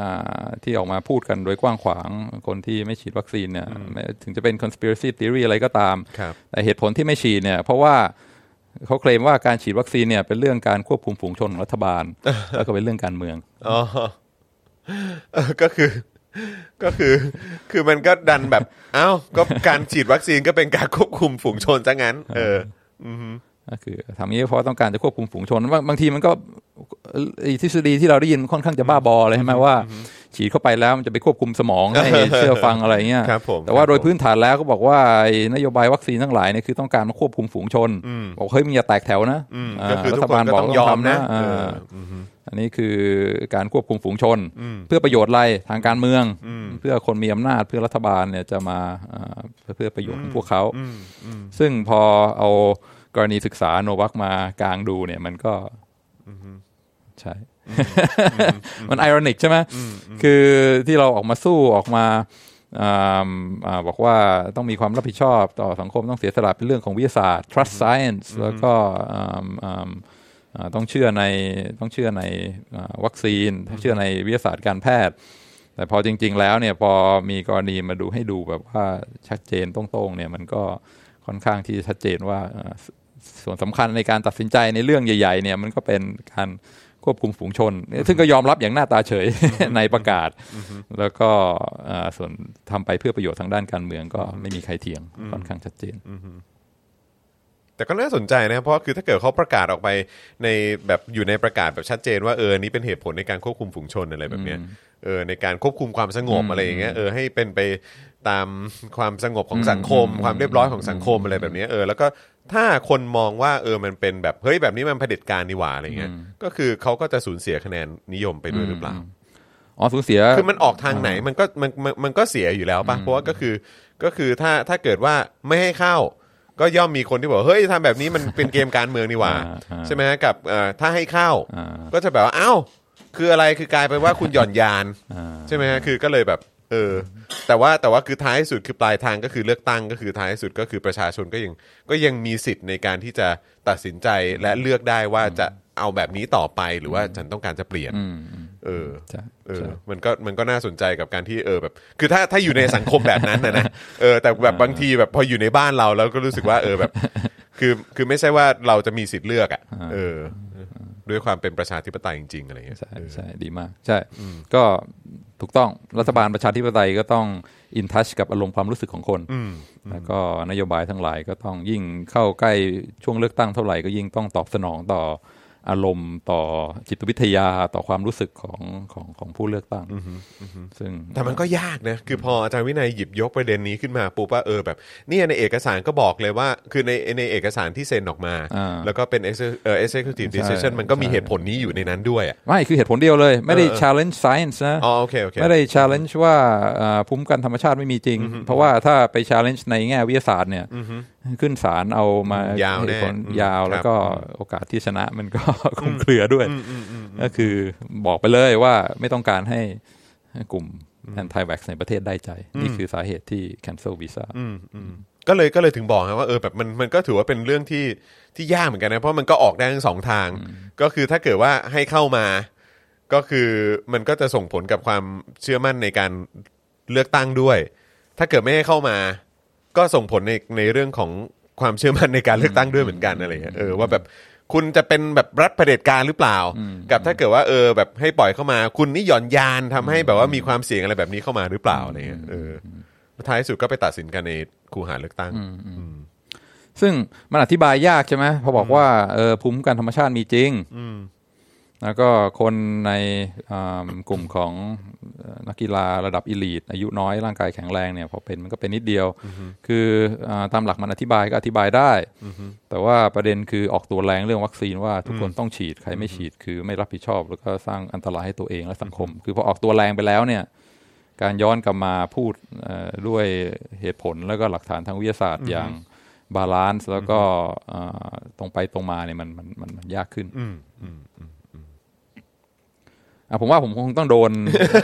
Speaker 2: อ่าที่ออกมาพูดกันโดยกว้างขวางคนที่ไม่ฉีดวัคซีนเนี่ยแม้ถึงจะเป็น conspiracy theory อะไรก็ตาม
Speaker 1: ครับ
Speaker 2: แต่เหตุผลที่ไม่ฉีดเนี่ยเพราะว่าเขาเคลมว่าการฉีดวัคซีนเนี่ยเป็นเรื่องการควบคุมฝูงชนของรัฐบาล แล้วก็เป็นเรื่องการเมือง
Speaker 1: อ๋ <laughs> อเออก็คือ ก็คือ คือมันก็ดันแบบ เอ้า ก็การฉีดวัคซีนก็เป็นการควบคุมฝูงชนซะงั้น เออ
Speaker 2: ก็คือทำอย่างนี้เพราะต้องการจะควบคุมฝูงชนบางบางทีมันก็เอ่อไอ้ทฤษฎีที่เราได้ยินค่อนข้างจะบ้าบอเลยใช่ไหมว่า ฉีดเข้าไปแล้วมันจะไปควบคุมสมอง
Speaker 1: <laughs>
Speaker 2: ให้เชื่อฟังอะไรเงี้ย
Speaker 1: ครับผม
Speaker 2: แต่ว่า
Speaker 1: ครับ
Speaker 2: โดยพื้นฐานแล้วก็บอกว่าไอ้นโยบายวัคซีนทั้งหลายเนี่ยคือต้องการมาควบคุมฝูงชน บอกเฮ้ยมึงอย่าแตกแถวนะ
Speaker 1: อืม
Speaker 2: อ่า
Speaker 1: ก็คือ
Speaker 2: รั
Speaker 1: ทุกคน
Speaker 2: ฐบาล
Speaker 1: ก็
Speaker 2: บอก
Speaker 1: ต้อง
Speaker 2: ต้อง
Speaker 1: ยอม
Speaker 2: ทำ
Speaker 1: นะ
Speaker 2: นะอ่า
Speaker 1: เออ
Speaker 2: อันนี้คือการควบคุมฝูงชน เพื่อประโยชน์อะไรทางการเมือง เพื่อคนมีอำนาจเพื่อรัฐบาลเนี่ยจะมาอ่าเพื่อประโยชน์ของพวกเขา ซึ่งพอเอากรณีศึกษาโนวัคมากลางดูเนี่ยมันก็ใช่ มันไอรอนิกใช่ไหมคือที่เราออกมาสู้ออกมาอ่าอ่าบอกว่าต้องมีความรับผิดชอบต่อสังคมต้องเสียสละเป็นเรื่องของวิทยาศาสตร์ trust science แล้วก็อ่าอ่าอ่าต้องเชื่อในต้องเชื่อในอ่าวัคซีนต้องเชื่อในวิทยาศาสตร์การแพทย์ แต่พอจริง ๆ แล้วเนี่ยพอมีกรณีมาดูให้ดูแบบว่าชัดเจนตรงๆเนี่ยมันก็ค่อนข้างที่ชัดเจนว่าเอ่อสส่วนสำคัญในการตัดสินใจในเรื่องใหญ่ ๆ เนี่ยมันก็เป็นการควบคุมฝูงชน ซึ่งก็ยอมรับอย่างหน้าตาเฉย <laughs> ในประกาศ แล้วก็เอ่อส่วนทำไปเพื่อประโยชน์ทางด้านการเมืองก็ไม่มีใครเถียงค่อนข้างชัดเจน
Speaker 1: แต่ก็น่าสนใจนะ เพราะคือถ้าเกิดเขาประกาศออกไปในแบบอยู่ในประกาศแบบชัดเจนว่าเออ นี่เป็นเหตุผลในการควบคุมฝูงชนอะไรแบบเนี้ย เออ ในการควบคุมความสงบอะไรอย่างเงี้ย เออ ให้เป็นไปตามความสงบของสังคม ความเรียบร้อยของสังคมอะไรแบบเนี้ย เออ แล้วก็ถ้าคนมองว่าเออ มันเป็นแบบ เฮ้ย แบบนี้มันเผด็จการนี่หว่าอะไรเงี้ย ก็คือเขาก็จะสูญเสียคะแนนนิยมไปด้วยหรือเปล่า
Speaker 2: อ๋อสูญเสีย
Speaker 1: คือมันออกทางไหนมันก็มันมันมันก็เสียอยู่แล้วป่ะเพราะว่าก็คือก็คือถ้าถ้าเกิดว่าไม่ให้เข้า ก็ย่อมมีคนที่บอกเฮ้ยทำแบบนี้มันเป็นเกมการเมืองนี่หว่า
Speaker 2: อ่าอ่า
Speaker 1: ใช่ไหมฮะกับเอ่อถ้าให้เข้า
Speaker 2: อ่า
Speaker 1: ก็จะแบบว่าเอ้า คืออะไรคือกลายเป็นว่าคุณหย่อนยาน
Speaker 2: อ่า
Speaker 1: ใช่ไหมฮะคือก็เลยแบบเออแต่ว่าแต่ว่าคือท้ายสุดคือปลายทางก็คือเลือกตั้งก็คือท้ายสุดก็คือประชาชนก็ยังก็ยังมีสิทธิ์ในการที่จะตัดสินใจและเลือกได้ว่าจะเอาแบบนี้ต่อไปหรือว่าฉันต้องการจะเปลี่ยนเออ
Speaker 2: ใช่
Speaker 1: เออ
Speaker 2: ใช่
Speaker 1: มันก็มันก็น่าสนใจกับการที่เออแบบ คือถ้าถ้าอยู่ในสังคมแบบนั้นนะนะเออแต่แบบบางทีแบบพออยู่ในบ้านเราแล้วก็รู้สึกว่าเออแบบ คือคือไม่ใช่ว่าเราจะมีสิทธิ์เลือกอ่ะเออ ด้วยความเป็นประชาธิปไตยจริงๆอะไรอย่างเงี้ย
Speaker 2: ใช่
Speaker 1: เออ
Speaker 2: ใช่ดีมาก ใช่ ก็ถูกต้องรัฐบาลประชาธิปไตยก็ต้องอินทัชกับอารมณ์ความรู้สึกของคน แล้วก็นโยบายทั้งหลายก็ต้องยิ่งเข้าใกล้ช่วงเลือกตั้งเท่าไหร่ก็ยิ่งต้องตอบสนองต่ออารมณ์ต่อจิตวิทยาต่อความรู้สึกของของของผู้เลือกตั้งซึ่ง
Speaker 1: แต่มันก็ยากนะ คือพออาจารย์วินัยหยิบยกประเด็นนี้ขึ้นมาปุ๊บว่าเออแบบเนี่ยในเอกสารก็บอกเลยว่า คือในในเอกสารที่เซ็นออกมา
Speaker 2: อ่า
Speaker 1: แล้วก็เป็น exe- เอ่อ executive
Speaker 2: ใช่
Speaker 1: decision มันก็มีเหตุผลนี้อยู่ในนั้นด้วยอะ
Speaker 2: ไม่คือเหตุผลเดียวเลย ไม่ได้ challenge science นะ
Speaker 1: อ๋อโอเคโอเค
Speaker 2: ไม่ได้ challenge ว่าเอ่อภูมิคุ้มกันธรรมชาติไม่มีจริง เพราะว่าถ้าไป challenge ในแง่วิทยาศาสตร์เนี่ยขึ้นศาลเอามา
Speaker 1: อืมยาวแน่
Speaker 2: ให้ผล
Speaker 1: อืม
Speaker 2: ยาว
Speaker 1: ครับ
Speaker 2: แล้วก็โอกาสที่ชนะมันก็ <laughs> คลุมเครือด้วย ก็คือบอกไปเลยว่าไม่ต้องการให้กลุ่ม anti vax ในประเทศได้ใจ นี่คือสาเหตุที่ cancel visa
Speaker 1: ก็เลยก็เลยถึงบอกครับว่าเออแบบมันมันก็ถือว่าเป็นเรื่องที่ที่ยากเหมือนกันนะ เพราะมันก็ออกได้ทั้งสองทาง ก็คือถ้าเกิดว่าให้เข้ามา ก็คือมันก็จะส่งผลกับความเชื่อมั่นในการเลือกตั้งด้วย ถ้าเกิดไม่ให้เข้ามา ก็ส่งผลในในเรื่องของความเชื่อมั่นในการเลือกตั้งด้วยเหมือนกันอะไรเงี้ยเออว่าแบบคุณจะเป็นแบบรัฐเผด็จการหรือเปล่า กับถ้าเกิดว่าเออแบบให้ปล่อยเข้ามา คุณนี่หย่อนยานทำให้แบบว่ามีความเสี่ยงอะไรแบบนี้เข้ามาหรือเปล่าอะไรเงี้ยเออท้ายสุดก็ไปตัดสินกันในคูหาเลือกตั้ง
Speaker 2: ซึ่งมันอธิบายยากใช่ไหมพอบอกว่าเออภูมิคุ้มกันธรรมชาติมีจริง
Speaker 1: อืม
Speaker 2: แล้วก็คนในอ่ากลุ่มของเอ่อนักกีฬาระดับอีลีทอายุน้อยร่างกายแข็งแรงเนี่ยพอเป็นมันก็เป็นนิดเดียว คืออาตามหลักมันอธิบายก็อธิบายได้ แต่ว่าประเด็นคือออกตัวแรงเรื่องวัคซีนว่าทุกคนต้องฉีดใครไม่ฉีดคือไม่รับผิดชอบ แล้วก็สร้างอันตรายให้ตัวเองและสังคม คือพอออกตัวแรงไปแล้วเนี่ยการย้อนกลับมาพูดเอ่อด้วยเหตุผลแล้วก็หลักฐานทางวิทยาศาสตร์อย่างบาลานซ์แล้วก็อ่าตรงไปตรงมาเนี่ยมันมันมันมันยากขึ้น
Speaker 1: อืมอืม
Speaker 2: อ่ะผมว่าผมคงต้องโดน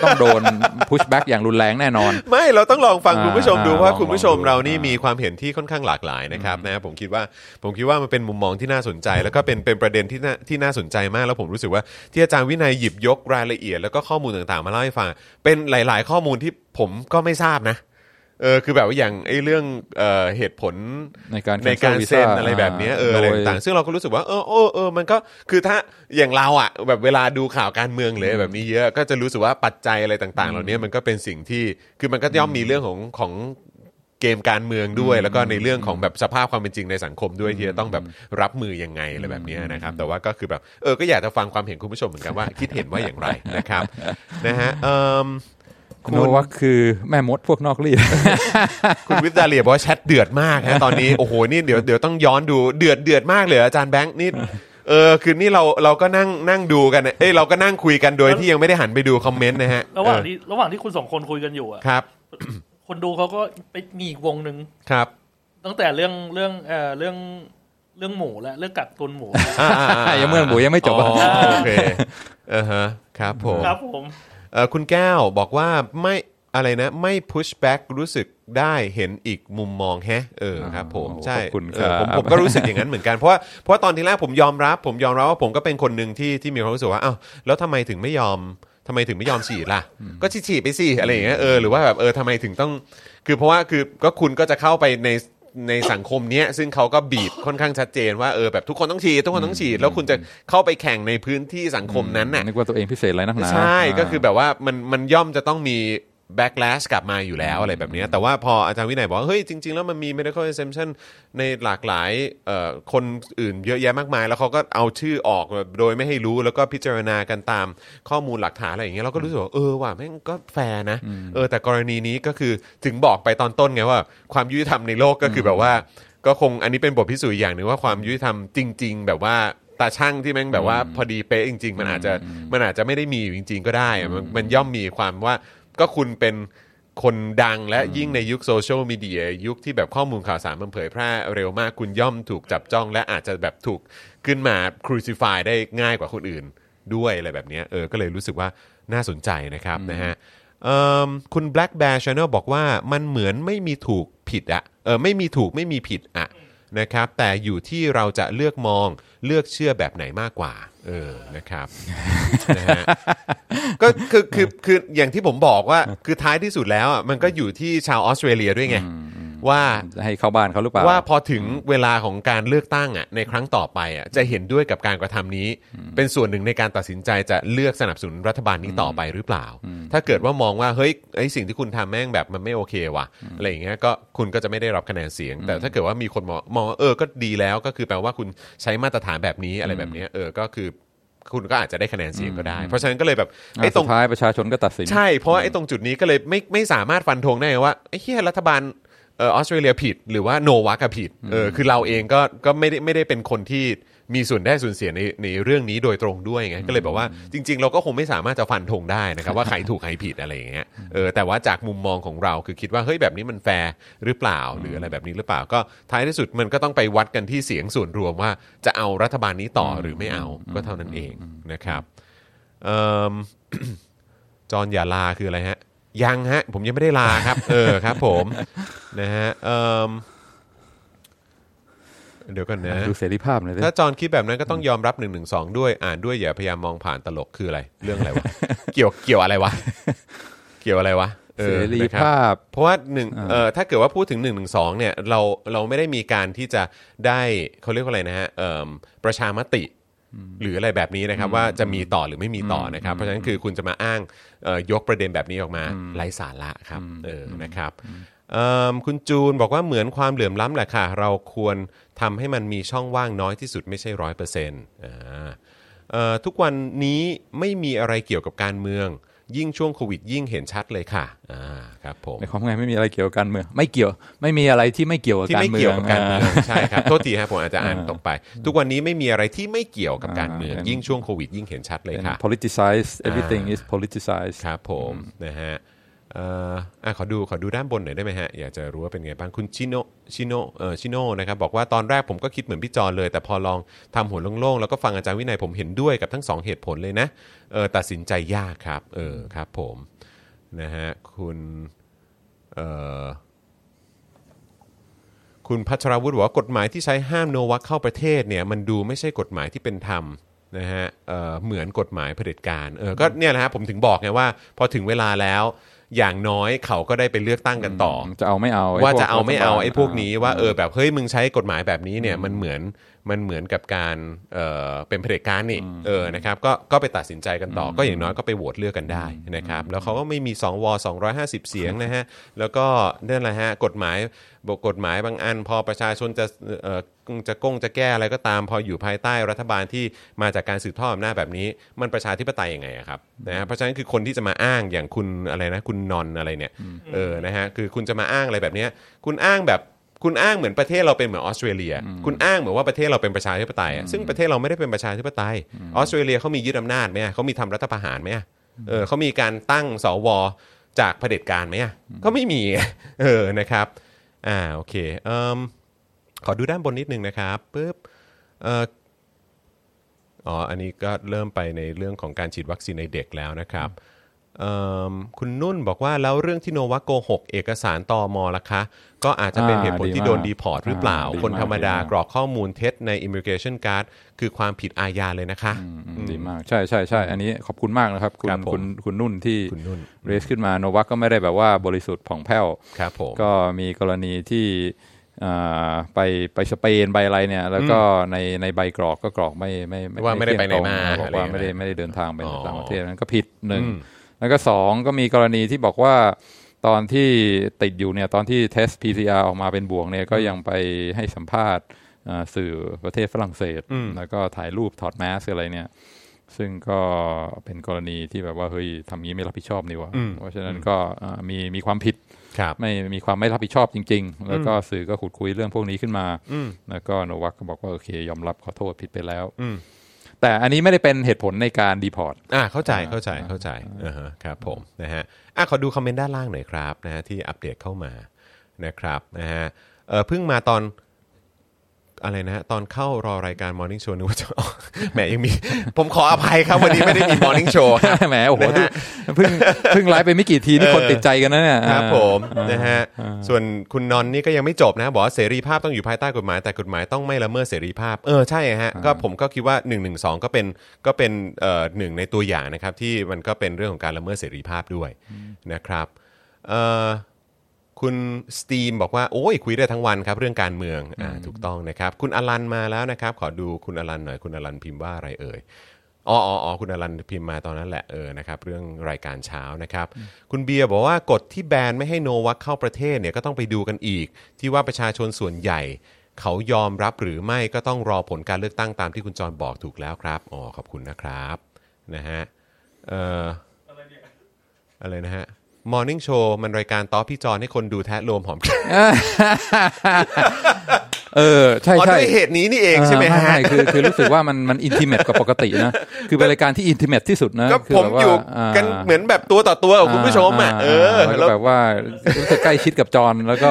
Speaker 2: ต้องโดน push back อย่างรุนแรงแน่นอน
Speaker 1: ไม่เราต้องลองฟัง
Speaker 2: อ่า
Speaker 1: คุณผู้ชมดู
Speaker 2: อ่า
Speaker 1: ว่า
Speaker 2: ลอง
Speaker 1: คุณผู้ชม
Speaker 2: ลองดู
Speaker 1: เรานี่
Speaker 2: อ่ามี
Speaker 1: มีความเห็นที่ค่อนข้างหลากหลายนะครับนะผมคิดว่าผมคิดว่ามันเป็นมุมมองที่น่าสนใจ แล้วก็เป็นเป็นประเด็นที่น่าที่น่าสนใจมากแล้วผมรู้สึกว่าที่อาจารย์วินัยหยิบยกรายละเอียด แล้วก็ข้อมูลต่างๆมาเล่าให้ฟังเป็นหลาย ๆ ข้อมูลที่ผมก็ไม่ทราบนะเออคือแบบว่าอย่างไอ้เรื่องเอ่อเหตุผล
Speaker 2: ในการ cancel
Speaker 1: ในการเซ็น
Speaker 2: visa
Speaker 1: อะไรแบบเนี้ยเออ
Speaker 2: โดย
Speaker 1: อะไรต่างๆซึ่งเราก็รู้สึกว่าเออเออเออมันก็คือถ้าอย่างเราอ่ะแบบเวลาดูข่าวการเมืองเลยแบบนี้เยอะก็จะรู้สึกว่าปัจจัยอะไรต่างๆ เหล่านี้มันก็เป็นสิ่งที่คือมันก็ย่อมมีเรื่องของของเกมการเมืองด้วย แล้วก็ในเรื่องของแบบสภาพความเป็นจริงในสังคมด้วยที่จะต้องแบบรับมือยังไงอะไรแบบเนี้ยนะครับแต่ว่าก็คือแบบเออก็อยากจะฟังความเห็นคุณผู้ชมเหมือนกันว่า คิดเห็นว่าอย่างไรนะครับ <laughs> นะฮะเอิ่ม
Speaker 2: คุณว่าคือแม่มดพวกนอกรีด
Speaker 1: คุณวิทยาเลียบอกว่าแชทเดือดมากฮะตอนนี้โอ้โหนี่เดี๋ยวเดี๋ยวต้องย้อนดูเดือดเดือดมากเลยเหรออาจารย์แบงค์นี่เออคือนี่เราเราก็นั่งนั่งดูกันนะเอ้ยเราก็นั่งคุยกันโดยที่ยังไม่ได้หันไปดูคอมเมนต์นะฮะ
Speaker 3: ระหว่าง
Speaker 1: เอ
Speaker 3: ที่ระหว่างที่คุณสองคนคุยกันอยู่อะ
Speaker 1: อครับ
Speaker 3: คนดูเขาก็ไปมีอีกวงหนึ่ง
Speaker 1: ครับ
Speaker 3: ตั้งแต่เรื่องเรื่องเอ่อเรื่องเรื่องหมูและเรื่องกักตุนหมู
Speaker 1: อ่าอ่าอ่า
Speaker 2: <laughs> ยังเมื่อนหมูยังไม่จบ
Speaker 1: อ๋
Speaker 2: อ่ะ
Speaker 1: อโอเคเออฮะครับผม
Speaker 3: ครับผม
Speaker 1: เอ่อคุณแก้วบอกว่าไม่อะไรนะ ไม่ push back รู้สึกได้เห็นอีกมุมมองแฮะเออครับผม
Speaker 2: อ๋อ
Speaker 1: ใช่
Speaker 2: ขอบคุณ
Speaker 1: เออผม
Speaker 2: ครับ
Speaker 1: ผมก็รู้สึกอย่างนั้นเหมือนกันเพราะว่าเพราะว่าตอนที่แรกผมยอมรับ ผมยอมรับว่าผมก็เป็นคนหนึ่งที่ที่มีความรู้สึกว่าอ้าวแล้วทำไมถึงไม่ยอมทำไมถึงไม่ยอมฉีดล่ะ ก็ฉีดๆไปสิอะไรอย่างเงี้ยเออหรือว่าแบบเออทำไมถึงต้อง คือเพราะว่าคือก็คุณก็จะเข้าไปในในสังคมเนี้ยซึ่งเขาก็บีบค่อนข้างชัดเจนว่าเออแบบทุกคนต้องฉีดทุกคนต้องฉีดแล้วคุณจะเข้าไปแข่งในพื้นที่สังคมนั้นน่ะ
Speaker 2: นึกว่าตัวเองพิเศษอะไรนักหนา
Speaker 1: ใช่
Speaker 2: า
Speaker 1: ก็คือแบบว่ามันมันย่อมจะต้องมี backlash กลับมาอยู่แล้วอะไรแบบเนี้ยแต่ว่าพออาจารย์วินัยบอกว่า เฮ้ยจริง ๆ แล้วมันมี medical exemption ในหลากหลายเอ่อคนอื่นเยอะแยะมากมาย แล้วเขาก็เอาชื่อออกแบบโดยไม่ให้รู้แล้วก็พิจารณากันตามข้อมูลหลักฐานอะไรอย่างเงี้ยเราก็รู้สึกว่า เออว่ะแม่งก็แฟร์นะ เออแต่กรณีนี้ก็คือถึงบอกไปตอนต้นไงว่า ความยุติธรรมในโลกก็คือแบบว่า ก็คงอันนี้เป็นบทพิสูจน์อย่างหนึ่งว่าความยุติธรรมจริง ๆ แบบว่าตาช่างที่แม่งแบบว่าพอดีเป๊ะจริง ๆ มันอาจจะมันอาจจะไม่ได้มีอยู่จริง ๆ ก็ได้อะมันมันย่อมมีความว่าก็คุณเป็นคนดังและยิ่งในยุคโซเชียลมีเดียยุคที่แบบข้อมูลข่าวสารมันเผยแพร่เร็วมากคุณย่อมถูกจับจ้อง และอาจจะแบบถูกขึ้นมาครูซิฟายได้ง่ายกว่าคนอื่นด้วยอะไรแบบเนี้ยเออก็เลยรู้สึกว่าน่าสนใจนะครับนะฮะ เอิ่มคุณ Black Bear Channel บอกว่ามันเหมือนไม่มีถูกผิดอะเออไม่มีถูกไม่มีผิดอะนะครับ แต่อยู่ที่เราจะเลือกมองเลือกเชื่อแบบไหนมากกว่า เออนะครับ นะฮะ <laughs> ก็คือคือคืออย่างที่ผมบอกว่าคือท้ายที่สุดแล้วอะมันก็อยู่ที่ชาวออสเตรเลียด้วยไง ว่า
Speaker 2: จะให้เข้าบ้านเขาหรือเปล่า
Speaker 1: ว่าพอถึงเวลาของการเลือกตั้งอ่ะในครั้งต่อไปอ่ะจะเห็นด้วยกับการกระทำนี้ เป็นส่วนหนึ่งในการตัดสินใจจะเลือกสนับสนุนรัฐบาลนี้ต่อไปหรือเปล่า ถ้าเกิดว่ามองว่าเฮ้ยไอสิ่งที่คุณทำแม่งแบบมันไม่โอเคว่ะอะไรอย่างเงี้ยก็คุณก็จะไม่ได้รับคะแนนเสียง แต่ถ้าเกิดว่ามีคนมองมองว่าเออก็ดีแล้วก็คือแปลว่าคุณใช้มาตรฐานแบบนี้อะไรแบบเนี้ยเออก็คือคุณก็อาจจะได้คะแนนเสียงก็ได้ เพราะฉะนั้นก็เลยแบบ
Speaker 2: อ่ะ
Speaker 1: ไอ้ตร
Speaker 2: สุ
Speaker 1: ง
Speaker 2: ดท้ายประชาชนก็ตัดสิน
Speaker 1: ใช่เพราะไอ้ตรงจุดนี้ก็เลยไม่ไม่สามารถฟันธงได้ว่าไอ้เฮียรัฐบาลเออออสเตรเลียผิด หรือว่าโนวากผิดเออคือเราเองก็ก็ไม่ได้ไม่ได้เป็นคนที่มีส่วนได้ส่วนเสียในในเรื่องนี้โดยตรงด้วยไงก็เลยบอกว่าจริง ๆ เราก็คงไม่สามารถจะฟันธงได้ <laughs> นะครับ ว่าใครถูกใครผิดอะไรอย่างเงี้ยเออแต่ว่าจากมุมมองของเราคือคิดว่าเฮ้ยแบบนี้มันแฟร์หรือเปล่าหรืออะไรแบบนี้หรือเปล่าก็ท้ายที่สุดมันก็ต้องไปวัดกันที่เสียงส่วนรวมว่าจะเอารัฐบาลนี้ต่อหรือไม่เอาก็เท่านั้นเองนะครับเอิ่ม จอนอย่าลาคืออะไรฮะ ยังฮะ ผมยังไม่ได้ลา
Speaker 2: <laughs>
Speaker 1: ครับ เออครับผม นะฮะเอิ่มเดี๋ยวกันนะ
Speaker 2: ดูเสรีภาพหน่อยดิ
Speaker 1: ถ้าจอนคิดแบบนั้นก็ต้องยอมรับ1นึด้วย อ่านด้วยอย่าพยายามมองผ่านตลกคืออะไร เรื่องอะไรวะ เกี่ยวเกี่ยวอะไรวะ เกี่ยวอะไรวะอ
Speaker 2: เส
Speaker 1: อ
Speaker 2: รี
Speaker 1: นะคบ
Speaker 2: ภาพ
Speaker 1: เพราะว่าหนึ่งเอ่อถ้าเกิดว่าพูดถึง1นึเนี่ยเราเราไม่ได้มีการที่จะได้เขาเรียกว่าอะไรนะฮะเอิ่มประชามติ หรืออะไรแบบนี้นะครับ ว่าจะมีต่อหรือไม่มีต่อนะครับ เพราะฉะนั้นคือคุณจะมาอ้างเอ่อยกประเด็นแบบนี้ออกมาไร้สาระครับเออนะครับ เอิ่มคุณจูนบอกว่าเหมือนความเหลื่อมล้ำแหละค่ะ เราควรทำให้มันมีช่องว่างน้อยที่สุดไม่ใช่ร้อยเปอร์เซ็นต์ทุกวันนี้ไม่มีอะไรเกี่ยวกับการเมือง ยิ่งช่วงโควิดยิ่งเห็นชัดเลยค่ะอ่าครับผม
Speaker 2: หมายความว่าไงไม่มีอะไรเกี่ยวกับการเมือง ไม่เกี่ยว ไม่มีอะไรที่ไม่เกี่ยวกับ
Speaker 1: ที่
Speaker 2: การ
Speaker 1: ไม่
Speaker 2: เมื
Speaker 1: เกี่
Speaker 2: อ
Speaker 1: ยว
Speaker 2: ง
Speaker 1: กับการเมือง
Speaker 2: อ่า
Speaker 1: ใช่ครับ โทษทีครับผมอาจจะอ่านตรงไป ทุกวันนี้ไม่มีอะไรที่ไม่เกี่ยวกับการเมือง
Speaker 2: อ่า
Speaker 1: ยิ่งช่วงโควิดยิ่งเห็นชัดเลย
Speaker 2: เป็น
Speaker 1: ค่ะ
Speaker 2: politicized everything is politicized
Speaker 1: ครับผมนะฮะเอ่ออ่ะขอดูขอดูด้านบนหน่อยได้ไหมฮะ อยากจะรู้ว่าเป็นไงบ้างคุณชิโนชิโนเออชิโนนะครับบอกว่าตอนแรกผมก็คิดเหมือนพี่จอนเลย แต่พอลองทำหัวโล่งๆ แล้วก็ฟังอาจารย์วินัยผมเห็นด้วยกับทั้งสองเหตุผลเลยนะเออตัดสินใจยากครับเออครับผมนะฮะคุณเอ่อ คุณพัชราวุฒิบอกว่ากฎหมายที่ใช้ห้ามโนวัคเข้าประเทศเนี่ยมันดูไม่ใช่กฎหมายที่เป็นธรรมนะฮะเอ่อเหมือนกฎหมายเผด็จการเออก็เนี่ยนะฮะผมถึงบอกไงว่า พอถึงเวลาแล้ว อย่างน้อยเขาก็ได้ไปเลือกตั้งกันต่ออ
Speaker 2: จะเอาไม่เอาไ
Speaker 1: ว่าจะเอาไม่เอาไอ้พวกนี้ว่า
Speaker 2: อ่
Speaker 1: เออแบบเฮ้ยมึงใช้กฎหมายแบบนี้เนี่ยมันเหมือนมันเหมือนกับการเออเป็นเผด็จการนี่เออนะครับก็ก็ไปตัดสินใจกันต่ออก็อย่างน้อยก็ไปโหวตเลือกกันได้นะครับแล้วเขาก็ไม่มีสองว250 เสียง <laughs> นะฮะแล้วก็นั่นแหละฮะกฎหมาย บกกฎหมายบางอัน พอประชาชนจะเอ่อจะก้งจะแก้อะไรก็ตาม พออยู่ภายใต้รัฐบาลที่มาจากการสืบทอดอำนาจแบบนี้ มันประชาธิปไตยยังไงอะครับนะฮะเพราะฉะนั้นคือคนที่จะมาอ้างอย่างคุณอะไรนะคุณนอนอะไรเนี่ยเออนะฮะคือคุณจะมาอ้างอะไรแบบเนี้ยคุณอ้างแบบคุณอ้างเหมือนประเทศเราเป็นเหมือนออสเตรเลีย คุณอ้างเหมือนว่าประเทศเราเป็นประชาธิปไตยอะซึ่งประเทศเราไม่ได้เป็นประชาธิปไตยออสเตรเลียเขามียึดอำนาจไหมอะเขามีทำรัฐประหารไหมอะเออเขามีการตั้งสวจากเผด็จการไหมอะก็ไม่มี <laughs> เออนะครับ อ่าโอเคเอมขอดูด้านบนนิดนึงนะครับปึ๊บเอ่ออ๋ออันนี้ก็เริ่มไปในเรื่องของการฉีดวัคซีนในเด็กแล้วนะครับเอิ่มคุณนุ่นบอกว่าแล้วเรื่องที่โนวาโกหกเอกสารตอมอละคะ ก็อาจจะเป็นเหตุผลที่โดนดีพอร์ตหรือเปล่า
Speaker 2: อ่าดีมาก
Speaker 1: คนธรรมดา
Speaker 2: ดีมาก
Speaker 1: กรอกข้อมูลเท็จใน immigration card คือความผิดอาญาเลยนะคะ
Speaker 2: อืมดีมากใช่ใช่ใช่อันนี้ขอบคุณมากนะครับ คุณ
Speaker 1: ครับผม
Speaker 2: คุณคุณนุ่นที่
Speaker 1: คุณนุ่น
Speaker 2: เรสขึ้นมาโนวัคก็ไม่ได้แบบว่าบริสุทธิ์ผ่องแผ้ว
Speaker 1: ครับผม
Speaker 2: ก็มีกรณีที่อ่าไปไปสเปนไปอะไรเนี่ย แล้วก็ในในใบกรอกก็กรอกไม่ไม่
Speaker 1: ว่าไม่ได้ไปไหนมา
Speaker 2: เที่ยงตรงบอกว่าไม่ได้
Speaker 1: อะไรอย่างเงี้ย
Speaker 2: ไม่ได้เดินทางไป
Speaker 1: อ๋อ
Speaker 2: ต่างประเทศนั้นก็ผิดหนึ่ง
Speaker 1: อืม
Speaker 2: แล้วก็สองก็มีกรณีที่บอกว่าตอนที่ติดอยู่เนี่ยตอนที่เทส PCR ออกมาเป็นบวกเนี่ยก็ยังไปให้สัมภาษณ์อ่าสื่อประเทศฝรั่งเศส
Speaker 1: อืม
Speaker 2: แล้วก็ถ่ายรูปถอดแมสอะไรเนี่ย ซึ่งก็เป็นกรณีที่แบบว่าเฮ้ยทำงี้ไม่รับผิดชอบนี่หว่า
Speaker 1: อืม
Speaker 2: เพราะฉะนั้นก็อ่ามีมีความผิด
Speaker 1: ครับ
Speaker 2: ไม่มีความไม่รับผิดชอบจริง ๆ แล้วก็สื่อก็ขุดคุยเรื่องพวกนี้ขึ้นมา
Speaker 1: อืม
Speaker 2: แล้วก็โนวักก็บอกว่าโอเค ยอมรับขอโทษผิดไปแล้ว
Speaker 1: อืม
Speaker 2: แต่อันนี้ไม่ได้เป็นเหตุผลในการดีพ
Speaker 1: <laughs>
Speaker 2: อร์ต
Speaker 1: อ่าเข้าใจเข้าใจเข้าใจอ่าฮะครับผมนะฮะอ่ะขอดูคอมเมนต์ด้านล่างหน่อยครับนะฮะที่อัปเดตเข้ามานะครับนะฮะเออเพิ่งมาตอนอะไรนะฮะตอนเข้ารอรายการ Morning Show นึกว่า <laughs> จะออกแหมยังมี ผมขออภัยครับ วันนี้ไม่ได้มี Morning Show ครับ
Speaker 2: แหมโอ้โห
Speaker 1: นะฮะ
Speaker 2: ดูเพิ่งเพิ่งไลฟ์ไปไม่กี่ทีนี่คนติดใจกันนะเนี่ย
Speaker 1: ครับ
Speaker 2: อ่า
Speaker 1: ผมนะฮะส่วนคุณนอนนี่ก็ยังไม่จบนะบอกว่าเสรีภาพต้องอยู่ภายใต้กฎหมายแต่กฎหมายต้องไม่ละเมิดเสรีภาพเออใช่ฮะก็ผมก็คิดว่า1นึก็เป็นก็เป็นเอ่อหนึ่งในตัวอย่างนะครับที่มันก็เป็นเรื่องของการละเมิดเสรีภาพด้วยนะครับเอ่อคุณสตีมบอกว่าโอ้ยคุยได้ทั้งวันครับเรื่องการเมืองอ่าถูกต้องนะครับคุณอลันมาแล้วนะครับขอดูคุณอลันหน่อยคุณอลันพิมพ์ว่าอะไรเอ่ย อ๋ออ๋ออ๋อคุณอรันพิมพ์มาตอนนั้นแหละเออนะครับเรื่องรายการเช้านะครับ คุณเบียร์บอกว่ากฎที่แบนไม่ให้โนวัคเข้าประเทศเนี่ยก็ต้องไปดูกันอีก ที่ว่าประชาชนส่วนใหญ่ เขายอมรับหรือไม่ก็ต้องรอผลการเลือกตั้งตามที่คุณจรบอกถูกแล้วครับอ๋อขอบคุณนะครับนะฮะเอ่ออะไรนะฮะมอร์นิ่งโชว์มันรายการต้อพี่จอนให้คนดูแทะโล <laughs> มหอมแก้ม
Speaker 2: เออ ใช่
Speaker 1: อ๋อ
Speaker 2: ใช่
Speaker 1: ด้วยเหตุนี้นี่เองใช่ไหมฮะ
Speaker 2: ใช่คือคือรู้สึกว่ามันมันอินทิเมตกว่าปกตินะ คือเป็นรายการที่อินทิเมตที่สุดนะ
Speaker 1: ก็
Speaker 2: คื
Speaker 1: ผม
Speaker 2: แบบว่า
Speaker 1: อยู่กัน
Speaker 2: า
Speaker 1: เหมือนแบบตัวต่อตัวกับคุณผู้ชมอ่ะเออ
Speaker 2: แล้ว
Speaker 1: แล้
Speaker 2: ก็
Speaker 1: ว
Speaker 2: แบบว่ารู้สึกใกล้ชิดกับจอนแล้วก็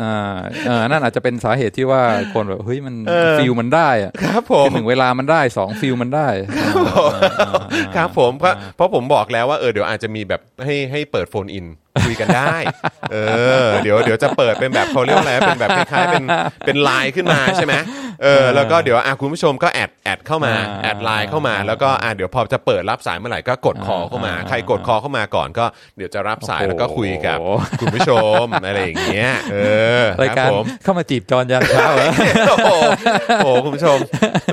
Speaker 2: อ่าเออนั่นอาจจะเป็นสาเหตุที่ว่าคนแบบเฮ้ยมัน
Speaker 1: เออ
Speaker 2: ฟิลมันได้อะ
Speaker 1: ครับผม
Speaker 2: คือหนึ่งเวลามันได้สองฟิลมันได้
Speaker 1: ครับผม <laughs> เพราะเพราะผมบอกแล้วว่าเออเดี๋ยวอาจจะมีแบบให้ให้เปิดโฟนอินคุยกันได้ เออเดี๋ยวเดี๋ยวจะเปิดเป็นแบบเขาเรียกว่าอะไรเป็นแบบคล้ายๆเป็นเป็นไลน์ขึ้นมาใช่ไหมเออแล้วก็เดี๋ยวอ่ะคุณผู้ชมก็แอดแอดเข้ามาแอดไลน์เข้ามาแล้วก็อ่ะเดี๋ยวพอจะเปิดรับสายเมื่อไหร่ก็กดคอเข้ามา ใครกดคอเข้ามาก่อนก็เดี๋ยวจะรับสายแล้วก็คุยกับคุณผู้ชมอะไรอย่างเงี้ยเออคบ
Speaker 2: รายการ
Speaker 1: ผม
Speaker 2: เข้ามาจีบจอนยันเช้าเหรอ
Speaker 1: <laughs> โอ้โหโอ้โหคุณผู้ชม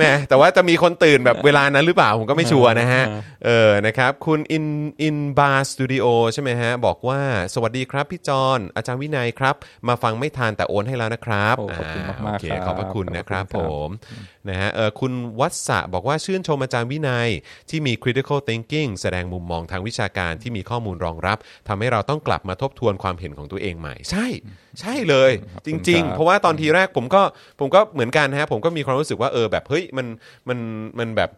Speaker 1: แหมแต่ว่าจะมีคนตื่นแบบเวลานั้นหรือเปล่า ผมก็ไม่ชัวร์นะฮะ เออนะครับ คุณอินอินบาร์สตูดิโอใช่ไหมฮะ บอกว่า สวัสดีครับพี่จอนอาจารย์วินัยครับ มาฟังไม่ทานแต่โอนให้แล้วนะครับ
Speaker 2: โอ้ขอบคุณมากๆ
Speaker 1: โอเค
Speaker 2: ค
Speaker 1: ข
Speaker 2: รับ
Speaker 1: อบพระคุณนะครับ
Speaker 2: ขอบคุ
Speaker 1: ผ
Speaker 2: ณครับ
Speaker 1: มนะฮะเออคุณวัศะบอกว่าชื่นชมอาจารย์วินัย ที่มี critical thinking แสดงมุมมองทางวิชาการที่มีข้อมูลรองรับทำให้เราต้องกลับมาทบทวนความเห็นของตัวเองใหม่ ใช่ ใช่เลย จริง
Speaker 2: ครั
Speaker 1: ๆ
Speaker 2: บ
Speaker 1: เพราะว่าตอนทีแรกผมก็ผมก็เหมือนกันนะฮะผมก็มีความรู้สึกว่าเออแบบเฮ้ยมันมันมันแบบ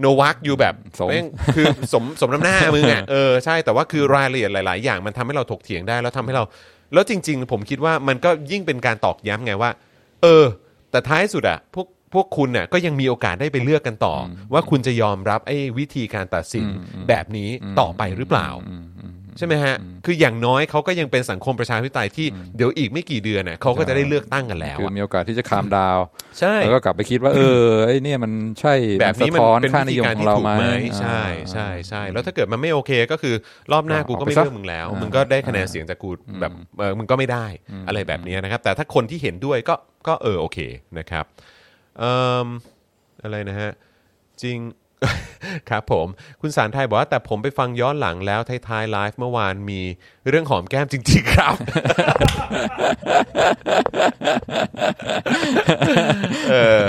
Speaker 1: โนวักอยู่แบบ
Speaker 2: สม
Speaker 1: แง คือสมสมน้ำหน้ามึงอ่ <laughs> ะเออใช่แต่ว่าคือรายละเอียดหลาย ๆ อย่างมันทำให้เราถกเถียงได้แล้วทำให้เรา แล้วจริง ๆ ผมคิดว่ามันก็ยิ่งเป็นการตอกย้ำไงว่า เออ แต่ท้ายสุดอ่ะพวกพวกคุณน่ะก็ยังมีโอกาสได้ไปเลือกกันต่ออว่าคุณจะยอมรับไอ้วิธีการตัดสินแบบนี้ต่อไปหรือเปล่า ใช่ไหมฮะ คืออย่างน้อยเขาก็ยังเป็นสังคมประชาธิปไตยที่เดี๋ยวอีกไม่กี่เดือนน่ะเขาก็จะได้เลือกตั้งกันแล้ว
Speaker 2: คือ
Speaker 1: อะ
Speaker 2: มีโอกาสที่จะคามดาว
Speaker 1: ใช่
Speaker 2: แล้วก็กลับไปคิดว่า เออไอ้เนี่ยมันใช่
Speaker 1: แบบนี้
Speaker 2: สะ
Speaker 1: มัน
Speaker 2: ท้อน
Speaker 1: เป็น
Speaker 2: ค่า
Speaker 1: วิ
Speaker 2: นิ
Speaker 1: ธี
Speaker 2: ยม
Speaker 1: การ
Speaker 2: ของ
Speaker 1: ที่
Speaker 2: เรา
Speaker 1: ถูก
Speaker 2: ไหม
Speaker 1: ไหม
Speaker 2: อ่า
Speaker 1: ใช่ใช่ใช่แล้วถ้าเกิดมันไม่โอเคก็คือรอบหน้ากูก็ไม่
Speaker 2: ออกไปซะ
Speaker 1: เลือกมึงแล้ว
Speaker 2: อ่ามึ
Speaker 1: มึงก็ได้คะแนนเสียงจากกูแบบเออมึงก็ไม่ได้อะไรแบบนี้นะครับ แต่ถ้าคนที่เห็นด้วยก็ก็เออโอเคนะครับเอิ่มอะไรนะฮะ จริง <laughs> ครับผม คุณสารไทยบอกว่าแต่ผมไปฟังย้อนหลังแล้วท้ายๆไลฟ์เมื่อวานมีเรื่องหอมแก้มจริง ๆ
Speaker 2: <laughs>
Speaker 1: ครับ เออ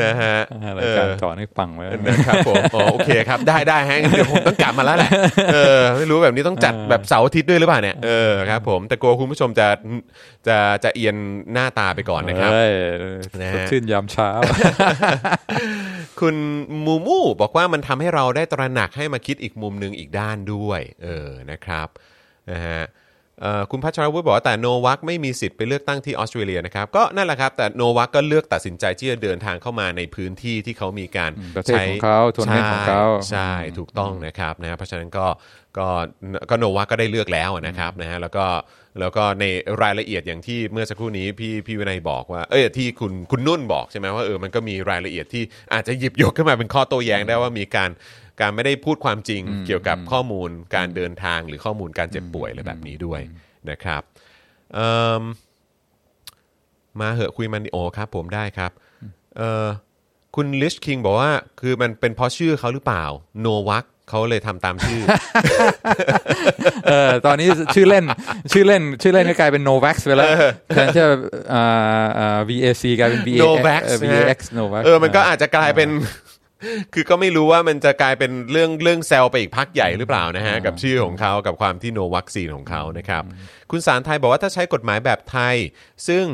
Speaker 1: นะฮะ
Speaker 2: รายการ
Speaker 1: เออ
Speaker 2: จอนี่ปังไว้แล้วนะ
Speaker 1: นะครับผมอ๋อโอเคครับ ได้ได้ฮะงั้นเดี๋ยวผมต้องกลับมาแล้วแหละเออไม่รู้แบบนี้ต้องจัดแบบเสาร์อาทิตย์ด้วยหรือเปล่าเนี่ยเออครับผมแต่กลัวคุณผู้ชมจะจะจะเอียนหน้าตาไปก่อนนะครับ
Speaker 2: เอ้ย
Speaker 1: นะฮะ
Speaker 2: สดชื่นยามเช้า
Speaker 1: คุณมูมูบอกว่ามันทำให้เราได้ตระหนักให้มาคิดอีกมุมหนึ่งอีกด้านด้วย เออนะครับนะฮะเอ่อคุณพัชรวุฒิบอกว่าแต่โนวักไม่มีสิทธิ์ไปเลือกตั้งที่ออสเตรเลียนะครับ ก็นั่นแหละครับ แต่โนวักก็เลือกตัดสินใจที่จะเดินทางเข้ามาในพื้นที่ที่เขามีการ
Speaker 2: ประเทศของเขาทัวร์นาเมนต์ของเขา
Speaker 1: ใช่ ถูกต้องนะครับนะฮะเพราะฉะนั้นก็ก็ก็โนวาก็ได้เลือกแล้วนะครับนะฮะแล้วก็แล้วก็ในรายละเอียดอย่างที่เมื่อสักครู่นี้พี่พี่วินัยบอกว่าเอ้ยที่คุณคุณนุ่นบอกใช่ไหมว่าเออมันก็มีรายละเอียดที่อาจจะหยิบยกขึ้นมาเป็นข้อโต้แย้งได้ว่ามีการการไม่ได้พูดความจริงเกี่ยวกับข้อมูลการเดินทางหรือข้อมูลการเจ็บป่วยอะไรแบบนี้ด้วยนะครับเอิ่ม มาเหอะคุยมันดิโอครับผมได้ครับเออคุณลิชคิงบอกว่าคือมันเป็นเพราะชื่อเขาหรือเปล่า โนวักเขาเลยทำตามชื่ <laughs> อ
Speaker 2: เออตอนนี้ชื่อเล่นชื่อเล่นชื่อเล่นก็กลายเป็น Novax ไปแล้วแทนที่จะอ่าอ่า VAC กลายเป็น VAX
Speaker 1: Novax
Speaker 2: เอ่อ
Speaker 1: นะฮะ
Speaker 2: VAX Novax
Speaker 1: เออมันก็อาจจะกลายเป็น <laughs> คือก็ไม่รู้ว่ามันจะกลายเป็นเรื่องเรื่องแซลไปอีกพักใหญ่หรือเปล่านะฮะ กับชื่อของเขากับความที่โนวัคซีนของเขานะครับ คุณสารไทยบอกว่าถ้าใช้กฎหมายแบบไทย ซึ่ง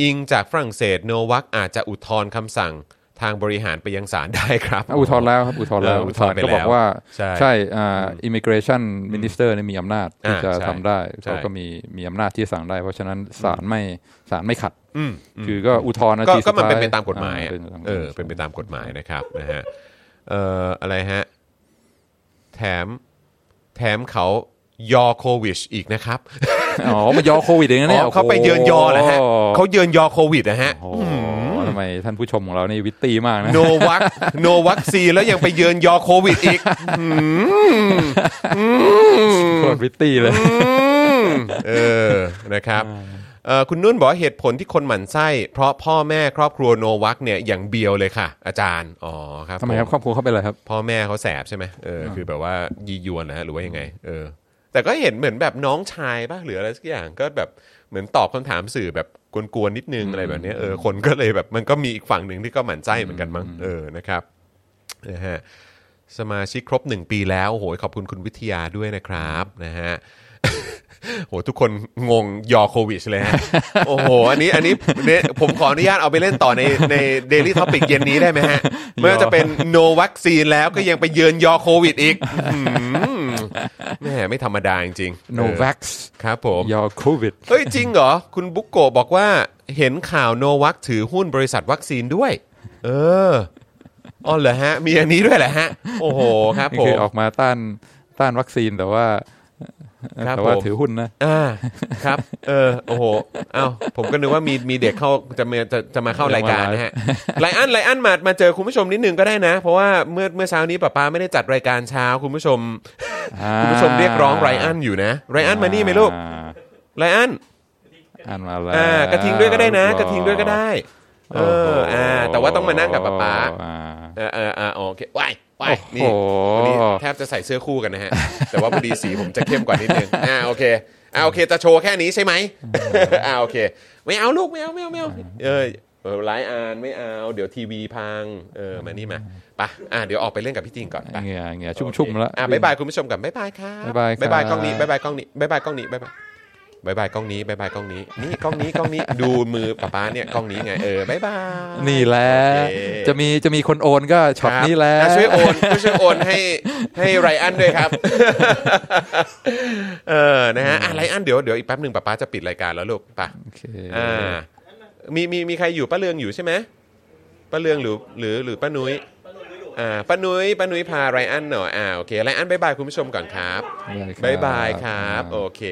Speaker 1: อิงจากฝรั่งเศสโนวัคอาจจะอุทธรณ์คำสั่งทางบริหารไปยังศาลได้ครับ
Speaker 2: อุทธรณ์แล้วครับอุทธรณ์แล้ว
Speaker 1: เอออุทธรณ์ไป
Speaker 2: ก็บอ
Speaker 1: แล้
Speaker 2: ก
Speaker 1: ว
Speaker 2: ว่า
Speaker 1: ใช่
Speaker 2: ใช่อ่า immigration minister เนี่ยมีอำนาจที่
Speaker 1: อ่า
Speaker 2: จะ
Speaker 1: ใช่
Speaker 2: ทำได้
Speaker 1: ใช่
Speaker 2: เขาก็มีมีอำนาจที่สั่งได้ เพราะฉะนั้นศาลไม่ศาลไม่ขัด
Speaker 1: อืมอืม
Speaker 2: คือก็อุทธรณ์นะ
Speaker 1: ก็
Speaker 2: ทีสุด
Speaker 1: ก็มันเป็น
Speaker 2: ท้ย
Speaker 1: ไปตามกฎหมาย
Speaker 2: อ่
Speaker 1: อะ
Speaker 2: เป็นไปตามกฎห
Speaker 1: เอ
Speaker 2: มาย
Speaker 1: อ เป็นไปตามกฎหมายนะครับนะฮะ เอ่อ อะไรฮะ แถม แถมเขายอโควิชอีกนะครับ
Speaker 2: อ๋อ มันยอโควิดเองนะเนี่ย
Speaker 1: อ๋อเขาไปเยือนยอเหรอฮะเขาเยือนยอโควิดนะฮะ
Speaker 2: โอ้โหทำไมท่านผู้ชมของเรานี่วิตตี้มากนะ
Speaker 1: โนวัคโนวัคซีแล้วยังไปเยือนยอโควิด
Speaker 2: <laughs>
Speaker 1: อีก
Speaker 2: โคตรวิตตี้เลย
Speaker 1: อืมเออ นะครับเอ่อคุณนุ่นบอกว่าเหตุผลที่คนหมั่นไส้ เพราะพ่อแม่ครอบครัวโนวัคเนี่ยอย่างเบียวเลยค่ะ อาจารย์ อ๋อครับ
Speaker 2: ทำไมครับ
Speaker 1: ผ
Speaker 2: ครอบครัวเขาเป็นอะไรครับ
Speaker 1: พ่อแม่เขาแสบใช่ไหมเออคือแบบว่ายียวนนะฮะหรือว่ายังไง เออ แต่ก็เห็นเหมือนแบบน้องชายป่ะหรืออะไรสักอย่างก็แบบเหมือนตอบคำถามสื่อแบบกวนๆนิดนึงอะไรแบบเนี้ยเออคนก็เลยแบบมันก็มีอีกฝั่งหนึ่งที่ก็หมั่นไส้เหมือนกันมั้งเออนะครับนะฮะสมาชิกครบ 1 ปีแล้วโอ้โหขอบคุณคุณวิทยาด้วยนะครับนะฮะ <laughs> โหทุกคนงงยอโควิชเลยฮะ โอ้โห อันนี้อันนี้เนี่ยผมขออนุญาตเอาไปเล่นต่อในในเดลี่ท็อปิกเย็นนี้ได้ไหมฮะ ไม่ว่าจะเป็นโนวัคซีนแล้วก็ยังไปเยือนยอโควิดอีกอื้อหือแม่ไม่ธรรมดาจริงๆ
Speaker 2: no vax
Speaker 1: ครับผม
Speaker 2: ยอโควิด
Speaker 1: เฮ้ย จริงเหรอ คุณบุ๊กโกะบอกว่าเห็นข่าวโนวัคถือหุ้นบริษัทวัคซีนด้วย เอออ๋อเหรอฮะ มีอันนี้ด้วยเหรอฮะ โอ้โหครับผ
Speaker 2: คือ
Speaker 1: ม
Speaker 2: ออกมาต้านต้านวัคซีนแต่ว่า
Speaker 1: ครับ
Speaker 2: แต่ว่า
Speaker 1: ผม
Speaker 2: ถือหุ้นนะ
Speaker 1: อ่าครับ เออโอ้โหเอ้าผมก็นึกว่ามีมีเด็กเข้าจะมาจะจะมาเข้ารายการนะฮะไลอันไลอันมามาเจอคุณผู้ชมนิดนึงก็ได้นะ เพราะว่าเมื่อเมื่อเช้านี้ป้าป้าไม่ได้จัดรายการเช้าคุณผู้ชม คุณผู้ชมเรียกร้องไรอันอยู่นะไรอันมานี่ไหมลูก
Speaker 2: อ่า
Speaker 1: ไรอัน
Speaker 2: อ่านมาแล้ว
Speaker 1: อ่ากระทิงด้วยก็ได้นะ กระทิงด้วยก็ได้ เอออ่าแต่ว่าต้องมานั่งกับป๊าป๊า
Speaker 2: อ่
Speaker 1: เออเออเออโอเคว้ายว้าย
Speaker 2: โอ้โห
Speaker 1: นี่วันนี้แทบจะใส่เสื้อคู่กันนะ <laughs> ฮะ แต่ว่าพอดีสีผมจะเข้มกว่านิดนึงอ่าโอเคอ่าโอเคจะโชว์แค่นี้ใช่ไหม <laughs> อ่าโอเคไม่เอาลูกไม่เอาไม่เอาไม่เอาเออเออไลฟ์อานไม่เอา เดี๋ยวทีวีพังเออมานี่มาไปะอ่าเดี๋ยวออกไปเล่นกับพี่ติงก่อนไป
Speaker 2: เหงื่อเหงื่อชุ่มๆแล้ว
Speaker 1: อ่ะบ๊ายบายคุณผู้ชมกับบ๊ายบายครับ
Speaker 2: บ๊ายบายครับ
Speaker 1: บายกล้องนี้บ๊ายบายกล้องนี้บ๊ายบายกล้องนี้บ๊ายบายบ๊ายบายกล้องนี้บ๊ายบายกล้องนี้ นี่กล้องนี้กล้องนี้ดูมือป้าป้าเนี่ยกล้องนี้ไงเออบ๊ายบาย
Speaker 2: นี่แหละ
Speaker 1: โอเค
Speaker 2: จะมีจะมีคนโอนก็ช็อตนี้แหละ
Speaker 1: ครับอ่ช่วยโอนช่วยโอนให้ให้ไรอันด้วยครับ เออนะฮะอ่ะไรอันเดี๋ยวเดี๋ยวอีกแป๊บหนึ่งป้าป้าจะปิดรายการแล้วลูกไป่ะ
Speaker 2: โอเค
Speaker 1: อ่ามีมีมีใครอยู่ป้าเลืองอยู่ใช่ไหมป้าเลืองหรือหรือหรือป้านุ้ยอ่าป้านุ้ยป้านุ้ยพาไรอันหน่อยอ่าโอเคไรอันบ๊ายบายคุณผู้ชมก่อนครับ บายบายครับ โอเค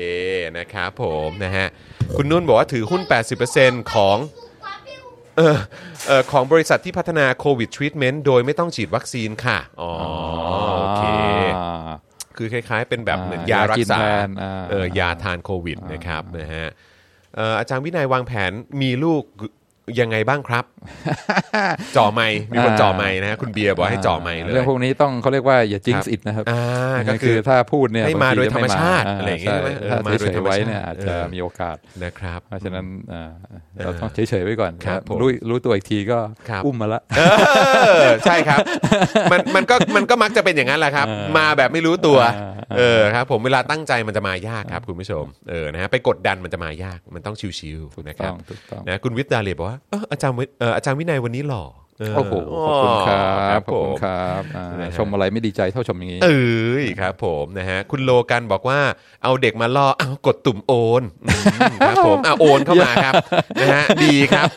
Speaker 1: นะครับผมนะฮะ คุณนุ่นบอกว่าถือหุ้น 80%ของเออเออของบริษัทที่พัฒนาโควิดทรีทเมนต์โดยไม่ต้องฉีดวัคซีนค่ะ อ๋อโอเค คือคล้ายๆ เป็นแบบเหมือนยารักษา
Speaker 2: อ่ายากินแทนอ่า
Speaker 1: เออยาทานโควิดนะครับนะฮะเอ่ออาจารย์วินัยวางแผนมีลูกยังไงบ้าง
Speaker 2: <laughs>
Speaker 1: ครับ จ่อไม่มีคนจ่อไม่นะฮะคุณเบียร์บอกให้จ่อไม่เลย
Speaker 2: เรื่องพวกนี้ต้องเขาเรียกว่าอย่าจิงส์อิดนะครับ
Speaker 1: อ่าก็คือ
Speaker 2: คือถ้าพูดเนี่ย
Speaker 1: ให้มาโดยธรรมชาติ
Speaker 2: บ
Speaker 1: อะ
Speaker 2: งที
Speaker 1: ไรอย่างเงี้ยใช่
Speaker 2: ใช่
Speaker 1: ไหมเออ
Speaker 2: ถ้า
Speaker 1: มาโดย
Speaker 2: เฉย
Speaker 1: ธร
Speaker 2: ๆ
Speaker 1: รมชาติ
Speaker 2: ไว้เนี่ยอาจจะ
Speaker 1: เออ
Speaker 2: มีโอกาส
Speaker 1: นะครับ
Speaker 2: เพราะฉะนั้นอ่าเราต้องเฉยๆไว้ก่อน
Speaker 1: ครับผม
Speaker 2: รู้รู้ตัวอีกทีก็
Speaker 1: ครับ
Speaker 2: อุ้มมาละ
Speaker 1: เออใช่
Speaker 2: <laughs>
Speaker 1: ครับ มันมันก็มันก็มักจะเป็นอย่างนั้นแหละครับ มาแบบไม่รู้ตัว
Speaker 2: อ่า
Speaker 1: เออครับผมเวลาตั้งใจมันจะมายากครับคุณผู้ชมเออนะฮะไปกดดันมันจะมายากมันต้องชิวๆนะค
Speaker 2: ต้
Speaker 1: รั
Speaker 2: อบ งถูกต้อง
Speaker 1: นะคุณวิทย์ดาเลียบอกว่าเอออาจารย์วิเอออาจารย์วินัยวันนี้หล่อเ
Speaker 2: โอ้โห ขอบคุณครับ ข
Speaker 1: ผ
Speaker 2: อบคุ
Speaker 1: ม
Speaker 2: ณครับอ่า
Speaker 1: นะฮะ
Speaker 2: ชมอะไรไม่ดีใจเท่าชมอย่างนี้
Speaker 1: เอ้ยครับผมนะฮะคุณโลกันบอกว่าเอาเด็กมาล่อเอากดตุ่มโอนอืมครับผมเอาโอนเข้ามาครับนะฮะดีครับ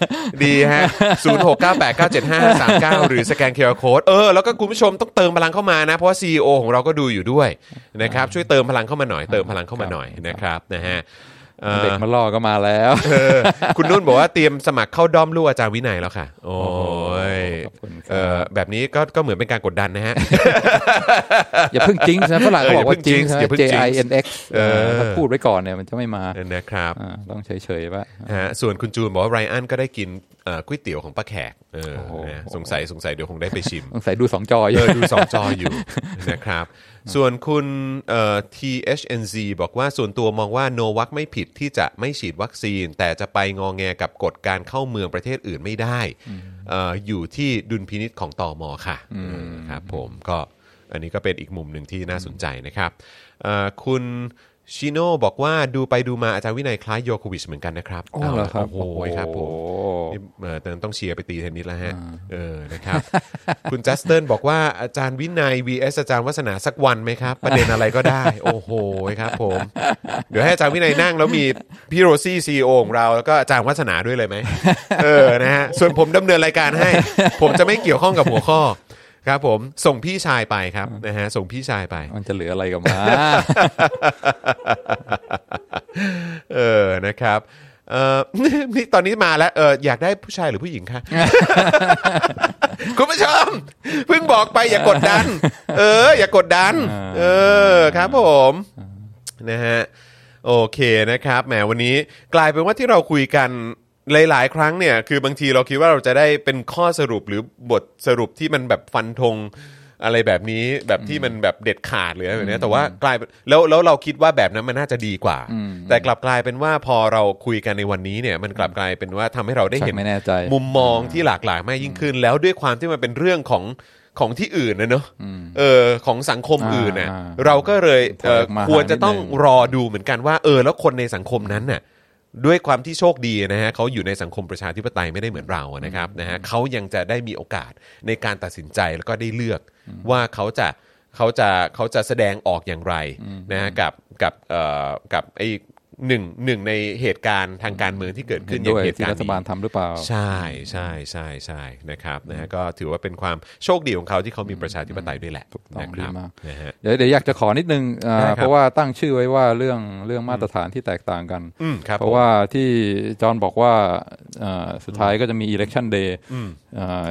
Speaker 1: ดีฮะศูนย์หกเก้าแปดเก้าเจ็ดห้าสามเก้าหรือสแกนเคอร์โคดเออแล้วก็คุณผู้ชมต้องเติมพลังเข้ามานะ เพราะว่าซีอของเราก็ดูอยู่ด้วยนะครับช่วยเติมพลังเข้ามาหน่อยเติมพลังเข้ามาหน่อยนะครับนะฮะเอ่อ
Speaker 2: เด็กมาล่อก็มาแล้ว
Speaker 1: เออ <laughs> คุณนุ่นบอกว่าเตรียมสมัครเข้าด้อมลูกอาจารย์วินัยแล้วค่ะ โอ้
Speaker 2: โอ้โห
Speaker 1: ย
Speaker 2: ขอบคุณครับ
Speaker 1: เออแบบนี้ก็ก็เหมือนเป็นการกดดันนะฮะ
Speaker 2: อย่าเพิ่งจิงส์นะฝรั่งเขาบอกว่า
Speaker 1: เออ
Speaker 2: จิ
Speaker 1: อง ย่า
Speaker 2: ส์
Speaker 1: เพิ่ง
Speaker 2: นะ J
Speaker 1: จิ้งส์
Speaker 2: I N X
Speaker 1: เออ
Speaker 2: ถ้าพูดไว้ก่อนเนี่ยมันจะไม่มา
Speaker 1: นะครับ
Speaker 2: อ่าต้องเฉยๆไว้
Speaker 1: ฮะส่วนคุณจูนบอกว่าไรอันก็ได้กินเอ่อก๋วยเตี๋ยวของป้าแขกเออ
Speaker 2: โอ้โห
Speaker 1: นะสงสัยสงสัยเดี๋ยวคงได้ไปชิม
Speaker 2: ต้องใส่ดูสองจออ
Speaker 1: เอยู่ อดูสองจออยู่ <laughs> นะครับ ส่วนคุณเอ่อ THNZ บอกว่าส่วนตัวมองว่าโนวัคไม่ผิดที่จะไม่ฉีดวัคซีน แต่จะไปงองแงกับกฎการเข้าเมืองประเทศอื่นไม่ได้เอ่ออยู่ที่ดุลพินิษของตอมอค่ะเออครับผมก็อันนี้ก็เป็นอีกมุมหนึ่งที่น่าสนใจนะครับเอ่อคุณชิโน่บอกว่าดูไปดูมาอาจารย์วินัยคล้ายโยโควิชเหมือนกันนะครับ
Speaker 2: โอ้เหรอครับ
Speaker 1: โอ้โหครับผม นี่เอ่อแต่ต้องเชียร์ไปตีเทนนิสแล้วฮะ เออ นะครับ <laughs> คุณจัสเตินบอกว่าอาจารย์วินัย vs อาจารย์วัฒนาสักวันไหมครับ ประเด็นอะไรก็ <laughs> ได้ โอ้โห ครับผม เดี๋ยวให้อาจารย์วินัยนั่งแล้วมีพี่โรซี่ซีโอของเรา แล้วก็อาจารย์วัฒนาด้วย <laughs> เลยไหม เออ นะฮะ ส่วนผมดำเนินรายการให้ ผมจะไม่เกี่ยวข้องกับหัวข้อ ครับผม ส่งพี่ชายไปครับ นะฮะ ส่งพี่ชายไป
Speaker 2: มันจะเหลืออะไรกับมา
Speaker 1: เออ นะครับ เออ <laughs> นี่ตอนนี้มาแล้ว เออ อยากได้ผู้ชายหรือผู้หญิงคะ คุณผู้ชม เพิ่งบอกไปอย่ากด <laughs> ดัน เออ อย่ากดดัน เออ ครับผม นะฮะ โอเคนะครับ แหม วันนี้กลายเป็นว่าที่เราคุยกันหลาย ๆ ครั้งเนี่ย คือบางทีเราคิดว่าเราจะได้เป็นข้อสรุปหรือบทสรุปที่มันแบบฟันธงอะไรแบบนี้แบบที่มันแบบเด็ดขาดหรืออะไรแบบเนี้ยแต่ว่ากลายเป็นแล้วแล้วเราคิดว่าแบบนั้นมันน่าจะดีกว่า แต่กลับกลายเป็นว่าพอเราคุยกันในวันนี้เนี่ย มันกลับกลายเป็นว่าทำให้เราได้เห็น
Speaker 2: ไม่แน่ใจ
Speaker 1: มุมมองที่หลากหลายมากยิ่งขึ้น แล้วด้วยความที่มันเป็นเรื่องของของที่อื่นนะเนอะเออของสังคมอื่นน่ะ
Speaker 2: อ่า
Speaker 1: เราก็เลย
Speaker 2: ถ
Speaker 1: เอ
Speaker 2: อ
Speaker 1: อ
Speaker 2: ยออกมา
Speaker 1: ควรจะต้อง
Speaker 2: นิดนึง
Speaker 1: รอดูเหมือนกันว่า เออ แล้วคนในสังคมนั้นน่ะด้วยความที่โชคดีนะฮะเขาอยู่ในสังคมประชาธิปไตยไม่ได้เหมือนเราอะนะครับนะฮะเขายังจะได้มีโอกาสในการตัดสินใจแล้วก็ได้เลือกว่าเขาจะเขาจะเขาจะแสดงออกอย่างไรนะฮะกับกับเอ่อกับไอหนึ่งหนึ่งในเหตุการณ์ทางการเมืองที่เกิดขึ้
Speaker 2: ขึ้
Speaker 1: น
Speaker 2: น
Speaker 1: อ
Speaker 2: ด้
Speaker 1: ย่าว ง
Speaker 2: ย
Speaker 1: เหตุ
Speaker 2: ที่
Speaker 1: การ
Speaker 2: รั
Speaker 1: ณ์
Speaker 2: ฐ
Speaker 1: นี้
Speaker 2: บาลทำหรือเปล่า
Speaker 1: ใช่ใช่ใช่ใช่นะครับนะฮะก็ถือว่าเป็นความโชคดีของเขาที่เขามีประชาธิปไตยด้วยแหละ
Speaker 2: ถูกต้อง
Speaker 1: นะครับ
Speaker 2: ดีมาก
Speaker 1: นะฮะ
Speaker 2: เดี๋ยวเดี๋ยวอยากจะขอนิดนึงอ่า
Speaker 1: ได้ครับ
Speaker 2: เพราะว่าตั้งชื่อไว้ว่าเรื่องเรื่องมาตรฐานที่แตกต่างกัน
Speaker 1: อืมครับ
Speaker 2: เพราะ
Speaker 1: ผม
Speaker 2: ว่าที่จอห์นบอกว่าเอ่อสุดท้ายก็จะมี election day เอ่อ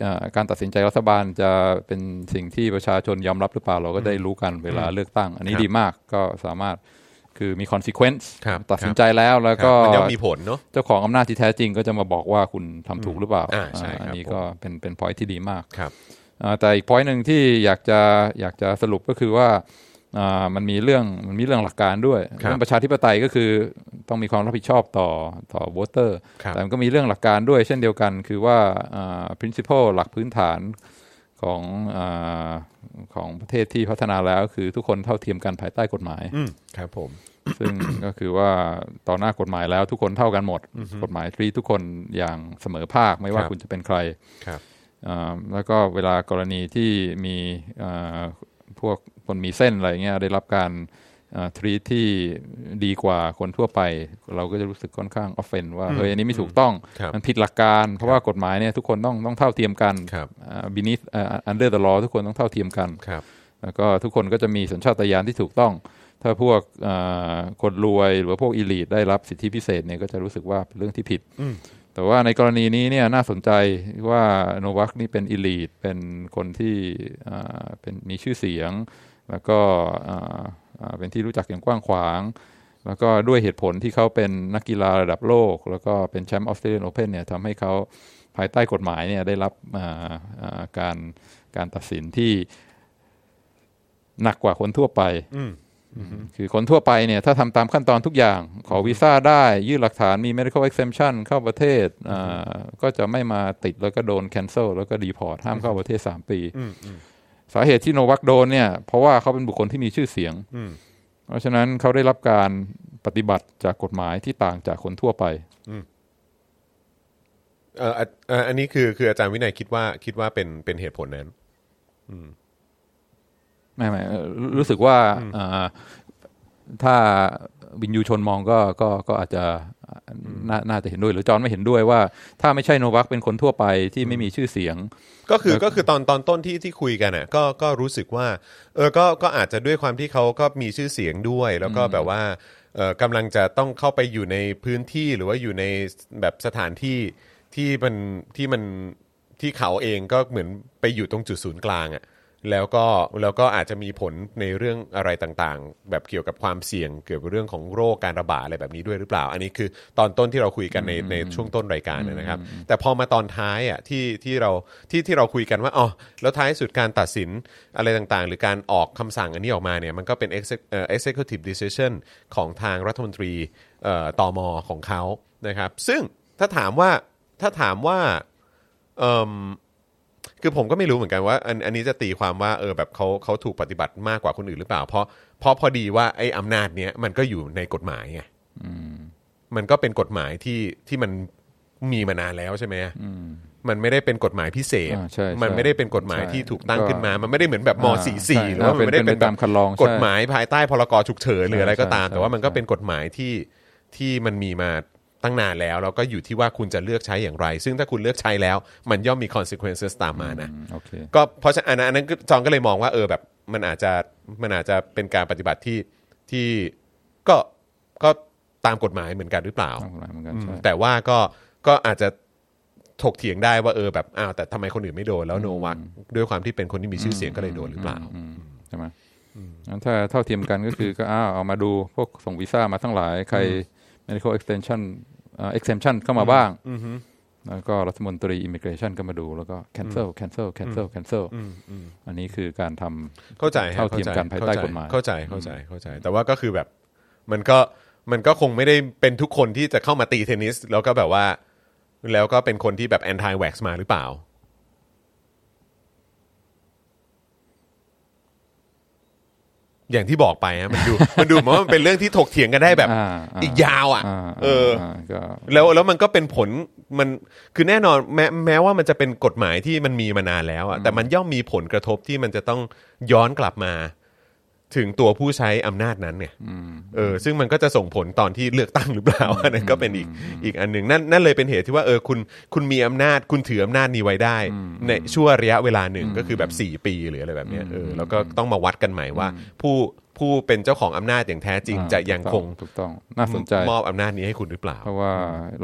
Speaker 2: เอ่อการตัดสินใจรัฐบาลจะเป็นสิ่งที่ประชาชนยอมรับหรือเปล่าเราก็ได้รู้กันเวลาเลือกตั้ง อันนี้
Speaker 1: ครับ
Speaker 2: ดีมากก็สามารถ คือมี consequence
Speaker 1: ครับ
Speaker 2: ตัดสิ
Speaker 1: คน รับ
Speaker 2: ใจแล้วแล้ว
Speaker 1: ค
Speaker 2: ก็
Speaker 1: รับมันย่อมมีผลเนาะ
Speaker 2: เจ้าของอำนาจที่แท้จริงก็จะมาบอกว่าคุณทำถูกหรือเปล่า
Speaker 1: อ่าใช่ครับ
Speaker 2: อันนี้
Speaker 1: ผม
Speaker 2: ก็เป็นเป็น point ที่ดีมาก
Speaker 1: ครับ
Speaker 2: อ่าแต่อีก point หนึ่งที่อยากจะอยากจะสรุปก็คือว่าอ่ามันมีเรื่องมันมีเรื่องหลักการด้วย
Speaker 1: ครับ
Speaker 2: เรื่องประชาธิปไตยก็คือต้องมีความรับผิดชอบต่อต่อ voter
Speaker 1: ครับ
Speaker 2: แต่มันก็มีเรื่องหลักการด้วย เช่นเดียวกันคือว่าอ่า principle หลักพื้นฐานของอาของประเทศที่พัฒนาแล้วคือทุกคนเท่าเทียมกันภายใต้กฎหมาย
Speaker 1: อืมครับผม
Speaker 2: ซึ่ง ก็คือว่าต่อหน้ากฎหมายแล้วทุกคนเท่ากันหมด กฎหมายทรีทุกคนอย่างเสมอภาคไม่ว่าคุณจะเป็นใคร
Speaker 1: ครับ
Speaker 2: อ่าแล้วก็เวลากรณีที่มีอ่าพวกคนมีเส้นอะไรเงี้ยได้รับการทรีที่ดีกว่าคนทั่วไป เราก็จะรู้สึกค่อนข้างออฟเฟนว่าเฮ้ยอันนี้ไม่ถูกต้อง
Speaker 1: ครับ
Speaker 2: มันผิดหลักการ เพราะว่ากฎหมายเนี่ยทุกคนต้องต้องเท่าเทียมกัน
Speaker 1: ครับ
Speaker 2: บินิสอันเดอร์เดอะลอทุกคนต้องเท่าเทียมกัน
Speaker 1: ครับ
Speaker 2: แล้วก็ทุกคนก็จะมีสัญชาตญาณที่ถูกต้อง ถ้าพวกเอ่อคนรวยหรือว่าพวกอีลีทได้รับสิทธิพิเศษเนี่ยก็จะรู้สึกว่าเป็นเรื่องที่ผิด
Speaker 1: อืม
Speaker 2: แต่ว่าในกรณีนี้เนี่ยน่าสนใจว่าโนวัคนี่เป็นอีลีทเป็นคนที่เอ่อเป็นมีชื่อเสียง แล้วก็เอ่อเอ่อเป็นที่รู้จักอย่างกว้างขวาง แล้วก็ด้วยเหตุผลที่เขาเป็นนักกีฬาระดับโลก แล้วก็เป็นแชมป์ออสเตรเลียนโอเพนเนี่ยทำให้เขาภายใต้กฎหมายเนี่ยได้รับเอ่อเอ่อการการตัดสินที่ หนักกว่าคนทั่วไป
Speaker 1: อืม
Speaker 2: คือคนทั่วไปเนี่ยถ้าทำตามขั้นตอนทุกอย่าง ขอวีซ่าได้ ยื่นหลักฐานมี medical exemption เข้าประเทศอ่าก็จะไม่มาติดแล้วก็โดน cancel แล้วก็ deport ห้ามเข้าประเทศ 3 ปี
Speaker 1: อืมอืม
Speaker 2: สาเหตุที่โนวัคโดนเนี่ยเพราะว่าเขาเป็นบุคคลที่มีชื่อเสียง
Speaker 1: อืม
Speaker 2: เพราะฉะนั้นเขาได้รับการปฏิบัติจากกฎหมายที่ต่างจากคนทั่วไป
Speaker 1: เอ่ออ่ะเอ่ออันนี้คือคืออาจารย์วินัยคิดว่าคิดว่าเป็นเป็นเหตุผลนั้น
Speaker 2: ไม่ไม่เอ่อรู้รู้สึกว่าเอ่อถ้าวินยูชนมองก็ก็ก็อาจจะนาน่าจะเห็นด้วย หรือจอห์นไม่เห็นด้วยว่า ถ้าไม่ใช่โนวัคเป็นคนทั่วไปที่ไม่มีชื่อเสียง
Speaker 1: ก็คือ
Speaker 2: แล้ว
Speaker 1: ก็คือตอนตอนต้นที่ที่คุยกันอ่ะก็ก็รู้สึกว่าเออก็ก็อาจจะด้วยความที่เขาก็มีชื่อเสียงด้วย แล้วก็แบบว่าเออกำลังจะต้องเข้าไปอยู่ในพื้นที่หรือว่าอยู่ในแบบสถานที่ที่มันที่มันที่เขาเองก็เหมือนไปอยู่ตรงจุดศูนย์กลางอ่ะแล้วก็แล้วก็อาจจะมีผลในเรื่องอะไรต่างๆ แบบเกี่ยวกับความเสี่ยงเกี่ยวกับเรื่องของโรคการระบาดอะไรแบบนี้ด้วยหรือเปล่า อันนี้คือตอนต้นที่เราคุยกันในในช่วงต้นรายการนะครับ แต่พอมาตอนท้ายอ่ะที่ที่เราที่ที่เราคุยกันว่าอ๋อแล้วท้ายสุดการตัดสินอะไรต่างๆ หรือการออกคำสั่งอันนี้ออกมาเนี่ยมันก็เป็น exec- เอ่อ executive decision ของทางรัฐมนตรีเอ่อตมของเขานะครับ ซึ่งถ้าถามว่าถ้าถามว่าเอิ่ม คือผมก็ไม่รู้เหมือนกันว่าอันอันนี้จะตีความว่าเออแบบเขาเขาถูกปฏิบัติมากกว่าคนอื่นหรือเปล่า เพราะเพราะพอดีว่าไอ้อำนาจเนี้ยมันก็อยู่ในกฎหมายไงมันก็เป็นกฎหมายที่ที่มันมีมานานแล้วใช่ไหมมันไม่ได้เป็นกฎหมายพิเศษ
Speaker 2: อ่าใช่ใช่
Speaker 1: มันไม่ได้เป็นกฎหมาย
Speaker 2: ใช่
Speaker 1: ที่ถูกตั้ง
Speaker 2: ก็
Speaker 1: ขึ้นมา มันไม่ได้เหมือนแบบม
Speaker 2: อ่าใช่
Speaker 1: .44 หรือว่ามันไม่ได้เป็นแบบ
Speaker 2: ตามคันลองใช่
Speaker 1: กฎหมายภายใต้พรกฉุกเฉินหรืออะไรก็ตาม
Speaker 2: ใช่ใช่
Speaker 1: แต่ว่ามันก็
Speaker 2: ใช่
Speaker 1: เป็นกฎหมายที่ที่มันมีมาตั้งนานแล้วแล้วก็อยู่ที่ว่าคุณจะเลือกใช้อย่างไร ซึ่งถ้าคุณเลือกใช้แล้ว มันย่อมมี consequences ตามมานะ
Speaker 2: อืมโอเค
Speaker 1: ก็เพราะฉะนั้นอันนั้นก็จองก็เลยมองว่าเออแบบมันอาจจะมันอาจจะเป็นการปฏิบัติที่ที่ก็ก็ตามกฎหมายเหมือนกันหรือเปล่า
Speaker 2: ตามกฎหมายเหมือนกัน
Speaker 1: อืม
Speaker 2: ใช่
Speaker 1: แต่ว่าก็ก็อาจจะถกเถียงได้ว่าเออแบบอ้าวแต่ทำไมคนอื่นไม่โดนแล้วโนวักด้วยความที่เป็นคนที่มีชื่อเสียงก็เลยโดนหรือเปล่า
Speaker 2: อืมใช่ไหมงั้นถ้าเท่าเทียมกันก็คือ <coughs> ก็อ้าวเอามาดูพวกส่งวีซ่ามาทั้งหลาย ใคร medical extension เอ่อ exemption เข้ามาบ้าง แล้วก็รัฐมนตรี immigration ก็มาดูแล้วก็ cancel cancel cancel cancel อันนี้คือการท
Speaker 1: เข้าใจฮะ
Speaker 2: เท่าเทียมกันภายใต้กฎหมาย
Speaker 1: เข้าใจเข้าใจเข้าใจ แต่ว่าก็คือแบบมันก็มันก็คงไม่ได้เป็นทุกคนที่จะเข้ามาตีเทนนิส แล้วก็แบบว่า แล้วก็เป็นคนที่แบบแอนตี้แว็กซ์มาหรือเปล่า อย่างที่บอกไปฮะมันดู มันดูเหมือนว่ามันเป็นเรื่องที่ถกเถียงกันได้แบบ
Speaker 2: อ่าอ่า
Speaker 1: อีกยาวอ่ะ
Speaker 2: ำอ่า
Speaker 1: เออ
Speaker 2: าาก็
Speaker 1: แล้วแล้วมันก็เป็นผลมันคือแน่นอนแม้แม้ว่ามันจะเป็นกฎหมายที่มันมีมานานแล้วอะแต่มันย่อมมีผลกระทบที่มันจะต้องย้อนกลับมา ถึงตัวผู้ใช้อำนาจนั้นเนี่ยเออ ซึ่งมันก็จะส่งผลตอนที่เลือกตั้งหรือเปล่า <laughs> อันนั้นก็เป็นอีกอีกอันหนึ่งนั่นนั่นเลยเป็นเหตุที่ว่าเออคุณคุณมีอำนาจ คุณถืออำนาจนี้ไว้ได้ ในชั่วระยะเวลาหนึ่งก็คือแบบ 4 ปีหรืออะไรแบบเนี้ยเออแล้วก็ต้องมาวัดกันใหม่ว่า ผู้ ผู้เป็นเจ้าของอำนาจอย่างแท้จริง
Speaker 2: อ่า
Speaker 1: จะยังคง
Speaker 2: ถูกต้องถูกต้องน่าสนใจ
Speaker 1: มอบอำนาจนี้ให้คุณหรือเปล่า
Speaker 2: เพราะว่า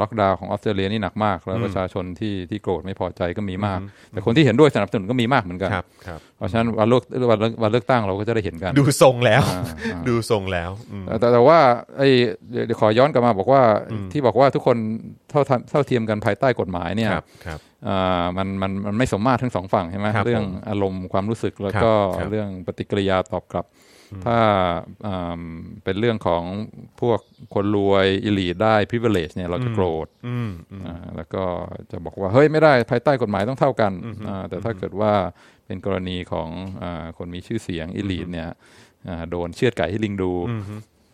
Speaker 2: ล็อกดาวน์ของออสเตรเลียนี่หนักมาก แล้วประชาชนที่ที่โกรธไม่พอใจก็มีมาก แต่คนที่เห็นด้วยสนับสนุนก็มีมากเหมือนกัน
Speaker 1: ครับครับ
Speaker 2: เพราะฉะนั้นวันเลือกวันเลือกวันเลือกตั้งเราก็จะได้เห็นกัน
Speaker 1: ดูทรงแล้ว
Speaker 2: อ่าอ่า
Speaker 1: ดูทรงแล้วอืม
Speaker 2: แต่แต่แต่ว่าไอ้เดี๋ยวเดี๋ยวขอย้อนกลับมาบอกว่าที่บอกว่าทุกคนเท่าทันเท่าเทียมกันภายใต้กฎหมายเนี่ย
Speaker 1: ครับครับ
Speaker 2: อ่ามันมันมันไม่สมมาตรทั้งสองฝั่งใช่ไหม
Speaker 1: ครับ
Speaker 2: เรื่อง
Speaker 1: ผม
Speaker 2: อารมณ์ความรู้สึกแล้วก็
Speaker 1: ครับครับ
Speaker 2: เรื่องปฏิกิริยาตอบกลับ ถ้าอ่าเป็นเรื่องของพวกคนรวยอิลีได้ privilege เนี่ยเราจะโกรธอ่าแล้วก็จะบอกว่าเฮ้ยไม่ได้ภายใต้กฎหมายต้องเท่ากันอ่าแต่ถ้าเกิดว่าเป็นกรณีของอาคนมีชื่อเสียงอิลีเนี่ยอ่าโดนเชือดไก่ให้ลิงดู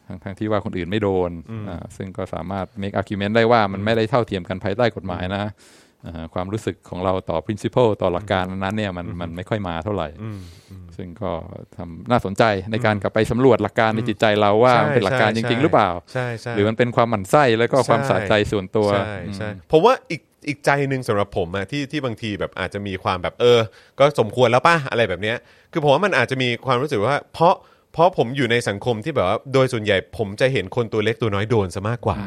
Speaker 2: ทั้งทั้งที่ว่าคนอื่นไม่โดนอ่าซึ่งก็สามารถ make argument ได้ว่ามันไม่ได้เท่าเทียมกันภายใต้กฎหมายนะอ่าความรู้สึกของเราต่อ principle ต่อหลักการนั้นๆเนี่ยมันมันไม่ค่อยมาเท่าไหร่ ซึ่งก็ทำน่าสนใจในการกลับไปสำรวจหลักการในจิตใจเราว่า
Speaker 1: ใช่
Speaker 2: มันเป็นหลักการ
Speaker 1: ใช่
Speaker 2: จริง
Speaker 1: ใช่
Speaker 2: ๆ หรือเปล่า
Speaker 1: ใช่ใช่
Speaker 2: หรือมันเป็นความหมั่นไส้แล้วก็ความ
Speaker 1: ใช่
Speaker 2: สะใจส่วนตัว
Speaker 1: ใช่ใช่ผมว่าอีกอีกใจหนึ่งสำหรับผมอะที่ที่บางทีแบบอาจจะมีความแบบเออ ก็สมควรแล้วป่ะอะไรแบบเนี้ยคือผมว่ามันอาจจะมีความรู้สึกว่า เพราะเพราะผมอยู่ในสังคมที่แบบว่าโดยส่วนใหญ่ผมจะเห็นคนตัวเล็กตัวน้อยโดนซะมากกว่า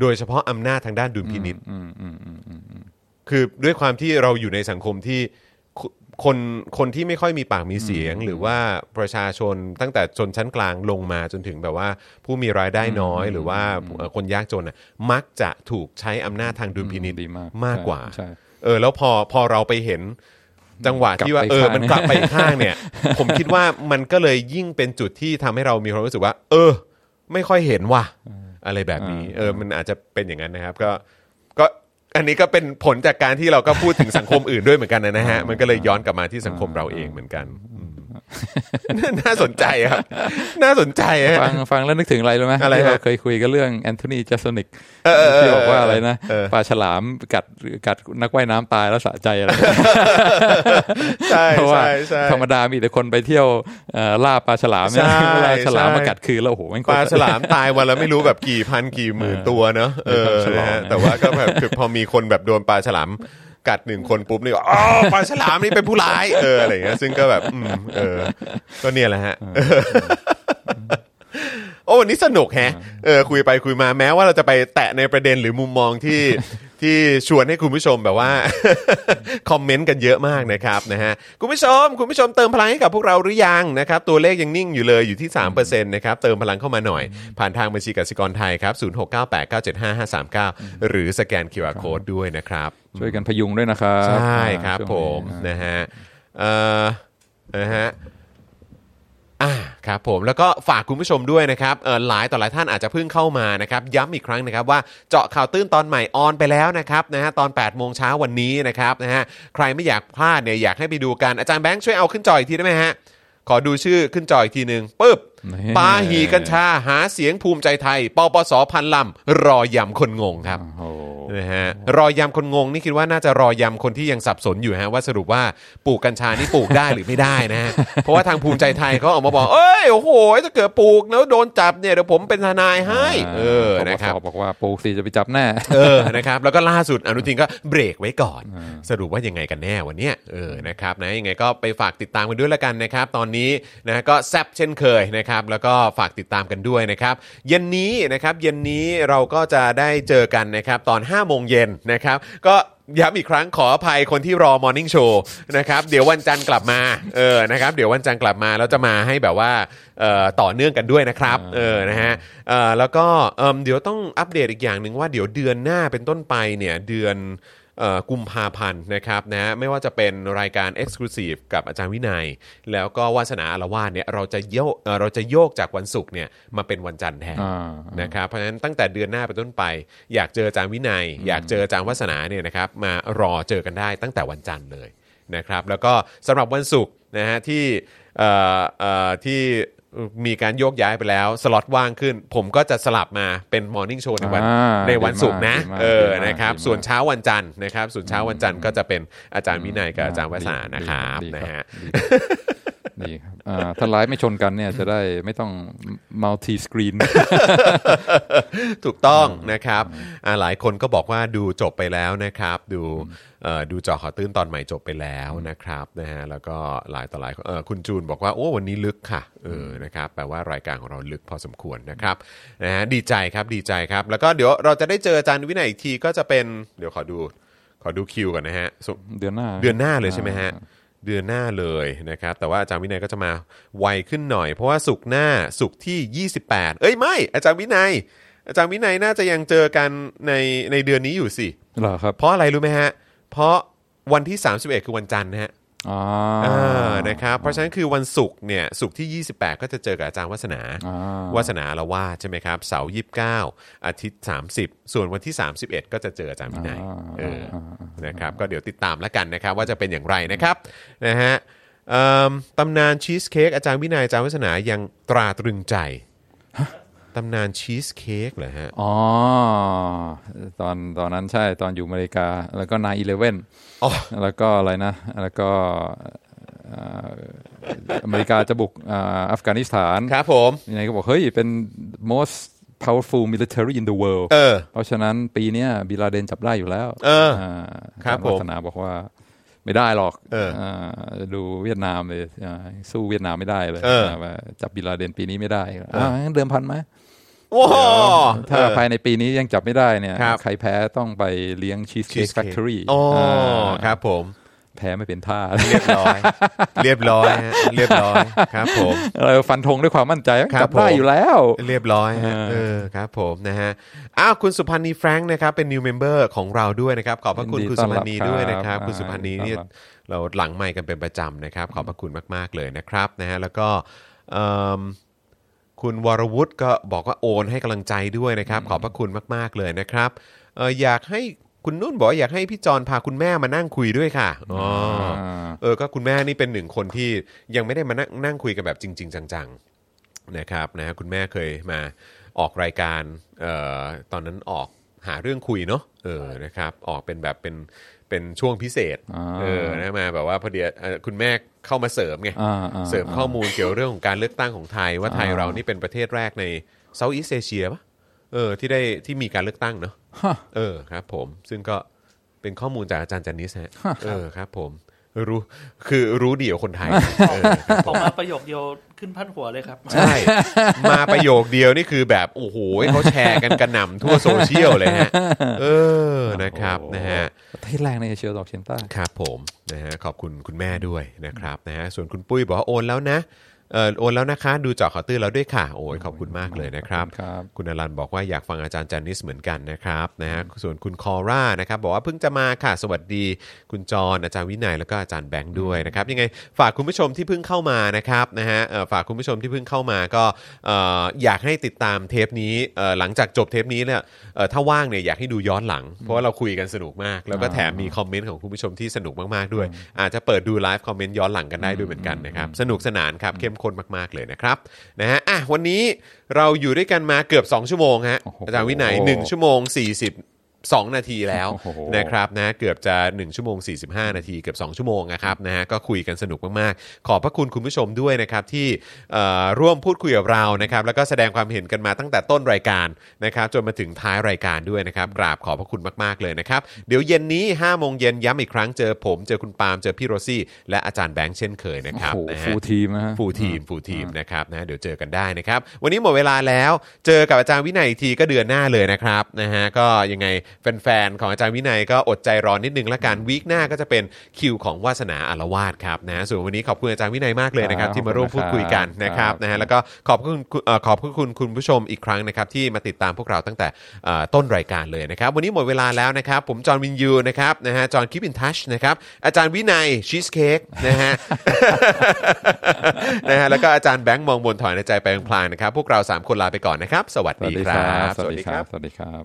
Speaker 1: โดยเฉพาะอำนาจทางด้านดุลพินิษ
Speaker 2: อืมอืมอืม
Speaker 1: คือด้วยความที่เราอยู่ในสังคมที่คคนคนที่ไม่ค่อยมีปากมีเสียง หรือว่าประชาชนตั้งแต่ชนชั้นกลางลงมาจนถึงแบบว่า ผู้มีรายได้น้อยหรือว่าเอ่อคนยากจนน่ะมักจะถูกใช้อำนาจทางดุลพินิจ
Speaker 2: ดีมาก
Speaker 1: กว่า
Speaker 2: ใช่
Speaker 1: เออแล้วพอพอเราไปเห็นจังหวะที่ว่า
Speaker 2: กลับไป
Speaker 1: เออ
Speaker 2: ข้าง
Speaker 1: มันกลับไปอีกข้าง
Speaker 2: <laughs>
Speaker 1: เนี่ย ผมคิดว่ามันก็เลยยิ่งเป็นจุดที่ทำให้เรามีความรู้สึกว่า เออ ไม่ค่อยเห็นว่ะอะไรแบบนี้ เออ มันอาจจะเป็นอย่างนั้นนะครับ ก็ ก็อันนี้ก็เป็นผลจากการที่เราก็พูดถึงสังคมอื่นด้วยเหมือนกันนะฮะ มันก็เลยย้อนกลับมาที่สังคมเราเองเหมือนกันอืมน่าสนใจครับ น่าสนใจฮะ
Speaker 2: ฟังฟังแล้วนึกถึงอะไรรู้ไหม
Speaker 1: อะไรฮะ
Speaker 2: ที่เราเคยคุยกันเรื่องแอนโทนีจัสนิก
Speaker 1: เออเออเออ
Speaker 2: ที่บอกว่าอะไรนะ
Speaker 1: เออ
Speaker 2: ปลาฉลามกัดกัดนักว่ายน้ำตายแล้วสะใจอะไร
Speaker 1: ใช่
Speaker 2: เพราะว่า
Speaker 1: ใช่ใช่
Speaker 2: ธรรมดามีแต่คนไปเที่ยวเอ่อล่าปลาฉลามเนี่ย
Speaker 1: ใช่
Speaker 2: เวลาฉลาม
Speaker 1: ใช่
Speaker 2: มากัดคืนแล้วโอ้โหแม่งโค
Speaker 1: ป
Speaker 2: ตร
Speaker 1: ลาฉลามตายวันละไม่รู้แบบกี่พันกี่หมื่นตัวเนอะเออ
Speaker 2: ฉ
Speaker 1: นะ
Speaker 2: ลาม
Speaker 1: ฮะ
Speaker 2: นะ
Speaker 1: แต่ว่าก็แบบ <laughs> คือพอมีคนแบบโดนปลาฉลามกัดหนึ่งคนปุ๊บนี่ก็อ๋ <laughs> อปลาฉลามนี่เป็นผู้ร้ายเอออะไรอย่างเงี้ยซึ่งก็แบบอืมเออก็เนี่ยแหละฮะ <laughs> โอ้วันนี้สนุกแฮะเออคุยไปคุยมาแม้ว่าเราจะไปแตะในประเด็นหรือมุมมองที่ <laughs> ที่ชวนให้คุณผู้ชมแบบว่า คอมเมนต์กันเยอะมากนะครับนะฮะคุณผู้ชม คุณผู้ชมเติมพลังให้กับพวกเราหรือยังนะครับ ตัวเลขยังนิ่งอยู่เลยอยู่ที่ 3%นะครับ เติมพลังเข้ามาหน่อย ผ่านทางบัญชีกสิกรไทยครับ 0698975539 หรือสแกน QR Code ด้วยนะครับ
Speaker 2: ช่วยกันพยุงด้วยนะครับ
Speaker 1: ใช่ครับ
Speaker 2: อ่า
Speaker 1: ผ
Speaker 2: ช่วง
Speaker 1: ม
Speaker 2: นี้นะ
Speaker 1: นะฮะเอ่อนะฮะอ่าครับผมแล้วก็ฝากคุณผู้ชมด้วยนะครับเอ่อหลายต่อหลายท่านอาจจะเพิ่งเข้ามานะครับย้ำอีกครั้งนะครับว่าเจาะข่าวตื้นตอนใหม่ออนไปแล้วนะครับนะฮะตอน8โมงเช้าวันนี้นะครับนะฮะใครไม่อยากพลาดเนี่ยอยากให้ไปดูกันอาจารย์แบงค์ช่วยเอาขึ้นจออีกทีได้ไหมฮะขอดูชื่อขึ้นจออีกทีหนึ่งปึ๊บ
Speaker 2: นี่
Speaker 1: ปาหีกัญชาหาเสียงภูมิใจไทยปปสพันลำรอยำคนงงครับ
Speaker 2: โอ้โห
Speaker 1: นะฮะรอยำคนงงนี่คิดว่าน่าจะรอยำคนที่ยังสับสนอยู่ฮะว่าสรุปว่าปลูกกัญชานี่ปลูกได้ หรือไม่ได้นะ
Speaker 2: <laughs>
Speaker 1: ฮะเพราะว่าทางภูมิใจไทยเขาออกมาบอกเอ้ยโอ้โหถ้าเกิดปลูกแล้วโดนจับเนี่ยเดี๋ยวผมเป็นทนายให้ เออ
Speaker 2: ปปส
Speaker 1: นะครับ
Speaker 2: บอกว่าปลูกสีจะไปจับแน่
Speaker 1: เออ นะครับ แล้วก็ล่าสุดอนุทินก็เบรกไว้ก่อน สรุปว่ายังไงกันแน่วันเนี้ย เออ นะครับ นะ ยังไงก็ไปฝากติดตามกันด้วยละกันนะครับ ตอนนี้นะก็แซบเช่นเคยนะครับ แล้วก็ฝากติดตามกันด้วยนะครับ เย็นนี้นะครับ เย็นนี้เราก็จะได้เจอกันนะครับ ตอน5โมงเย็นนะครับ ก็ย้ำอีกครั้งขออภัยคนที่รอ Morning Show นะครับ เดี๋ยววันจันทร์กลับมา เออ นะครับ เดี๋ยววันจันทร์กลับมาแล้วจะมาให้แบบว่า เอ่อต่อเนื่องกันด้วยนะครับ เออ นะฮะ เอ่อแล้วก็เอิ่มเดี๋ยวต้องอัปเดตอีกอย่างหนึ่งว่าเดี๋ยวเดือนหน้าเป็นต้นไปเนี่ยเดือนเอ่อกุมภาพันธ์นะครับนะฮะไม่ว่าจะเป็นรายการ Exclusive กับอาจารย์วินัย แล้วก็วาสนาอารวาสเนี่ยเราจะโยกเอ่อเราจะโยกจากวันศุกร์เนี่ยมาเป็นวันจันทร์แทน
Speaker 2: อ่า
Speaker 1: นะครับเพราะฉะนั้นตั้งแต่เดือนหน้าเป็นต้นไป อยากเจออาจารย์วินัย อยากเจออาจารย์วัฒนาเนี่ยนะครับมารอเจอกันได้ตั้งแต่วันจันทร์เลยนะครับแล้วก็สำหรับวันศุกร์นะฮะที่เอ่อเอ่อที่มีการโยกย้ายไปแล้ว สล็อตว่างขึ้น ผมก็จะสลับมาเป็นมอร์นิ่งโชว์ในวัน
Speaker 2: อ่า
Speaker 1: ในวันศุกร์นะ
Speaker 2: ดีมาก
Speaker 1: เออ
Speaker 2: ดีมาก
Speaker 1: นะครับ
Speaker 2: ดีมาก
Speaker 1: ส่วนเช้าวันจันทร์นะครับส่วนเช้าวันจันทร์ก็จะเป็นอาจารย์วินัยกับอาจารย์วัฒนานะครับ
Speaker 2: ดี
Speaker 1: นะ
Speaker 2: ครั
Speaker 1: ฮะ
Speaker 2: บ ดีครับอ่าถ้าไลฟ์ไม่ชนกันเนี่ยจะได้ไม่ต้อง multi
Speaker 1: <laughs>
Speaker 2: screen
Speaker 1: ถูกต้องนะครับอ่าหลายคนก็บอกว่าดูจบไปแล้วนะครับ ดูเอ่อดูเจอขอตื้นตอนใหม่จบไปแล้วนะครับนะฮะแล้วก็หลายต่อหลายคนเอ่อคุณจูนบอกว่าโอ้วันนี้ลึกค่ะเออนะครับแปลว่ารายการของเราลึกพอสมควรนะครับนะฮะดีใจครับดีใจครับ แล้วก็เดี๋ยวเราจะได้เจออาจารย์วินัยอีกทีก็จะเป็นเดี๋ยวขอดูขอดูคิวก่อนนะฮะสุ
Speaker 2: เดือนหน้า
Speaker 1: เดือนหน้าเลยใช่ไหมฮะ เดือนหน้าเลยนะครับ แต่ว่าอาจารย์วินัยก็จะมาไวขึ้นหน่อย เพราะว่าสุกร์หน้าสุกร์ที่ 28 เอ้ยไม่อาจารย์วินัย อาจารย์วินัยน่าจะยังเจอกันในในเดือนนี้อยู่สิ
Speaker 2: เหรอครับ
Speaker 1: เพราะอะไรรู้ไหมฮะ เพราะวันที่ 31 คือวันจันทร์นะฮะ
Speaker 2: อ่า
Speaker 1: อ่านะครับเพราะฉะนั้นคือวันศุกร์เนี่ยศุกร์ที่ 28 ก็จะเจอกับอาจารย์วัฒนา
Speaker 2: อ่า
Speaker 1: วาสนาละว่าดใช่ไหมครับเสาร์ยี่สิบเก้าอาทิตย์ 30 ส่วนวันที่ 31 ก็จะเจออาจารย์วินัย
Speaker 2: อ่า
Speaker 1: เอออา นะครับก็เดี๋ยวติดตามแล้วกันนะครับ ว่าจะเป็นอย่างไรนะครับนะฮะเอิ่มตำนานชีสเค้กอาจารย์วินัยอาจารย์วัฒนายังตราตรึงใจตำนานชีสเค้กเหรอฮะ
Speaker 2: อ๋อตอนตอนนั้นใช่ตอนอยู่อเมริกา แล้วก็นายอีเลเว่น
Speaker 1: อ๋อ
Speaker 2: แล้วก็อะไรนะ แล้วก็เอ่ออเมริกาจะบุกอ่าอัฟกานิสถาน
Speaker 1: ครับผม
Speaker 2: ยังไงก็บอก เฮ้ย เป็น most powerful military in the world
Speaker 1: เออ
Speaker 2: เพราะฉะนั้นปีเนี้ยบินลาเดนจับได้อยู่แล้ว
Speaker 1: เออ
Speaker 2: อ่า
Speaker 1: ครับ
Speaker 2: อาจาย์วัฒนาบอกว่าไม่ได้หรอก
Speaker 1: เออ
Speaker 2: เออดูเวียดนามเลยอ่าสู้เวียดนามไม่ได้เลย
Speaker 1: เออ
Speaker 2: ว่าจับบินลาเดนปีนี้ไม่ได้อ่างั้นเดิมพันไหม
Speaker 1: โอ้โห
Speaker 2: ถ้าภายในปีนี้ยังจับไม่ได้เนี่ย
Speaker 1: ครับ
Speaker 2: ใครแพ้ต้องไปเลี้ยงชีสเค้กแฟคทอรี่
Speaker 1: โอ้ครับผม
Speaker 2: แพ้ไม่เป็นท่า
Speaker 1: เรียบร้อย เรียบร้อย
Speaker 2: <laughs>
Speaker 1: ฮะเรียบร้อยครับผม
Speaker 2: เราฟันธงด้วยความมั่นใจว่า
Speaker 1: ครับ
Speaker 2: จับได้
Speaker 1: ผม
Speaker 2: อยู่แล้ว
Speaker 1: เรียบร้อยฮะ
Speaker 2: เออ
Speaker 1: เออครับผมนะฮะอ้าวคุณสุพันธ์นีแฟรงค์นะครับเป็น new member ของเราด้วยนะครับ ขอบพระคุณ
Speaker 2: ยินดี
Speaker 1: คุณสุพันธ์นี
Speaker 2: ต้อนรับ
Speaker 1: ด้วยนะครับ
Speaker 2: ครับ
Speaker 1: คุณสุพันธ์นีเนี่ย
Speaker 2: ต้อนรั
Speaker 1: เราหลังไมค์กันเป็นประจำนะครับ ขอบพระคุณมาก ๆ เลยนะครับนะฮะแล้วก็เอิ่มคุณวรวุฒิก็บอกว่าโอนให้กำลังใจด้วยนะครับ ขอบพระคุณมาก ๆ เลยนะครับเอออยากให้คุณนุ่นบอกว่าอยากให้พี่จอนพาคุณแม่มานั่งคุยด้วยค่ะอ๋ออ
Speaker 2: อ่า
Speaker 1: เออ ก็คุณแม่นี่เป็นหนึ่งคนที่ยังไม่ได้มานั่งนั่งคุยกันแบบจริง ๆ จังๆนะครับนะฮะคุณแม่เคยมาออกรายการเอ่อตอนนั้นออกหาเรื่องคุยเนาะเออนะครับออกเป็นแบบเป็นเป็นช่วงพิเศษ
Speaker 2: อ่า
Speaker 1: เออนะมาแบบว่าพอดีเอ่อคุณแม่เข้ามาเสริมไง
Speaker 2: อ่าอ่า
Speaker 1: เสริมข้อมูลเกี่ยวเรื่องของการเลือกตั้งของไทย ว่าไทยเรานี่เป็นประเทศแรกในเซาท์อีสเอเชียปะเออที่ได้ที่มีการเลือกตั้งเนอะ
Speaker 2: ฮะ
Speaker 1: เออครับผมซึ่งก็เป็นข้อมูลจากอาจารย์จันนิสฮะเออครับผมรู้คือรู้ดีกว่าคน <laughs> ไทยเออครับ
Speaker 3: ผ
Speaker 1: ผม
Speaker 3: มมาประโยคเดียวขึ้นพันหัวเลยครับ
Speaker 1: ใช่ มาประโยคเดียวนี่คือแบบ โอ้โหเขาแชร์กันกระหน่ำทั่วโซเชียลเลยฮะ เออนะครับ
Speaker 2: โอ้โห
Speaker 1: นะฮะ
Speaker 2: ประเทศแรกในเอเชียตะวันออกเฉียงใต้
Speaker 1: ครับผมนะฮะขอบคุณคุณแม่ด้วยนะครับนะฮะส่วนคุณปุ้ยบอกว่าโอนแล้วนะเออโอนแล้วนะคะ ดูเจอขอตื้นแล้วด้วยค่ะ โอ้ยขอบคุณมากเลยนะครับ
Speaker 2: ขอบคุณครับ
Speaker 1: คุณอรันบอกว่าอยากฟังอาจารย์จานิสเหมือนกันนะครับนะฮะส่วนคุณคอร่านะครับบอกว่าเพิ่งจะมาค่ะ สวัสดีคุณจรอาจารย์วินัยแล้วก็อาจารย์แบงค์ด้วยนะครับยังไงฝากคุณผู้ชมที่เพิ่งเข้ามานะครับนะฮะเอ่อฝากคุณผู้ชมที่เพิ่งเข้ามาก็เอ่ออยากให้ติดตามเทปนี้เอ่อหลังจากจบเทปนี้เนี่ยเอ่อถ้าว่างเนี่ยอยากให้ดูย้อนหลัง เพราะว่าเราคุยกันสนุกมาก แล้วก็แถมมีคอมเมนต์ของคุณผู้ชมที่สนุกมากๆด้วย อาจจะเปิดดูไลฟ์คอมเมนต์ย้อนหลังกันได้ด้วยเหมือนกันนะครับสนุกสนานครับเข้มข้นมากๆเลยนะครับนะฮะอ่ะวันนี้เราอยู่ด้วยกันมาเกือบ 2 ชั่วโมงฮะ
Speaker 2: โอ้โห
Speaker 1: อาจารย์วินัย 1 ชั่วโมง 42 นาทีแล้ว
Speaker 2: โอ้โห
Speaker 1: นะครับนะเกือบจะ 1 ชั่วโมง 45 นาทีเกือบ 2 ชั่วโมงนะครับนะฮะก็คุยกันสนุกมากๆ ขอบพระคุณคุณผู้ชมด้วยนะครับที่เอ่อร่วมพูดคุยกับเรานะครับแล้วก็แสดงความเห็นกันมาตั้งแต่ต้นรายการนะครับจนมาถึงท้ายรายการด้วยนะครับกราบขอบพระคุณมากๆเลยนะครับ เดี๋ยวเย็นนี้5โมงเย็นย้ำอีกครั้งเจอผม เจอคุณปาล์มเจอพี่โรซี่และอาจารย์แบงค์เช่นเคยนะ
Speaker 2: โอ้
Speaker 1: ครับ
Speaker 2: โห
Speaker 1: นะฮะ
Speaker 2: ฟูลทีมนะฮะ
Speaker 1: ฟูลทีมฟูลทีมนะครับนะเดี๋ยวเจอกันได้นะครับ วันนี้หมดเวลาแล้วเจอกับอาจารย์วินัยอีกทีก็เดือนหน้าเลยนะครับนะฮะก็ยังไงแฟนๆของอาจารย์วินัยก็อดใจรอนิดนึงละกันวีคหน้าก็จะเป็นคิวของวาสนาอารวาสครับนะส่วนวันนี้ขอบคุณอาจารย์วินัยมากเลยนะครับ
Speaker 2: ครับ
Speaker 1: ที่มาร่วมพูดคุยกันนะครับ
Speaker 2: ครับ
Speaker 1: นะฮะแล้วก็ขอบคุณเอ่อขอบคุณคุณผู้ชมอีกครั้งนะครับที่มาติดตามพวกเราตั้งแต่เอ่อต้นรายการเลยนะครับวันนี้หมดเวลาแล้วนะครับผมจอห์นวินยูนะครับนะฮะจอห์นคิปินทัชนะครับอาจารย์วินัยชีสเค้กนะฮะ <laughs> นะฮะแล้วก็อาจารย์แบงค์มองบนถอยในใจไปพลางๆนะครับ พวกเรา 3 คนลาไปก่อนนะครับ สวัส
Speaker 2: สวัส
Speaker 1: ดี
Speaker 2: ดี
Speaker 1: ค
Speaker 2: ค
Speaker 1: รั
Speaker 2: รับ
Speaker 1: บ
Speaker 2: สวัสดีครับ สวัสดีครับ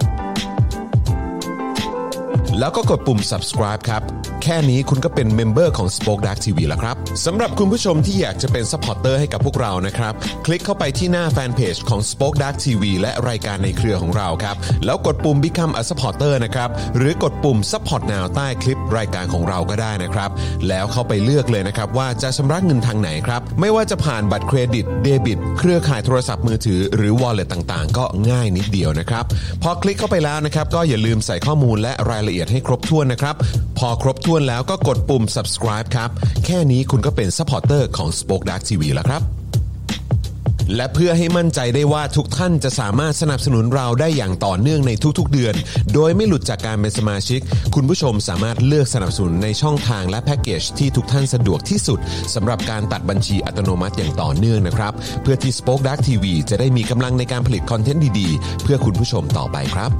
Speaker 1: แล้วก็กดปุ่ม subscribe ครับ แค่นี้คุณก็เป็นเมมเบอร์ของ Spoke Dark TV แล้วครับ สำหรับคุณผู้ชมที่อยากจะเป็นซัพพอร์ตเตอร์ให้กับพวกเรานะครับ คลิกเข้าไปที่หน้าแฟนเพจของ Spoke Dark TV และรายการในเครือของเราครับ แล้วกดปุ่ม Become a supporter นะครับ หรือกดปุ่ม support now ใต้คลิปรายการของเราก็ได้นะครับ แล้วเข้าไปเลือกเลยนะครับ ว่าจะชำระเงินทางไหนครับ ไม่ว่าจะผ่านบัตรเครดิตเดบิต เครือข่ายโทรศัพท์มือถือหรือ wallet ต่างๆ ก็ง่ายนิดเดียวนะครับ พอคลิกเข้าไปแล้วนะครับ ก็อย่าลืมใส่ข้อมูลและรายละเอียดให้ครบถ้วนนะครับ พอครบถ้วนแล้วก็กดปุ่ม subscribe ครับ แค่นี้คุณก็เป็น supporter ของ Spoke Dark TV แล้วครับ และเพื่อให้มั่นใจได้ว่าทุกท่านจะสามารถสนับสนุนเราได้อย่างต่อเนื่องในทุกๆเดือน โดยไม่หลุดจากการเป็นสมาชิก คุณผู้ชมสามารถเลือกสนับสนุนในช่องทางและแพ็กเกจที่ทุกท่านสะดวกที่สุดสำหรับการตัดบัญชีอัตโนมัติอย่างต่อเนื่องนะครับ เพื่อที่ Spoke Dark TV จะได้มีกำลังในการผลิตคอนเทนต์ดีๆ เพื่อคุณผู้ชมต่อไปครับ